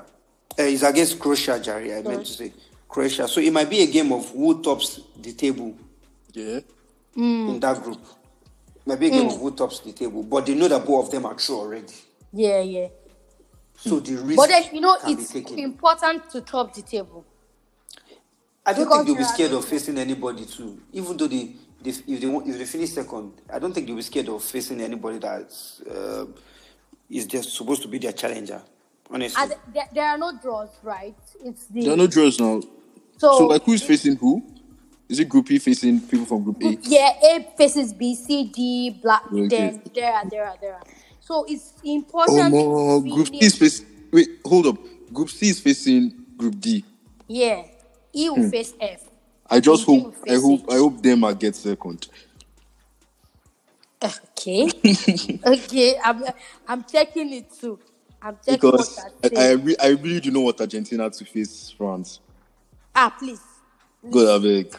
D: Uh, it's against Croatia, Jerry, I meant to say. Croatia. So it might be a game of who tops the table
G: Yeah?
B: Mm.
D: in that group. It might be a game of who tops the table. But they know that both of them are true already.
B: Yeah, yeah.
D: So the risk
B: Mm. But then you know
D: can
B: it's
D: be taken.
B: important to top the table.
D: I don't
B: because
D: think they'll be
B: there are
D: scared of
B: people-
D: facing anybody too. Even though they, they if they want, if they finish second, I don't think they'll be scared of facing anybody that's uh, is just supposed to be their challenger. Honestly,
B: And there, there are no draws, right? It's the
G: There are no draws now.
B: so,
G: So, like, who is
B: it-
G: facing who? Is it Group E facing people from Group A?
B: yeah, A faces B, C, D, black.
G: Okay.
B: Then there, are, there, are, there. are. So it's
G: Oh,
B: important.
G: more.
B: to
G: Group C
B: finish-
G: is facing. Wait, hold up. Group C is facing Group D.
B: Yeah, E will
G: Hmm.
B: face F.
G: I just
B: Group D
G: hope.
B: will
G: I
B: face
G: hope.
B: it.
G: I hope Denmark gets second.
B: Okay. okay. I'm I'm checking it too. I'm checking what
G: because
B: that
G: I, I,
B: says.
G: re- I really do know what Argentina to face France.
B: Ah, please.
G: Good, I beg.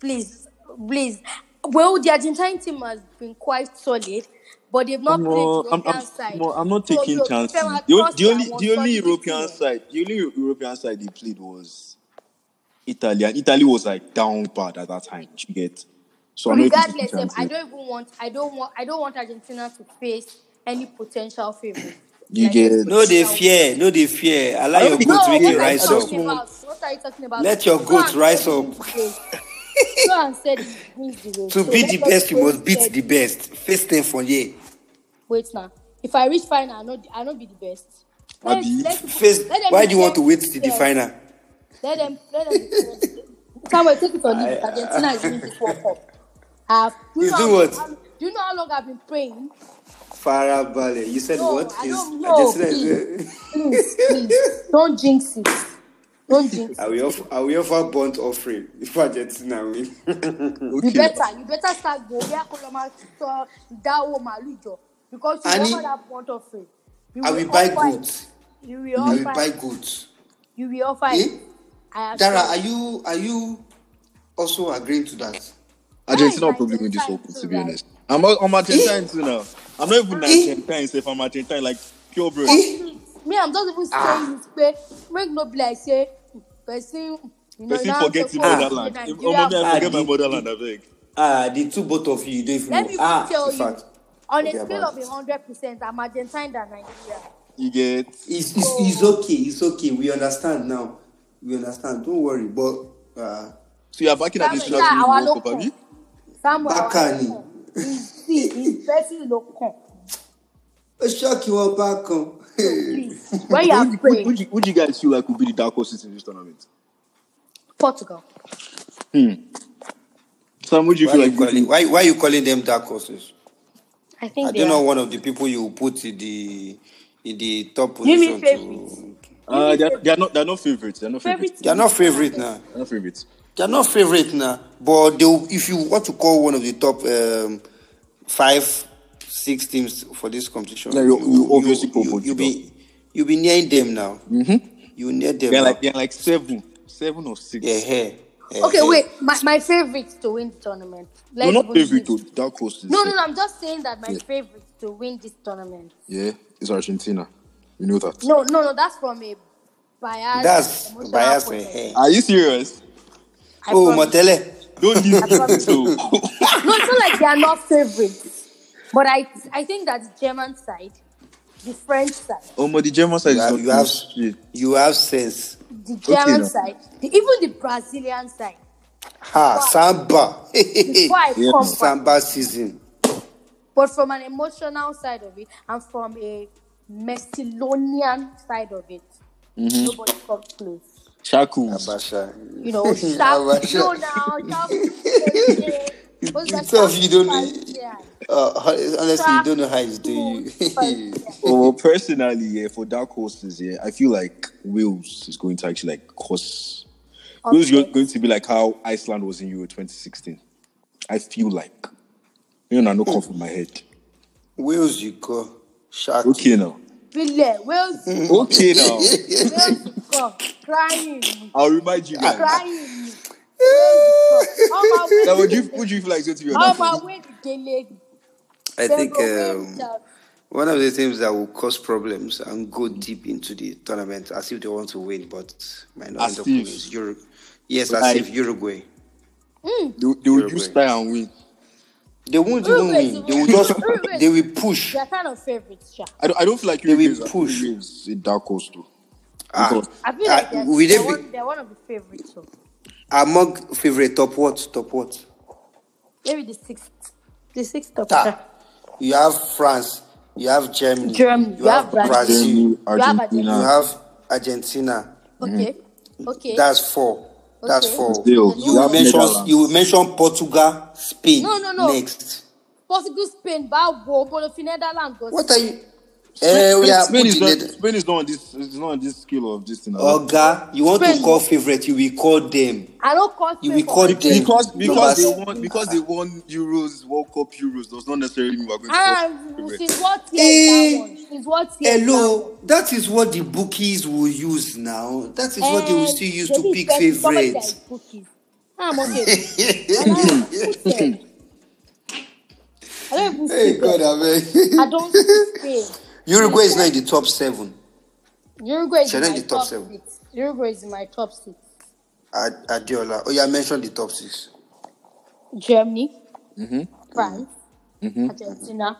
B: please, please. Well, the Argentine team has been quite solid, but they've
G: I'm
B: not played
G: not, I'm,
B: European
G: I'm,
B: side.
G: I'm, I'm not
B: So
G: taking
B: you
G: chances.
B: them
G: The, o-
B: across
G: the
B: there
G: only
B: was
G: the only
B: solidity.
G: European side, the only European side they played was Italy, and Italy was like down bad at that time. You get so I'm not even taking
B: Regardless, um, I
G: chances.
B: don't even want. I don't want. I don't want Argentina to face any potential favorite.
G: You
B: Like any
G: get
D: no, they
B: potential winner.
D: fear, no, they fear. Allow
G: I don't
D: your
G: think
D: goat
B: No,
D: make
G: they
B: what
D: it
G: fear.
B: are you
G: I
D: rise
G: just
D: up.
B: talking
G: want
B: about? What are you talking about?
D: Let your
B: Go
D: goat
B: and said
D: rise
B: he
D: up.
B: wins the race. Go and said he wins the race.
D: to
B: So
D: be the
B: let us
D: best, you
B: go
D: must beat
B: said
D: the best. Face them for year.
B: wait now. If I reach final, I know I know be the best. Let
G: Abi.
B: let people,
D: Face.
B: let them
D: Why do you want to wait
B: defend
D: till the
B: themselves.
D: final?
B: Let them let them defend. Samuel, take it or leave it. Argentina is winning this World Cup. Uh, do you
D: He's
B: know how
D: doing
B: long?
D: what?
B: how- Do you know how long I've been praying?
D: Farabale. You said
B: No,
D: what?
B: I
D: Is
B: don't know,
D: Argentina is
B: Please, please, don't jinx it. Don't jinx
D: I
B: it.
D: will offer, I will offer bond offering if Argentina win.
B: You
A: Okay.
B: better, you better start go. We are Coloma to that woman, Lujo. Because you
D: Ani-
B: offer that point of faith. You
D: I will buy
B: offer it.
D: goods.
B: You will
D: I will
B: offer
D: buy
B: it.
D: goods.
B: You will offer
D: Eh?
B: it. I
D: Dara,
B: assure
D: are you are you also agreeing to that?
A: Argentina will
B: Why is
A: probably win this whole
B: Argentina
A: pool,
B: so
A: to be
B: bad?
A: honest. I'm, I'm Argentine too now. I'm not
B: Eh?
A: even Argentine, if I'm Argentine, like pure bro.
D: Eh?
B: me i'm just
D: Ah.
B: even saying it pe make no be like say person you know
A: Person
B: now
A: forget him motherland. If, oh, mommy, I
F: Ah,
A: forget my
F: the-
A: motherland, I beg.
F: Ah, the two both of you, you don't even
B: let
F: know.
B: me
F: Ah,
B: tell
D: in
B: you
D: fact,
B: on a
D: forget
B: scale
D: about
B: of
D: it.
B: hundred percent i'm argentine than nigeria
A: You get.
F: it's,
B: so
F: it's, it's okay, it's okay. We understand now.
D: Now we understand. Don't worry. But uh,
A: So you're backing
B: samuel
A: Argentina
B: sha
A: to win the
B: awa
A: World
B: ló
A: Cup,
B: kàn
A: abi?
B: samuel awa ló
D: Baka ni.
B: kàn see his person ló kàn
D: ó ṣọ́ọ̀kì wọn bá kan.
B: so please when
A: But
B: you
A: who,
B: are
A: who, who,
B: praying
A: do you- who do you guys feel like will be the dark horses in this tournament?
B: portugal
A: Sam, who do you
D: Why
A: feel
D: are you
A: like?
D: calling? Why why you calling them dark horses?
B: i
D: I
B: think they
D: don't know
B: are
D: one of the people you put in the in the top
B: give me
D: position to.
B: favourite give
A: Uh, they're,
B: me
A: they're
B: favourite
A: not. They're not favorites. They're not favorites.
B: favourite
D: They are
B: is
D: not favorite now.
A: They're not favorites.
D: They are not favorite now. But they, will- if you want to call one of the top um, five, six teams for this competition,
A: Yeah, you- you obviously call
D: you, you
A: Portugal.
D: be you be near them now. Mm-hmm. You near them
A: They're
D: now.
A: like. They're like seven, seven or six.
D: yeah, hey, eh,
B: okay
D: hey.
B: wait my my favourite to win the tournament
A: No,
B: let's
A: not
B: even
A: favorite.
B: give
A: To dark horses.
B: No, no, no. I'm just saying that my
A: Yeah.
B: favorite to win this tournament.
A: Yeah, it's Argentina. You know that.
B: No, no, no. That's from a biased
D: That's
B: emotional
D: bias for
B: point of
D: hey.
B: view.
A: Are you serious?
B: I
D: Oh,
B: promise.
D: Motele.
A: Don't leave
B: I
A: me.
B: promise.
A: So
B: No, it's not like they are not favorites, but I, I think that the German side, the French side,
A: Omo, the German side
D: You
A: is
D: have
A: not
D: you have
A: doing shit.
D: you have sense.
B: the German
A: now.
B: side, the, even the Brazilian side.
D: Ha, samba.
B: Before I
A: Yeah,
B: come
A: no.
B: back,
D: samba season.
B: but from an emotional side of it, and from a Messilonian side of it,
D: Mm-hmm.
B: nobody comes close.
A: Shackles.
D: Abasha.
B: you know, sharp
D: Abasha.
B: slow now, sharp
D: It's
B: was the
D: it's tough. You don't.
B: sharp yeah.
D: Uh, honestly, you
B: Sharp
D: don't know how it's doing.
B: two
A: Oh, well, personally, yeah, for dark horses, yeah, I feel like Wales is going to actually like cause. Wales is
B: Okay.
A: going to be like how Iceland was in Euro 2016. I feel like. You know, no come from my head.
D: Wales, you go. Shark.
A: Okay now.
B: Billy, where's
A: Okay now.
B: where's the cup? Crying,
A: I'll remind you guys.
B: crying. Where's the cup? How my
A: Now,
B: way
A: would you,
B: the
A: would you feel like going to be your
B: how
A: dark
B: my
A: horse?
B: way the lady.
D: I think um,
B: They
D: one of the things that will cause problems and go deep into the tournament as if they want to win, but might not
A: As
D: end up winning.
A: if.
D: is Ur- yes,
A: Like-
D: as if Uruguay.
A: They, they will
D: Uruguay.
A: use style and win.
D: They won't even
B: Uruguay is
D: win. They will
B: even-
D: just.
B: Uruguay is-
D: they will push.
B: are kind of favorites, sha.
A: I don't, I don't feel like
D: They will
A: Uruguay is a-
D: push.
A: Uruguay is a dark horse, though.
D: Ah,
A: Because
B: I feel
D: ah
B: like they're,
D: will
B: they're,
D: they be
B: one, they're one of the favorites. So
D: among favorite top what? Top what?
B: maybe the sixth, the sixth of
D: Ta. You have France. You have Germany.
B: Germany,
D: You
B: you have
D: have
B: Brazil.
D: Brazil.
A: Germany,
B: You have
D: You
A: Argentina,
D: have Argentina.
B: Okay.
D: Mm-hmm.
B: Okay.
D: That's four. That's
B: Okay.
D: four.
A: Brazil,
B: Then
D: You
A: you
D: will
A: have
B: who
D: mention
A: Netherlands.
D: you will mention Portugal, Spain
B: No, no, no.
D: next.
B: Portugal, Spain, Balbo, Bolofi, Netherlands. Go.
D: What are you?
A: Spain,
D: Eh, we are
A: Spain
D: put
A: is
D: the
A: not
D: net.
A: Spain is not on this is not on this scale of this thing. at all.
D: Oga, you want
B: Spain.
D: to call favorite? You will call them.
B: I don't call
D: You
B: Spain
D: will
B: for
D: call
B: favorites.
D: them
A: because because they
D: numbers.
A: won because they won Euros World Cup Euros does not necessarily mean we're going to
B: And
A: watch
B: since what year is that
D: Eh,
B: one? Since what year is that one?
D: hello. That is what the bookies will use now. That is what they will
B: And
D: still use
B: Eh, they
D: to
B: need
D: pick
B: person, somebody that
D: favorites.
B: is cookies. I'm okay. I don't even see them. I don't even see
D: Hey God,
B: them. I
D: amen.
B: don't see Spain.
D: Uruguay is not in the top seven.
B: Uruguay is
D: They're
B: in
D: not
B: my
D: in the top
B: top
D: seven.
B: six. Uruguay is in my top six.
D: Ad- Adiola, oh yeah, mention the top six.
B: Germany,
A: Mm-hmm.
B: France, Argentina,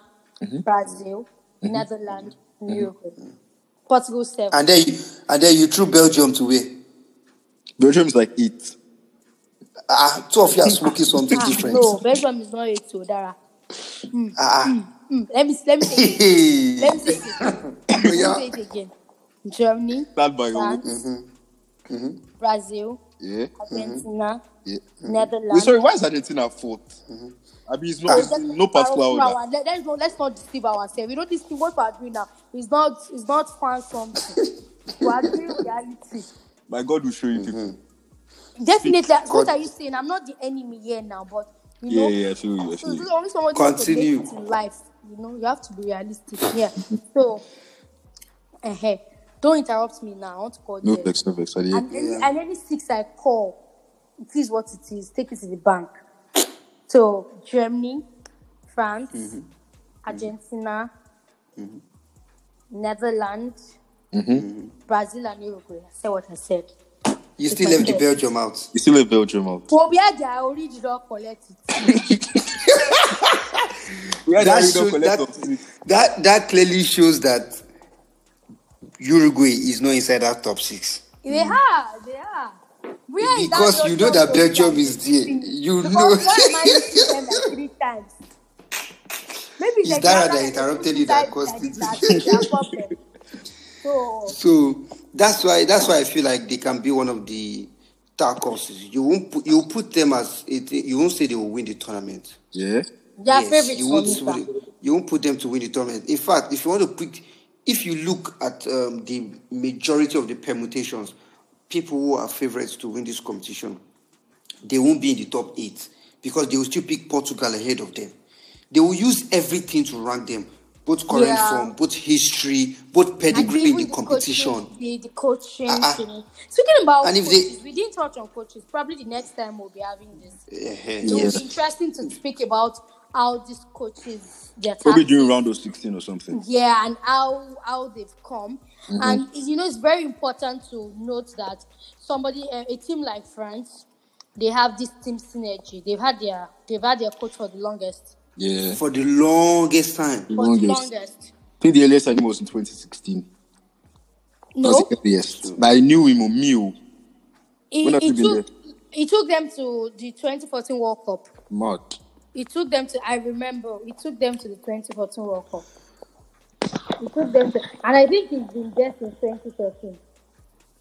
B: Brazil,
A: Mm-hmm.
B: Netherlands, Uruguay. Portugal seven.
D: And then you, and then you threw Belgium to where?
B: Ah.
A: Belgium is like eight.
D: Ah, two of you are smoking something
B: ah,
D: different.
B: no, Belgium is not eight. So Dara.
D: Ah, Oh,
B: Mm, let me let me say it.
D: hey.
B: Let me say it again. Let me say it again. Germany,
A: Stand by your
B: France, Brazil,
A: Yeah.
B: Argentina,
A: Mm-hmm. yeah. Wait,
B: Netherlands.
A: sorry, why is Argentina fourth?
G: Mm-hmm.
A: I mean,
G: Ah,
A: it's not, it's
B: Let's
A: no
B: not borrow
A: particular
B: from
A: order.
B: our- Let, let's, not, let's not deceive ourselves. You know, this thing, what we are doing now is not, is not fan something. we are doing reality.
G: My God will show you people.
B: Definitely, what are you saying? I'm not the enemy here now, but you
G: Yeah,
B: know,
G: yeah, I feel you.
B: So
G: I feel you.
B: there's only someone who's supposed to make
D: Continue.
B: it in life. You know, you have to be realistic. Yeah. so, uh don't interrupt me now. I want to call
G: No
B: Jay.
G: vex, no vex. I did.
B: And, any, and any six I call, it is what it is. Take it to the bank. So Germany, France,
G: Mm-hmm.
B: Argentina, Netherlands,
G: Mm-hmm.
B: Brazil, and Uruguay. I said what I said.
D: You still left the Belgium out.
G: You still have Belgium out.
B: Well, we had their original collect it.
G: We had
D: that,
G: Arena
D: shows,
G: collect
D: that,
G: us.
D: that that clearly shows that Uruguay is not inside that top six
B: They are, they are. Where is that
D: because you know
B: Belgium
D: that Belgium
B: from?
D: is there. You
B: because
D: know,
B: why am I missing them like three times? Maybe
D: It's
B: they gather
D: Dara that
B: and they
D: interrupted
B: put
D: you that
B: inside
D: caused
B: like
D: it.
B: that. It's their problem. So
D: so that's why that's why I feel like they can be one of the dark horses. You won't put, you put them as it. You won't say they will win the tournament.
G: Yeah.
B: they are favorites
D: you
B: for
D: won't
B: me.
D: put,
B: sir.
D: you won't put them to win the tournament. In fact, if you want to pick, if you look at um, the majority of the permutations, people who are favorites to win this competition, they won't be in the top eight because they will still pick Portugal ahead of them. They will use everything to rank them, both current
B: Yeah.
D: form, both history, both pedigree
B: Agree
D: in the
B: with the
D: competition.
B: coaching, the, the coaching
D: Uh-uh.
B: thing. Speaking about
D: And if they-
B: coaches, we didn't touch on coaches. Probably the next time we'll be having this.
D: Eh,
B: It will
D: yes.
B: be interesting to speak about how these coaches their
G: Probably
B: tactics,
G: during round of 16 or something.
B: yeah and how how they've come
G: Mm-hmm.
B: and it's- you know it's very important to note that somebody eh, a, a team like france they have this team synergy they've had their they've had their coach for the longest
G: Yeah.
D: For the longest time.
G: The
B: for the
G: longest.
B: longest
G: I think the earliest I knew was in 2016. That
B: no
G: was the earliest. But I knew him on Mew. When
B: it,
G: have you
B: it
G: been
B: took it took them to the 2014 world cup
G: Mad.
B: it took them to i remember it took them to the 2014 world cup it took them to, and i think he's been there since 2013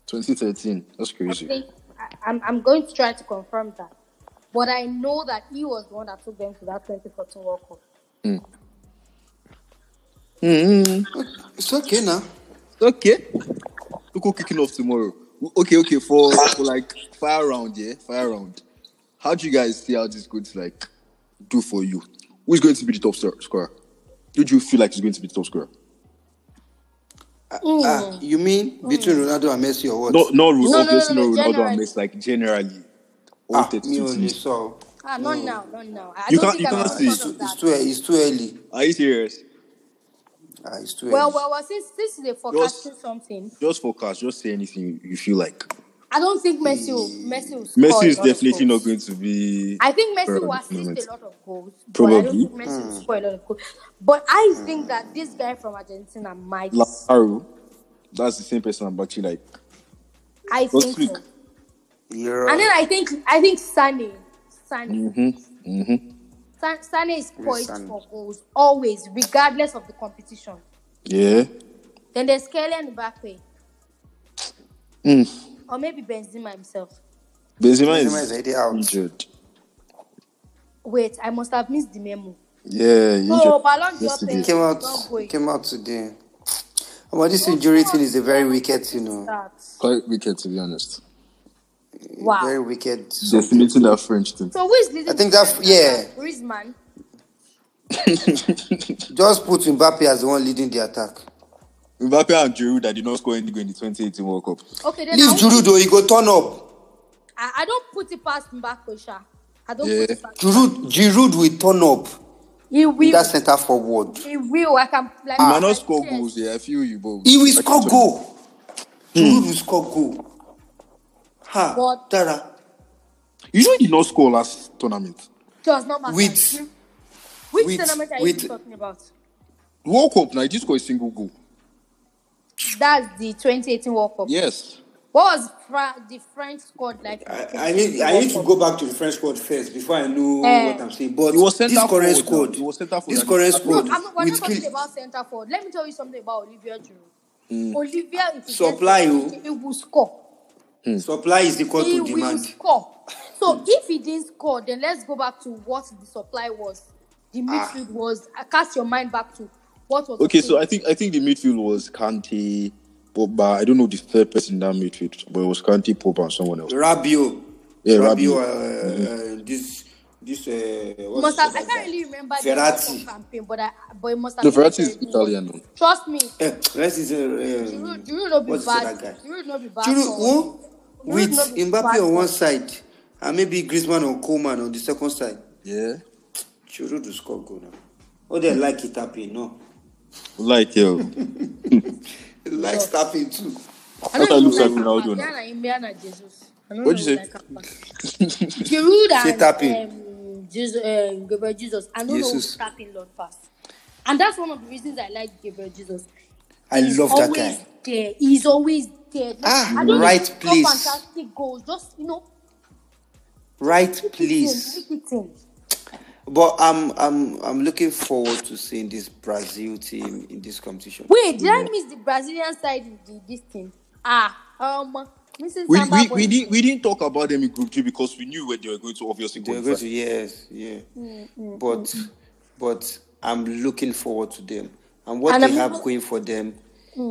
G: 2013. That's
B: I
G: crazy.
B: think I, I'm, I'm going to try to confirm that. But I know that he was the one that took them to that 2014 World Cup.
D: It's okay now.
G: Okay. Look who kicking off tomorrow. Okay, okay. For, for like fire round, yeah? Fire round. How do you guys see how this is going to like do for you? Who's going to be the top star- scorer? Who do you feel like is going to be the top scorer?
D: Ah, you mean
B: Oh,
D: between Ronaldo and Messi or what?
G: No, no rules.
B: No, no,
G: obviously,
B: no,
G: no,
B: no,
G: Ronaldo
B: generally.
G: and Messi. Like generally, all
D: ah,
G: 32
D: me only
G: teams.
D: saw.
B: Ah, not now, not now. I
G: You
B: don't
G: can't-
B: think
G: you
B: I'm
G: can't
B: going
G: see.
B: to
D: It's
B: thought
D: too,
B: of
D: Mm. it's
B: that.
D: too, it's too early.
G: Are you serious?
D: Ah, it's too
B: Well,
D: early.
B: well, well, since this is a forecasting something,
G: Just forecast. Just say anything you, you feel like.
B: I don't think Messi will,
D: Mm.
B: Messi will score.
G: Messi
B: a
G: is
B: lot of
G: definitely
B: goals.
G: not going to be.
B: I think Messi
G: scorer
B: will
G: at the moment.
B: assist a lot of goals. But I don't
G: Probably. Mm.
B: think Messi
D: Mm.
B: will score a lot of goals. But I think that this guy from Argentina might.
G: Lazaro. That's the same person I'm actually like.
B: I think
G: Last week.
B: so.
D: Yeah.
B: And then I think I think Sane, Sane,
G: Mm-hmm,
B: Sa- Sane is poised
D: Sane.
B: for goals always, regardless of the competition.
G: Yeah.
B: Then there's Kelly and Mbappe,
G: Mm.
B: or maybe Benzema himself.
G: Benzema,
D: Benzema
G: is
D: is already out.
G: injured.
B: Wait, I must have missed the memo.
G: Yeah, he
B: Oh,
G: injured.
B: Ballon d'Or
G: Yesterday.
B: player
D: It came out
B: Don't
D: it
B: wait.
D: came out today. But this injury thing is a very wicked, you know,
G: Quite wicked, to be honest.
D: a very
B: Wow.
D: wicked something.
G: Decimating that French team.
B: So who is leading?
D: I think
B: the
D: that-
B: French attack?
D: yeah.
B: Griezmann.
D: Just put Mbappe as the one leading the attack.
G: Mbappe and Giroud that did not score any goal in the 2018 World Cup.
B: Okay, then
D: Leave
B: I,
D: Giroud though, he go turn up.
B: I, I don't put it past Mbappe. Sha. I don't
G: Yeah.
B: put it past.
D: Giroud, Giroud will turn up
B: He
D: in
B: will.
D: that centre forward.
B: He will. I can like. Ah,
D: Ah.
G: You
B: I
G: might not
B: can
G: score
B: cheer.
G: goals, yeah. I feel you, but
D: He will
G: I
D: score
G: can-
D: goal. Giroud will score goal. Ha,
B: But-
D: Dara.
G: You know he did not score last tournament.
B: Does not matter.
D: With-
B: Which
D: with-
B: tournament are you
D: with-
B: still talking about?
G: World Cup now, he did score a single goal.
B: That's the 2018 World Cup.
G: Yes.
B: What was Fra- the French squad like?
D: I, I need I need to go back to the French squad first before I know
B: Eh.
D: what I'm saying. But
G: It was centre
D: this current
G: forward,
D: squad,
G: it was centre forward.
D: this current
B: No,
D: squad,
B: I'm not, we're not
D: with
B: talking
D: Kyl-
B: about centre forward. Let me tell you something about Olivia Giroud. Olivia, if he gets
D: Mm. Supply,
B: it,
D: oh.
B: he will score.
C: Supply is equal
B: he
C: to
B: will
C: demand.
B: score. So if he didn't score, then let's go back to what the supply was. The
D: Ah.
B: midfield was. Uh, cast your mind back to what was.
A: Okay,
B: the
A: so I
B: thing.
A: think I think the midfield was Kante, Pogba. I don't know the third person in that midfield, but it was Kante, Pogba, and someone else.
C: Rabio.
A: Yeah,
C: Rabio.
A: Rabiot.
C: Uh, uh, this. This. Uh,
B: It
C: what's
B: must
C: the
B: have, I
C: guy's
B: can't
C: name?
B: really remember the
C: Ferrati.
B: whole campaign, but I but it must have.
A: No,
B: been
A: Verratti is
B: Ferrati.
A: Italian. though.
B: Trust me,
C: Eh, let's is, uh,
B: you
C: um,
B: would- you would not be
C: what's
B: bad.
C: that guy?
B: You would not be bad.
C: Churu,
B: for-
C: who?
B: you
C: With
B: would not be
C: Mbappe
B: bad
C: on
B: for-
C: one side and maybe Griezmann or Coleman on the second side.
A: Yeah,
C: Churu to score goal now. Oh, they like it tapping, no?
A: like um, yeah.
C: They like tapping too.
B: I don't
A: That
B: even
A: looks
B: like
A: like
B: Ronaldo.
A: Ronaldo now.
B: Ghana, India, and Jesus. I don't
A: What'd
B: know
A: you
B: what say? Giroud
C: Say
B: and
C: tap in.
B: um, Jesus, um, Gabriel Jesus. I don't know
C: Jesus.
B: who's tapping Lord fast, and that's one of the reasons I like Gabriel Jesus.
C: I
B: He's
C: love that
B: always
C: guy.
B: There. He's always there.
C: Ah,
B: I don't know
C: right
B: if he score
C: place.
B: Fantastic goals. Just you know,
C: Right,
B: make
C: please.
B: it in. Make it in.
C: But I'm I'm I'm looking forward to seeing this Brazil team in this competition.
B: Wait, did I miss the Brazilian side of the, this thing? Ah, um, missing
A: We,
B: Samba
A: we,
B: boy.
A: we, didn't, we didn't talk about them in Group G because we knew where they were going to obviously
C: They're
A: qualify.
C: going to yes, yeah.
B: Mm-hmm.
C: But but I'm looking forward to them. And what
B: And
C: they
B: I'm
C: have
B: even- Mm.
C: going for them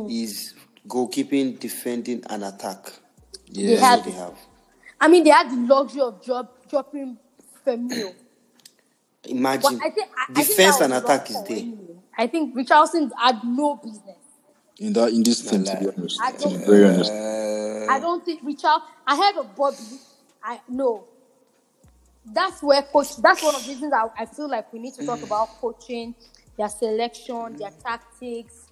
C: is goalkeeping, defending, and attack.
B: They
C: That's
A: Yeah.
C: what
B: had
C: they have.
B: I mean, they had the luxury of drop, dropping Firmino. But
C: Imagine
B: I think I, I think
C: defense
B: that
C: and
B: was wrong
C: attack is
B: for
C: there.
B: Mourinho. I think Richardson had no business.
A: In that in this
C: Not
A: team, to be
C: lie.
A: honest,
B: I
A: to be
B: don't
A: very honest.
B: I
C: Uh,
B: don't think Richard ahead of Bobby. I no. That's where coach. That's one of the reasons I, I feel like we need to
C: Mm.
B: talk about coaching, their selection, their tactics.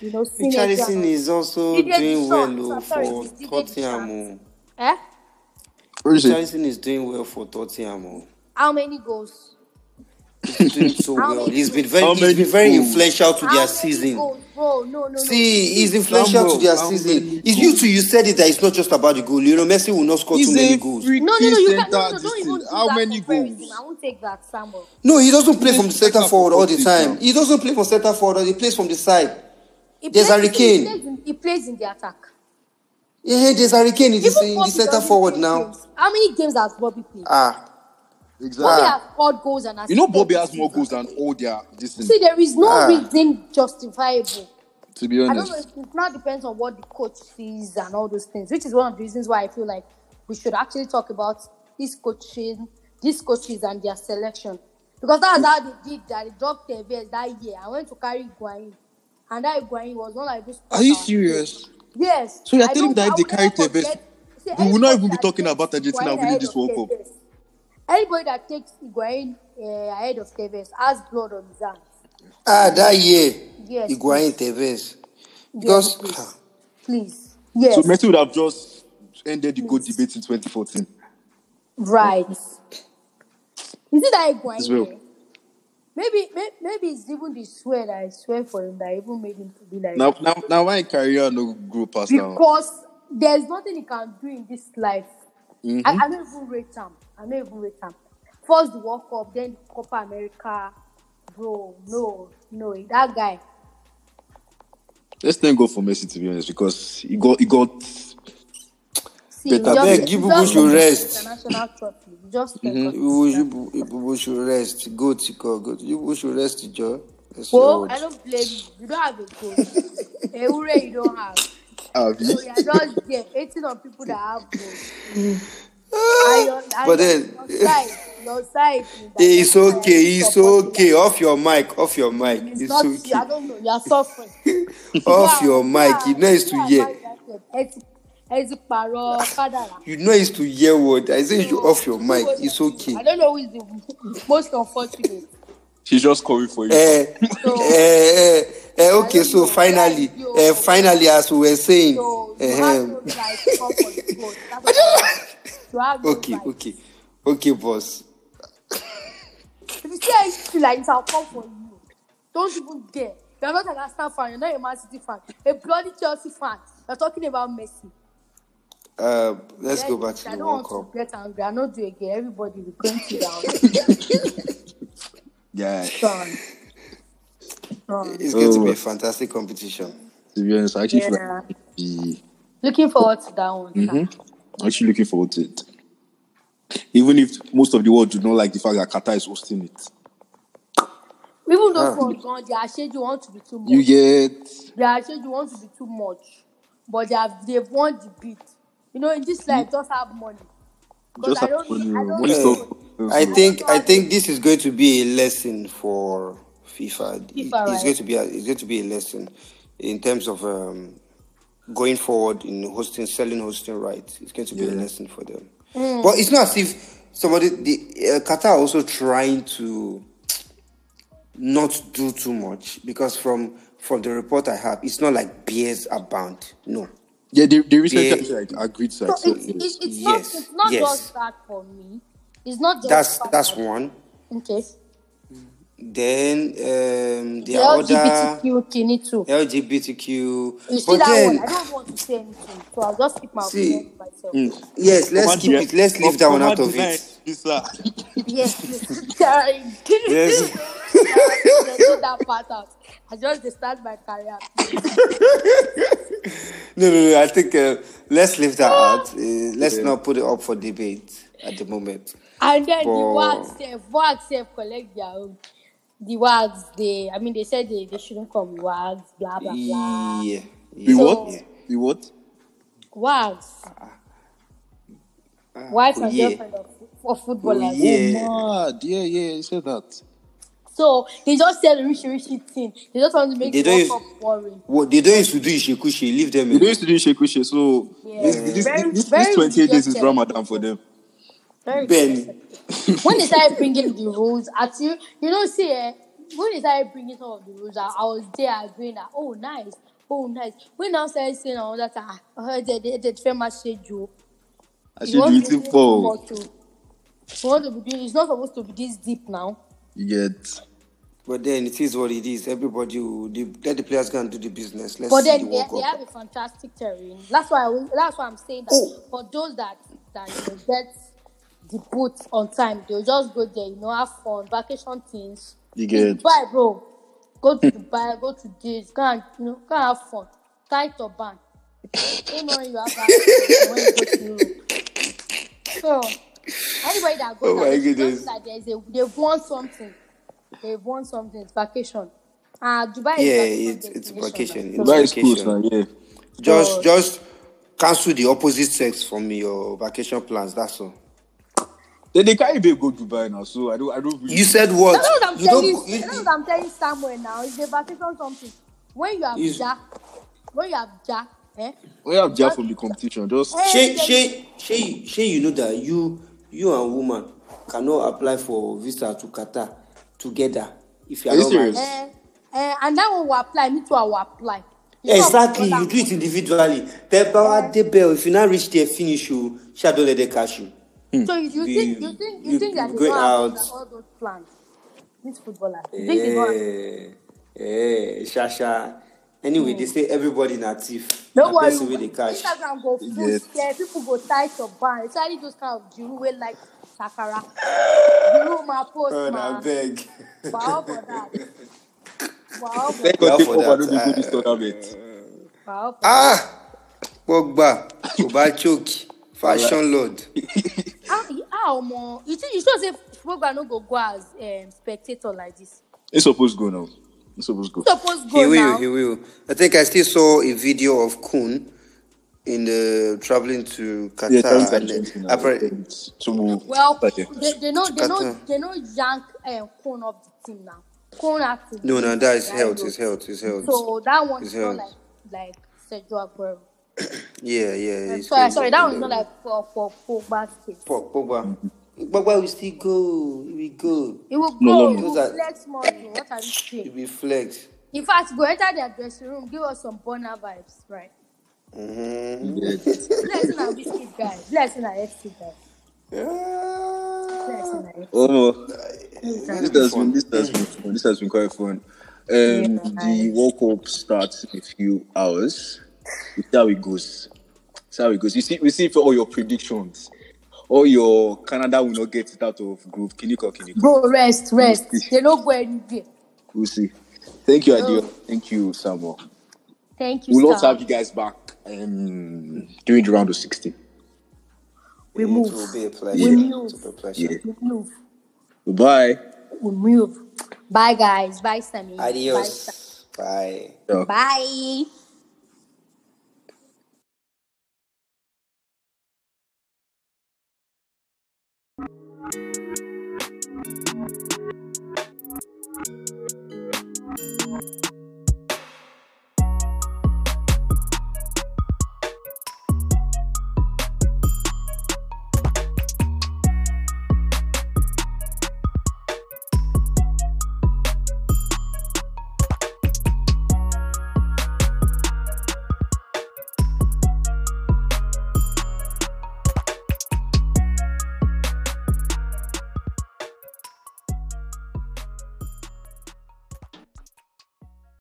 B: You know, synergy. and
C: Richarlison
B: all.
C: is also
B: Didier
C: doing
B: Deschamps.
C: well
B: So,
C: oh,
B: sorry,
C: for
B: it's Didier
C: Tottenham.
B: Deschamps.
C: oh.
B: Eh?
A: What is it?
C: Richarlison is doing well for Tottenham. oh.
B: How many goals?
C: He's doing so
B: How
C: well.
B: many
C: He's been
B: goals?
C: very
A: How
C: he's
A: many
C: been very
A: goals?
C: influential to their
B: How many
C: season.
B: goals, bro? No, no, no.
C: See, he's influential to
A: Samuel,
C: their
A: how
C: season.
A: many
C: It's you
A: goals?
C: too. You said it that it's not just about the goal. You know, Messi will not score too
G: He's
C: many
G: a
C: goals.
B: No, no,
G: freaking
B: no, you can't. No, no,
G: center.
B: no,
G: This
B: don't
G: thing.
B: even do
G: How
B: that
G: many
B: comparison. I
G: goals?
B: won't take that, Samuel.
C: No, he doesn't
G: He's
C: play
G: a
C: from center
G: center for
C: forward all
G: God's
C: the
G: sake
C: time.
G: now.
C: He doesn't play from center forward. all- He plays from the side.
B: He
C: There's
B: plays,
C: Harry
B: he plays, he
C: Kane.
B: plays, in, he plays in the attack.
C: Yeah, yeah, there's Harry Kane. He's
B: Even
C: in the
B: Bobby
C: center
B: doesn't
C: forward
B: play
C: now.
B: games. How many games has Bobby played?
C: Ah,
B: Bobby
A: Exactly.
C: ah,
B: has scored goals and
A: You know,
B: assisted
A: Bobby
B: this
A: has more
B: season.
A: goals than all their this thing.
B: See, there is no
C: ah.
B: reason justifiable.
A: To be
B: I don't know.
A: honest,
B: It, it now depends on what the coach sees and all those things, which is one of the reasons why I feel like we should actually talk about this coaching, these coaches and their selection, because that's how they did that. They dropped their best that year. I went to carry Guayin, and that Guayin was not like this.
A: are you serious?
B: Yes,
A: So you're
B: I
A: telling me that
B: don't. I
A: if they
B: will
A: carry
B: never
A: Tevez,
B: forget. See,
A: we will not
B: anybody
A: even be
B: that
A: talking
B: takes
A: about Argentina
B: Higuain
A: winning
B: ahead
A: this
B: of
A: World Cup.
B: Tevez, anybody that takes Higuain uh, ahead of Tevez has blood on his hands.
C: Ah, that year,
B: Yes,
C: Higuain
B: please.
C: Tevez.
B: Yes,
C: Because ah,
B: please. Please.
A: So
B: Yes,
A: Messi would have just ended the goat
B: please.
A: debate in 2014.
B: Right. Is it that
A: As
B: Higuain
A: well.
B: there? Maybe, may- maybe it's even the swear that I swear for him that even made him to be like
A: Now,
B: that.
A: now, now, why career no grow past now?
B: Because there's nothing he can do in this life. I,
A: Mm-hmm.
B: I don't even rate him. I don't even rate him. First the World Cup, then the Copa America. Bro, no, no, that guy.
A: Let's thank God for Messi to be honest, because he got he got
B: See, we
A: better
B: just
A: players.
C: beg,
B: we
C: give
B: just thank God
C: should
B: for
C: rest. Mm-hmm.
B: international trophy. We just thank God for international trophy.
C: Ibubu should rest. Go to God. Go to Ibubu should rest, Joe. That's your
B: Well,
C: word.
B: I don't blame you. You don't have a goal. A hooray you don't have.
A: Abi.
B: So you are just there hating on people that have goals. And your and
C: Ah, But
B: your,
C: then,
B: your side, your side in
C: it's
B: Argentina, you are still
C: okay. It's
B: supporting
C: okay.
B: that.
C: Off your mic. Off your mic.
B: It's
C: It's
B: not you. I
C: okay.
B: don't know. You are suffering. You
C: Off
B: are
C: your
B: you
C: mic. You
B: are
C: know it's
B: you
C: to
B: are
C: hear.
B: Man United. Eti eti paro kadara.
C: You know it's to hear word. I say you should
B: So
C: off your
B: do
C: mic.
B: what
C: It's
B: you do.
C: okay.
B: I don't know who is the most unfortunate.
A: She's just calling for you.
C: Eh,
B: So
C: eh, eh, eh,
B: I
C: okay.
B: don't
C: So
B: know. You are
C: finally, eh,
B: you.
C: finally, as we were saying,
B: So you have
C: eh,
B: no right to come for the goal. That's what I'm saying. You have no
C: okay,
B: right.
C: okay, okay, boss.
B: If you say anything like this, I'll come for you. Don't even dare. You're not an Arsenal fan. You're not a Man City fan. A bloody Chelsea fan. You're talking about Messi.
C: Uh, let's
B: Get
C: go back
B: it.
C: to
B: I
C: the
B: don't
C: World
B: want to
C: Cup.
B: get angry. I know do again. Everybody will going to down.
A: Yeah.
B: Done. Done.
C: It's going to be
A: Oh,
C: a fantastic competition.
A: to be honest, I actually feel
B: Yeah.
A: like the
B: Looking forward to that one, sir.
A: I'm actually looking forward to it. Even if most of the world do not like the fact that Qatar is hosting it.
B: Even
D: Ah.
B: though for gone, they are said you want to be too much.
A: You get
B: They are said you want to be too much. But they have they've won the beat. You know, in this life, just have money. 'Cause
A: just
B: I don't,
A: upon
B: I
A: you.
B: don't
A: When you
B: know.
A: stop-
D: I
A: so-
D: think I
B: I don't
D: think this is going to be a lesson for FIFA. It-
B: FIFA,
D: It's
B: right?
D: going to be a, it's going to be a lesson in terms of um, going forward in hosting, selling hosting rights. It's going to be a lesson for them. But it's not as if somebody the uh, Qatar are also trying to not do too much because from from the report I have, it's not like beers are banned. No.
A: Yeah, they, they recently
D: Yeah.
A: actually, like, agreed to
B: No,
A: accept
B: it's,
A: it.
B: it's, it's not
D: Yes,
B: it's not
D: yes.
B: just that for me. It's not just
D: That's
B: the fact
D: that's
B: that-
D: one.
B: Okay.
D: Then um,
B: The
D: there are other
B: LGBTQ thingy too. You
D: LGBTQ.
B: see
D: But
B: that one?
D: then,
B: I don't want to say anything, so I'll just keep my opinion
D: see, mm.
B: to myself.
D: yes, let's
G: Command
D: keep
G: the-
D: it. Let's leave that one
G: command
D: out of
G: deny
D: it.
G: this, sir.
B: Yes, please. Sorry.
D: Yes.
B: Get that part out. I just dey start my career. please.
D: No, no, no. I think uh, let's leave that
B: Ah!
D: out. Uh, let's not put it up for debate at the moment.
B: And then the
D: But
B: WAG self, WAG self collect their own. The WAGs, they, I mean, they said they, they shouldn't come WAGs, blah, blah, blah.
D: yeah,
A: The
D: yeah,
A: what?
B: So,
D: yeah.
A: The what?
B: WAGs,
D: Ah,
B: wife
D: oh
B: and
D: yeah,
B: girlfriend of, of
D: oh
B: footballers.
A: Oh,
D: yeah.
A: mad. Yeah, yeah, you said that.
B: So they just sell rich, rich thing. They just want to make
D: They
B: the
D: don't
B: World
D: use
B: Cup boring.
D: what they don't used to do is shikushi. Leave them
A: They don't used
D: alone.
A: to do shekushi, so this,
B: Yeah,
A: this,
B: very,
A: this, this
B: very
A: 28 days
B: religious
A: is Ramadan for
B: celebrations.
A: them.
B: Very religious
D: Ben,
B: celebrations. When they started bringing the rules at you, you know, see, eh, when they started bringing some of the rules, I, I was there agreeing that, oh, nice, oh, nice. When I started saying all that, ah, I heard that they, they, they must say, Joe,
A: I
B: you
A: should do
B: want to
A: it
B: be
A: in
B: doing too
A: four.
B: much. oh. You want to be doing, it's not supposed to be this deep now.
A: You get.
D: but then it is what it is. Everybody, will- the, let the players go and do the business. Let's
B: But
D: see the
B: then they,
D: World
B: they
D: Cup.
B: have a fantastic terrain. That's why I, will- that's why I'm saying that
D: Oh,
B: for those that that you know, get the boots on time, they'll just go there, you know, have fun, vacation things.
A: You
B: It's
A: get.
B: Dubai, bro. Go to Dubai, go to this, go and you know, go and have fun. Tight or band. Don't know when you have that when you go to Europe. So anybody that goes
D: oh
B: that
D: my
B: way should just
D: goodness.
B: know that there's a they've won something. They've won something. It's vacation. Uh Dubai is
D: Yeah,
B: vacation
D: it's it's
B: destination now.
D: vacation. It's
B: So
A: Dubai is cool,
D: vacation.
A: sir. Yeah.
D: Just
B: so
D: just cancel the opposite sex from your vacation plans. That's all.
A: Then they can't even go Dubai now, so I don't, I don't really.
D: You said what?
B: That's what I'm
D: You don't.
B: telling.
D: go- You,
B: That's
D: you,
B: what I'm telling Samuel now. It's the vacation something. When you have
D: you,
B: ja, when you have ja, eh?
A: We have Jab
B: Just,
A: from the competition. Just
B: eh,
D: she,
B: then,
D: she, she, she, you know that you you and woman cannot apply for visa to Qatar together if you
A: are
D: are
A: you
D: not married.
A: serious?
B: eh, eh, and that one will apply. Me too, I will apply. The two of us
D: Exactly,
B: just
D: you
B: have
D: do it
B: money.
D: individually. Pepper,
B: Eh,
D: the bell. If you not reach there, finish you. Shadow let the cash you.
B: so you, you think you
D: You
B: think you
D: Mm. you
B: think that they
D: you going
B: don't have all
D: out.
B: that all those plans? These footballers, you think they don't have?
D: Eh, eh, Shasha. Anyway, they say everybody na thief.
B: Hmm. Don't
D: Na
B: worry,
D: person with the cash.
B: Instagram go
A: You
B: full
A: get.
B: scare. People go tight your band. Especially those kind of Juru wey like Sakara. Juru ma post
D: Oh, I
B: ma.
D: beg.
B: We're all for that. We're all for
A: Thank
D: We
A: God
B: that.
D: are
A: they
D: for
A: over don't
D: that.
A: they go this
D: Uh,
A: tournament.
B: We're all for that.
D: ah, Pogba, Obachoki,
A: Alright.
D: Fashion Lord.
B: How how omo? You think you sure say Pogba no go go as um, spectator like this?
A: It's supposed to go now. It's supposed to
B: He
A: go.
B: suppose
D: He
B: go
D: will,
B: now.
D: he will. I think I still saw a video of Kun in the traveling to
A: Yeah, traveling
D: Qatar
A: to
D: and uh,
A: Argentina.
D: apparently
A: then To
B: Well,
A: Qatar.
B: they, they know
D: to
B: they know
D: Qatar.
B: they know yank um, Kone off the team now. Kone has to
D: No,
B: be
D: no, that is
B: that
D: health,
B: role.
D: is health, is health,
B: So that one is
D: is
B: not
D: health.
B: like like Sergio Aguero.
D: Yeah, yeah,
B: Um,
D: it's
B: sorry,
D: health.
B: sorry,
D: Like,
B: that
D: you
B: one is not
D: know,
B: like for for Pogba's case.
D: Pog- Pogba.
A: Mm-hmm.
D: Pogba will still go. He will go.
B: He will
A: No
B: go,
A: longer.
B: he
D: Those
B: will
D: are
B: flex muscle. What are you
D: he
B: saying?
D: will flex.
B: In fact, go enter their dressing room, give us some Bonner vibes, right?
A: You
D: Mm-hmm.
A: get.
B: Blessing and whiskey guy. Blessing and FC guy.
D: Ah.
B: Blessing and
A: Oh, no.
B: Things
D: It's
B: are
A: this
D: gonna be
A: has been this
D: fun.
A: has been fun. This has been quite fun.
B: yeah.
A: Um, the World Cup starts in a few hours. We see how it goes. See how it goes. You see, we see for all your predictions. All your Canada will not get it out of group. Kiniko, Kiniko.
B: Bro, rest,
A: We'll
B: rest.
A: see.
B: They don't go anywhere.
A: We'll see. Thank you, Adio.
B: Oh,
A: Thank you, Samuel.
B: thank you,
A: We'll love to have
B: Star.
A: you guys back um, during the round of 16.
B: We
D: It will
B: move.
D: be a pleasure.
B: We
D: It will be a
B: move.
D: pleasure.
A: Yeah.
B: We move.
A: Bye.
B: We move. Bye, guys. Bye, Sammy. Bye. Sam-
D: Adios. Bye.
A: Yeah.
B: Bye.